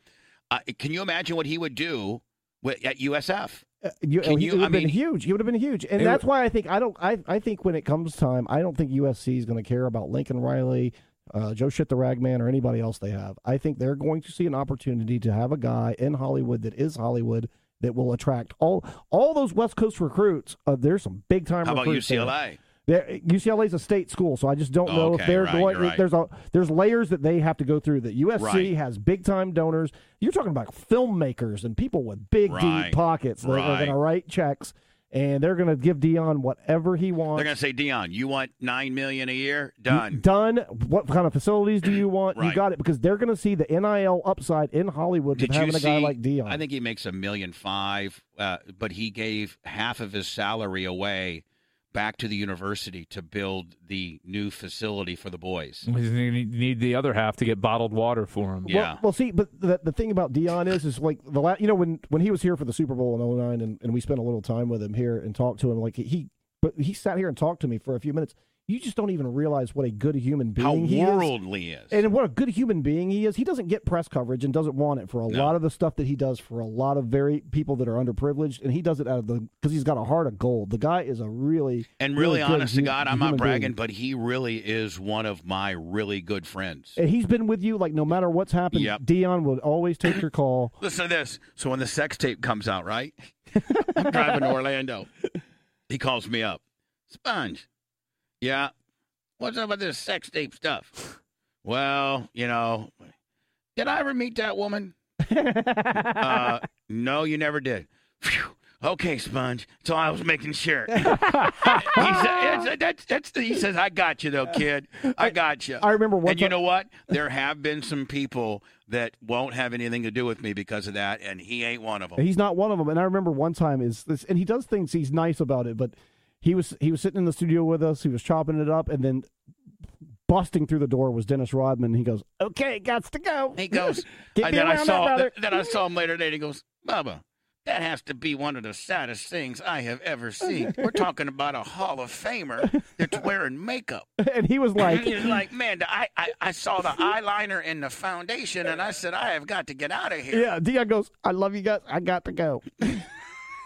uh, can you imagine what he would do with, at USF?
Uh, you,
Can
he
you-
would
I
have
mean-
been huge. He would have been huge, and
It
that's why I think I don't. I, I think when it comes time, I don't think USC is going to care about Lincoln Riley, uh, Joe Shit the Ragman, or anybody else they have. I think they're going to see an opportunity to have a guy in Hollywood that is Hollywood that will attract all all those West Coast recruits. Uh, there's some big time.
How about
recruits there.
UCLA?
They're- UCLA is a state school, so I just don't know
Okay,
if they're
right,
going.
you're right.
There's a there's layers that they have to go through. That USC
Right.
has big time donors. You're talking about filmmakers and people with big
Right,
deep pockets that are
right.
going to write checks and they're going to give Dion whatever he wants.
They're gonna say, Dion, you want nine million a year? Done.
Done. What kind of facilities do
[clears throat]
you want? You
Right.
got it because they're going to see the NIL upside in Hollywood with
Did you
having a
see?
guy like Dion.
I think he makes a million five, uh, but he gave half of his salary away back to the university to build the new facility for the boys.
He's gonna need the other half to get bottled water for him.
Yeah.
Well, well, see, but the, the thing about Dion is, is like the last, you know, when when he was here for the Super Bowl in 09 and, and we spent a little time with him here and talked to him, like he, but he sat here and talked to me for a few minutes. You just don't even realize what a good human being
How
Mm, he is.
worldly is.
And what a good human being he is. He doesn't get press coverage and doesn't want it for a lot of the stuff that he does for a lot of very people that are underprivileged. And he does it out of the because he's got a heart of gold. The guy is a really
And really,
good
honest to
hu-
God, I'm not
human
bragging,
being.
but he really is one of my really good friends.
And he's been with you like no matter what's happened.
Yep.
Dion will always take your call.
Listen to this. So when the sex tape comes out, right? [laughs] I'm driving to Orlando. He calls me up. Sponge. Yeah. What's up with this sex tape stuff? Well, you know, did I ever meet that [laughs] woman? uh, no, you never did. Phew. Okay, Sponge. So I was making [laughs] sure. he, said, "That's- that's, that's the, he says, I got you, though, kid. I got you.
I remember one
And you
time-
know what? There have been some people that won't have anything to do with me because of that, and he ain't one of them.
He's not one of them. And I remember one time is this, and he does things. He's nice about it, but he was he was sitting in the studio with us. He was chopping it up, and then busting through the door was Dennis Rodman. He goes, "Okay, got to go."
He goes,
[laughs] Get
and
me
then I
around that
saw
brother.
then I saw him later today. And he goes, Bubba, that has to be one of the saddest things I have ever seen. We're talking about a Hall of Famer that's wearing makeup.
and he was [laughs] like,
[laughs] He's like, man, I, I I saw the eyeliner and the foundation, and I said, I have got to get out of here.
"Yeah." Dion goes, "I love you guys. I got to go."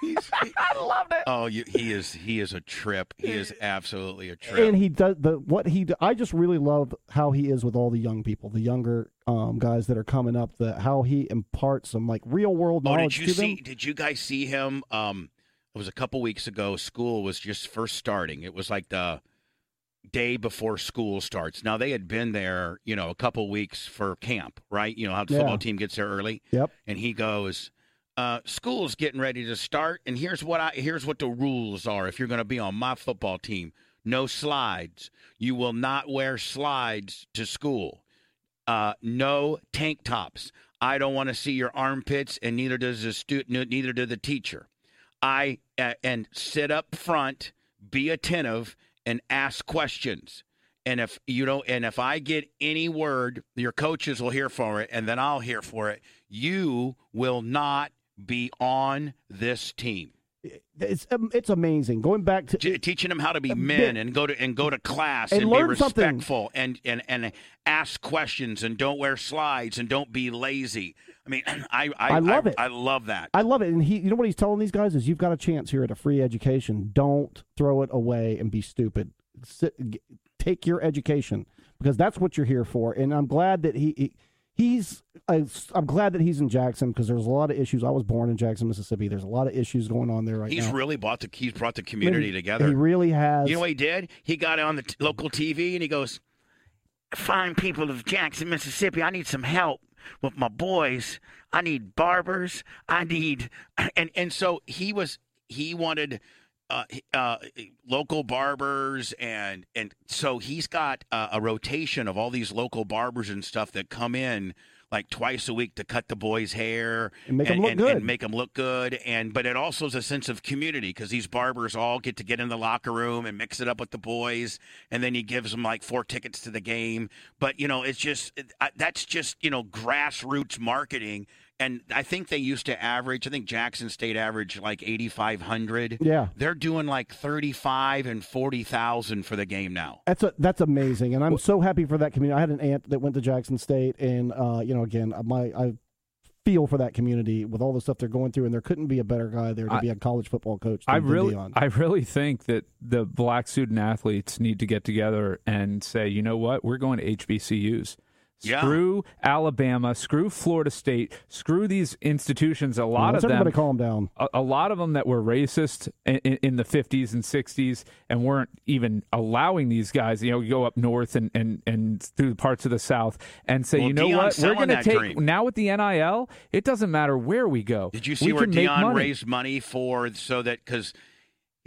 I loved it. Oh, you, he is he is a trip. He is absolutely a trip.
And he does the what he. do- I just really love how he is with all the young people, the younger um, guys that are coming up. The how he imparts some like real world
Oh,
knowledge
did you
to
see?
them.
Did you guys see him? Um, it was a couple weeks ago. School was just first starting. It was like the day before school starts. Now they had been there, you know, a couple weeks for camp, right? You know how the
Yeah.
football team gets there early,
Yep.
and he goes, uh, "School's getting ready to start, and here's what I here's what the rules are. If you're going to be on my football team, no slides. You will not wear slides to school. Uh, no tank tops. I don't want to see your armpits, and neither does the student, neither do the teacher. I uh, and sit up front, be attentive, and ask questions. And if you don't, and if I get any word, your coaches will hear for it, and then I'll hear for it. You will not be on this team.
It's um, it's amazing. Going back to
T- teaching them how to be
A
men
bit.
and go to and go to class
And
and, be
learn something.
respectful and, and and ask questions and don't wear slides and don't be lazy. I mean, [clears throat] I I,
I love it.
I love that.
I love it. And he, you know what he's telling these guys is you've got a chance here at a free education. Don't throw it away and be stupid. Sit, g- take your education because that's what you're here for. And I'm glad that he. he He's. I, am glad that he's in Jackson because there's a lot of issues. I was born in Jackson, Mississippi. There's a lot of issues going on there right
he's
now.
really brought the he's brought the community together.
He really has.
You know what he did? He got on the t- local TV and he goes, "Fine people of Jackson, Mississippi, I need some help with my boys. I need barbers. I need [clears throat] and and so he was he wanted uh, uh, local barbers and and so he's got uh, a rotation of all these local barbers and stuff that come in like twice a week to cut the boys' hair
And make 'em look
and,
good.
and make them look good. And but it also is a sense of community because these barbers all get to get in the locker room and mix it up with the boys, and then he gives them like four tickets to the game. But you know, it's just it- I- that's just you know grassroots marketing. And I think they used to average. I think Jackson State averaged like eighty five hundred.
Yeah.
They're doing like thirty five and forty thousand for the game now.
That's a, that's amazing, and I'm so happy for that community. I had an aunt that went to Jackson State, and uh, you know, again, my I feel for that community with all the stuff they're going through, and there couldn't be a better guy there to
I-
be a college football coach. Than,
I
than
really,
Deion.
I really think that the black student athletes need to get together and say, you know what, we're going to HBCUs.
Yeah.
Screw Alabama, screw Florida State, screw these institutions. A lot
Let's
of them
everybody calm down.
a, a lot of them that were racist in, in the 50s and 60s and weren't even allowing these guys, you know, go up north and, and, and through parts of the South and say,
Well,
you know
Dion's
what, we're
selling
going to
that
take
dream.
now with the NIL, it doesn't matter where we go.
Did you see
we
where
can make
Dion
money.
raised money for so that because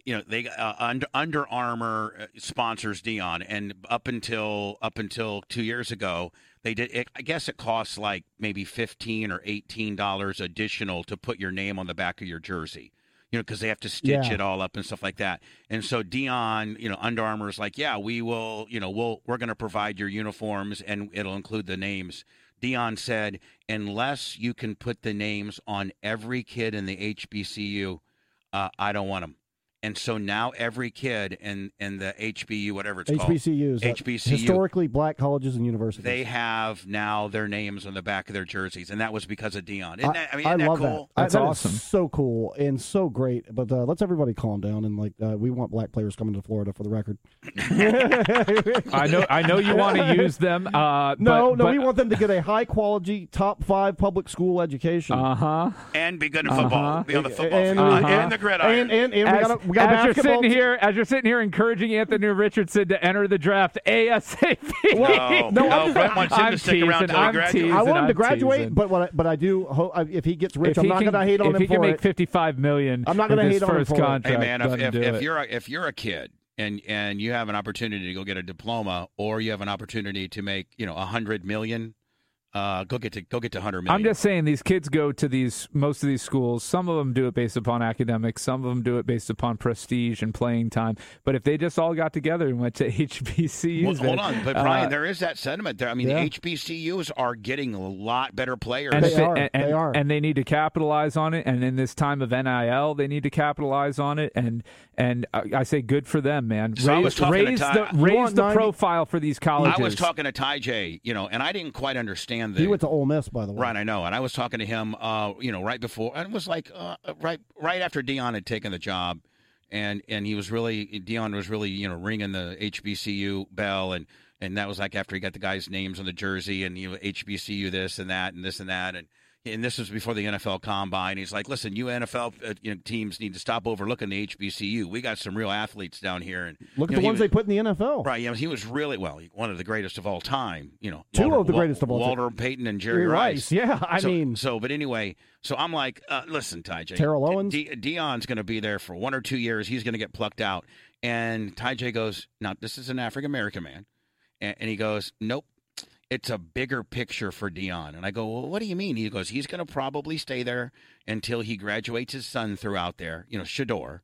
you know they uh, under, under Armour uh, sponsors Dion, and up until up until two years ago, they did. It, I guess it costs like maybe fifteen or eighteen dollars additional to put your name on the back of your jersey. You know, because they have to stitch
Yeah.
it all up and stuff like that. And so Dion, you know, Under Armour is like, yeah, we will, you know, we'll we're going to provide your uniforms and it'll include the names. Dion said, unless you can put the names on every kid in the HBCU, uh, I don't want them. And so now every kid in, in the HBU, whatever it's called,
HBCUs, uh,
HBCU.
historically black colleges and universities.
they have now their names on the back of their jerseys. And that was because of Dion. Isn't
I,
that, I mean,
I
isn't
love
that cool?
that. I-
That's
that is
awesome.
so cool and so great. But uh, let's everybody calm down and like uh, we want black players coming to Florida for the record.
I know, I know you want to use them. Uh,
[laughs] No,
but,
no, we want them to get a high quality, top five public school education.
Uh huh.
And be good at football.
Uh-huh.
Be on the football
and,
field.
uh-huh.
And the gridiron.
and and, and we
As,
got a, we got a
as you're
basketball.
sitting here, as you're sitting here encouraging Anthony Richardson to enter the draft ASAP. [laughs]
No, no,
I'm
Brett wants him
I'm
to stick around
teasing,
till he
I'm
graduates.
teasing,
I want him
I'm
to graduate,
teasing.
but what I, but I do hope I, if he gets rich,
if
I'm
he
not
can,
gonna hate on
if
him
he can
for
make
it.
55 million
I'm not
with
gonna
his
hate on him
first
for it. Hey,
Hey
contract
man, if,
let
if,
him do
if
it.
you're a, if you're a kid and and you have an opportunity to go get a diploma or you have an opportunity to make you know a hundred million, uh, go get to go get to hundred million.
I'm just saying these kids go to these most of these schools. Some of them do it based upon academics. Some of them do it based upon prestige and playing time. But if they just all got together and went to [laughs] HBCUs,
Well, hold
then,
on, but
uh,
Brian, there is that sentiment there. I mean,
Yeah.
the HBCUs are getting a lot better players.
and
They
if they,
are.
And, and-
They are.
and they need to capitalize on it. And in this time of NIL, they need to capitalize on it. And and I, I say, good for them, man.
So I was
raise
talking to
raise
Ty-
the
You
raise
want
the
90
profile for these colleges.
I was talking to Ty J, you know, and I didn't quite understand
He
the
went to Ole Miss, by the way.
Right, I know, and I was talking to him, uh, you know, right before, and it was like uh, right right after Dion had taken the job, and and he was really Dion was really you know ringing the HBCU bell, and and that was like after he got the guys' names on the jersey, and you know, HBCU this and that and this and that, and and this was before the NFL Combine. He's like, listen, you NFL uh, you know, teams need to stop overlooking the HBCU. We got some real athletes down here, and
Look at
you know,
the
he
ones
was-
they put in the NFL.
Right, yeah, he was really well, one of the greatest of all time. You know,
Two of the greatest of all time.
Walter Payton and Jerry
Jerry
Rice.
Rice. Yeah, I
so,
mean,
so but anyway, so I'm like, uh, listen, Ty J.
Terrell Owens?
D- Dion's going to be there for one or two years. He's going to get plucked out, and Ty J. goes, "Now this is an African American man," and, and he goes, "Nope." It's a bigger picture for Dion. And I go, Well, what do you mean? He goes, He's going to probably stay there until he graduates his son throughout there, you know, Shador,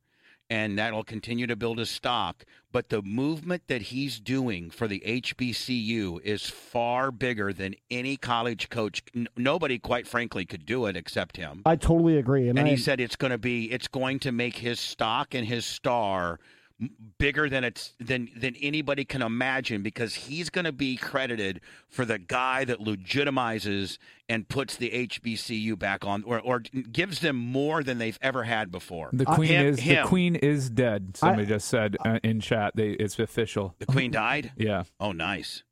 and that'll continue to build his stock. But the movement that he's doing for the HBCU is far bigger than any college coach. N- nobody, quite frankly, could do it except him.
I totally agree. And,
And
I,
he said it's going to be, it's going to make his stock and his star m- bigger than it's than than anybody can imagine because he's going to be credited for the guy that legitimizes and puts the HBCU back on or, or gives them more than they've ever had before.
The queen
Him-
is
him.
the queen is dead. Somebody just said uh, in chat. They it's official.
The queen died.
Yeah.
Oh, nice.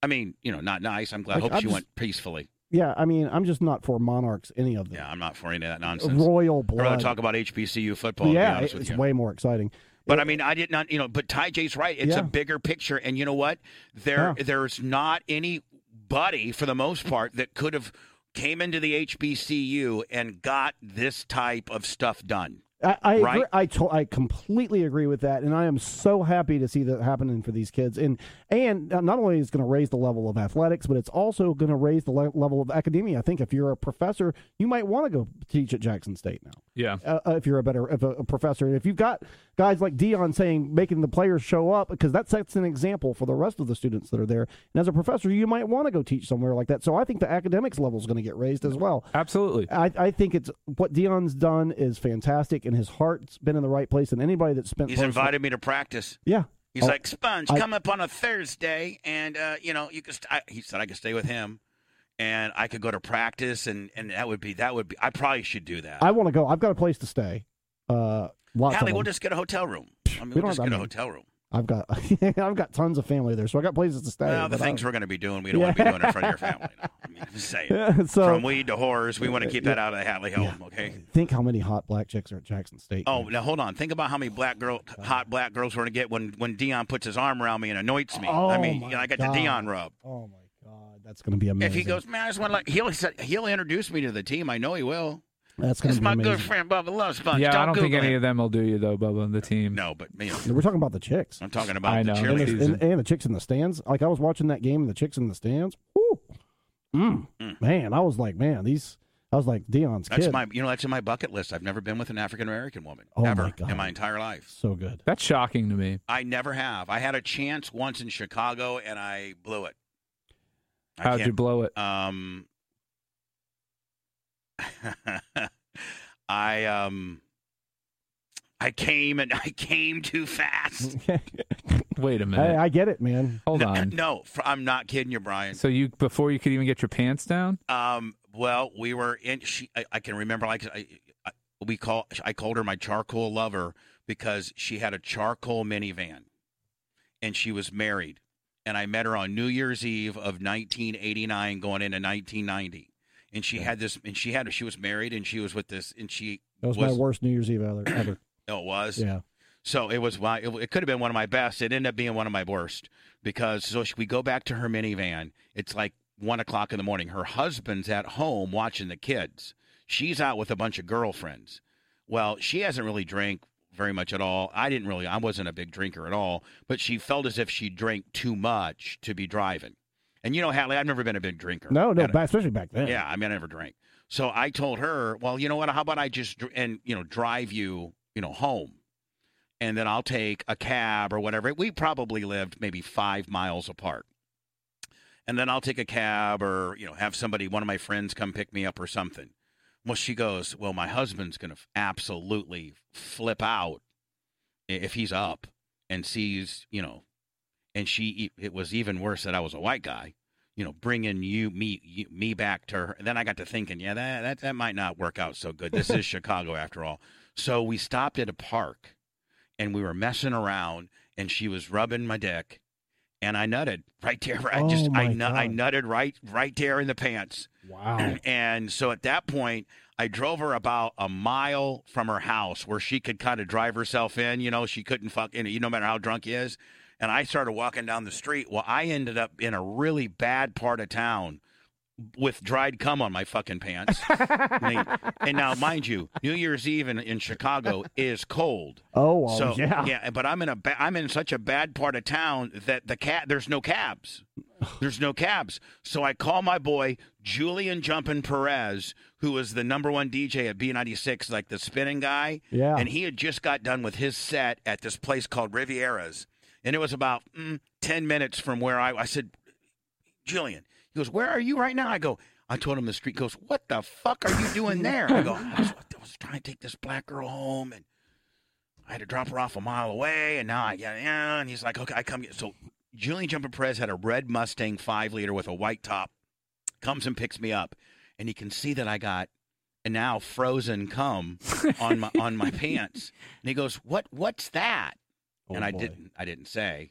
I mean, you know, not nice. I'm glad. I
Like,
hope
I'm
she
just-
went peacefully.
yeah, I mean, I'm just not for monarchs, any of
Yeah,
them.
I'm not for any of that nonsense.
Royal
I'd rather
blood.
talk about HBCU football. to be
yeah,
honest with
it's
you.
way more exciting.
But I mean, I did not, you know. But Ty J's right. It's a
Yeah.
bigger picture, and you know what? There, there's not anybody for the most part that could have came into the HBCU and got this type of stuff done.
I, I
Right?
agree. I to, I completely agree with that, and I am so happy to see that happening for these kids. And and uh, not only is going to raise the level of athletics, but it's also going to raise the le- level of academia. I think if you're a professor, you might want to go teach at Jackson State now.
Yeah.
Uh, uh, if you're a better if a, a professor, and if you've got guys like Dion saying making the players show up, because that sets an example for the rest of the students that are there. And as a professor, you might want to go teach somewhere like that. So I think the academics level is going to get raised as well.
Absolutely.
I, I think it's what Dion's done is fantastic, and his heart's been in the right place. And anybody that's spent
He's
personal-
invited me to practice.
yeah,
He's
Oh,
like, Sponge,
I-
come up on a Thursday, and uh, you know, you could. St- I, he said I could stay with him, and I could go to practice, and and that would be that would be. I probably should do that.
Oh, I want to go. I've got a place to stay. Uh, lots of
Hallie,
them.
we'll just get a hotel room. I mean,
we
we'll
don't
just
have
get
that many.
a hotel room.
I've got [laughs] I've got tons of family there, so I got places to stay.
Well, the
but I- [laughs]
things we're going to be doing, we don't want to be doing in front of your family. No. I mean, I'm just saying.
Yeah, so
From weed to horrors, we want to keep that out of the Hatley home, okay?
think how many hot black chicks are at Jackson State.
Oh, now hold on. Think about how many black girl, hot black girls we're going to get when when Dion puts his arm around me and anoints me. I
Oh,
mean,
my
you know, I got
God.
the Dion rub.
Oh my God, that's going to be amazing.
If he goes, man, I just want to. He'll he'll introduce me to the team. I know he will.
that's going to
This is
be
my
amazing.
good friend Bubba Love Sponge.
yeah,
don't
I don't
Google
think any
him.
of them will do you though, Bubba, on the team.
No, but you know,
We're talking about the chicks.
I'm talking about
I know.
the
and,
cheerleaders.
the, and, and the chicks in the stands. Like I was watching that game and the chicks in the stands. Woo. Mm.
Mm.
Man, I was like, man, these. I was like, Dion's
That's
kid.
my, you know, that's in my bucket list. I've never been with an African American woman
Oh, my
ever
God.
in my entire life.
[laughs] so good.
That's shocking to me.
I never have. I had a chance once in Chicago and I blew it. I
How'd you
can't-
blow it?
Um, [laughs] I um, I came and [laughs] I came too fast.
Wait a minute.
I, I get it, man.
Hold
no,
on.
[laughs] no, fr- I'm not kidding you, Brian.
So you before you could even get your pants down?
Um, well, we were in. She, I, I can remember, like, I, I, we call. I called her my charcoal lover because she had a charcoal minivan, and she was married. And I met her on New Year's Eve of 1989, going into 1990. And she had this, and she had, she was married, and she was with this, and she
That was, my
Was-
worst New Year's Eve ever.
[clears throat]
ever.
oh, it was.
yeah.
So it was my. It, it could have been one of my best. It ended up being one of my worst because so she, we go back to her minivan. It's like one o'clock in the morning. Her husband's at home watching the kids. She's out with a bunch of girlfriends. Well, she hasn't really drank very much at all. I didn't really. I wasn't a big drinker at all. But she felt as if she drank too much to be driving. And you know, Hadley, I've never been a big drinker.
No, no,
And-
back, especially back then.
yeah, I mean, I never drank. So I told her, well, you know what? How about I just dr- and you know drive you, you know, home, and then I'll take a cab or whatever. We probably lived maybe five miles apart, and then I'll take a cab or you know have somebody, one of my friends, come pick me up or something. Well, she goes, well, my husband's gonna f- absolutely flip out i- if he's up and sees, you know, and she. e-, It was even worse that I was a white guy you know, bringing you me you, me back to her. And then I got to thinking, yeah, that that that might not work out so good. This is Chicago after all. So we stopped at a park, and we were messing around, and she was rubbing my dick, and I nutted right there. I
Oh,
just
my
I nu- I
God.
nutted right right there in the pants.
Wow.
[clears throat] And so at that point, I drove her about a mile from her house where she could kind of drive herself in. You know, she couldn't fuck in it, you no matter how drunk he is. And I started walking down the street. Well, I ended up in a really bad part of town with dried cum on my
[laughs]
fucking pants. and, and now, mind you, New Year's Eve in, in Chicago is cold.
Oh, well,
so
[laughs] yeah.
but I'm in a ba- I'm in such a bad part of town that the cat there's no cabs. There's no cabs. So I call my boy Julian Jumpin' Perez, who was the number one DJ at B96, like the spinning guy.
Yeah.
And he had just got done with his set at this place called Riviera's. And it was about mm, 10 minutes from where I I said, Julian, he goes, Where are you right now? I go, I told him the street He goes, What the fuck are you doing there? I go, I was, I was trying to take this black girl home and I had to drop her off a mile away, and now I yeah, yeah, and he's like, okay, I come. Get, so Julian Jumper Perez had a red Mustang five liter with a white top, comes and picks me up, and he can see that I got and now frozen cum on my on my pants, and he goes, what What's that?
Oh,
and I
boy.
didn't I didn't say,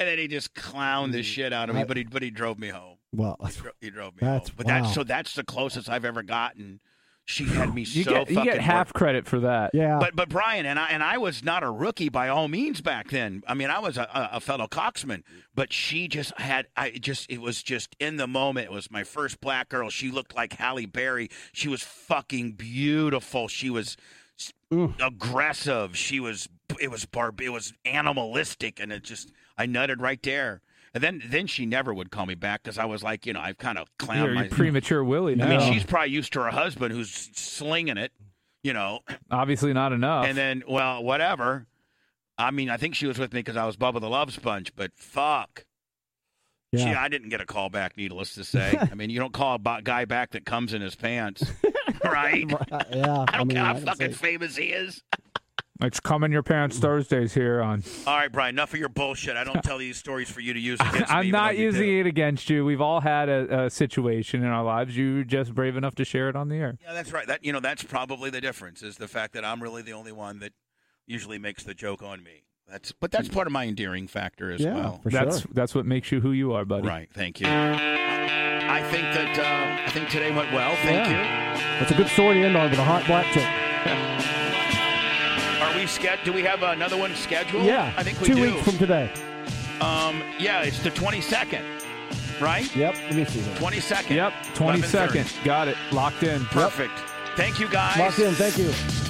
and then he just clowned
Mm.
the shit out of me,
I-
but he but he drove me home.
Well, [laughs]
He dro- he drove me
That's-
home. But
wow.
that's so that's the closest I've ever gotten. She had me
You
so
get
fucking
you get half
worked
credit for that.
yeah.
but but Brian and I and I was not a rookie by all means back then. I mean, I was a, a- a fellow coxman, but she just had I just it was just in the moment. It was my first black girl. She looked like Halle Berry. She was fucking beautiful. She was s-
Mm.
aggressive. She was it was barb it was animalistic and it just I nutted right there. And then then she never would call me back because I was like you know I've kind of clowned
You're,
my.
you're premature Willie now.
I mean, she's probably used to her husband who's slinging it. You know,
Obviously not enough.
and then, well, whatever. I mean, I think she was with me because I was Bubba the Love Sponge, but fuck.
yeah.
She, I didn't get a call back, needless to say. I mean, you don't call a bo- guy back that comes in his pants, right?
Uh, yeah.
I don't
mean,
care how
I can
fucking
say-
famous he is.
it's coming your parents Thursdays here on.
All right, Brian, enough of your bullshit. I don't tell these stories for you to use against me.
[laughs] I'm
even though
not
you
using
do.
it against you. We've all had a, a situation in our lives. You're just brave enough to share it on the air.
Yeah, that's right. That you know, that's probably the difference is the fact that I'm really the only one that usually makes the joke on me. That's but that's part of my endearing factor as
yeah,
well.
for
that's
sure.
that's what makes you who you are, buddy.
Right. Thank you. I think that uh, I think today went well. Thank
That's a good story to end on with a hot black chick.
you. Are we sched? Do we have another one scheduled?
Yeah,
I think we
two
do.
weeks from today.
um, yeah, it's the twenty second, right?
Yep, let me see. that.
Twenty second.
Yep. Twenty second. Got it. Locked in.
Perfect. Thank you guys.
Locked in. Thank you.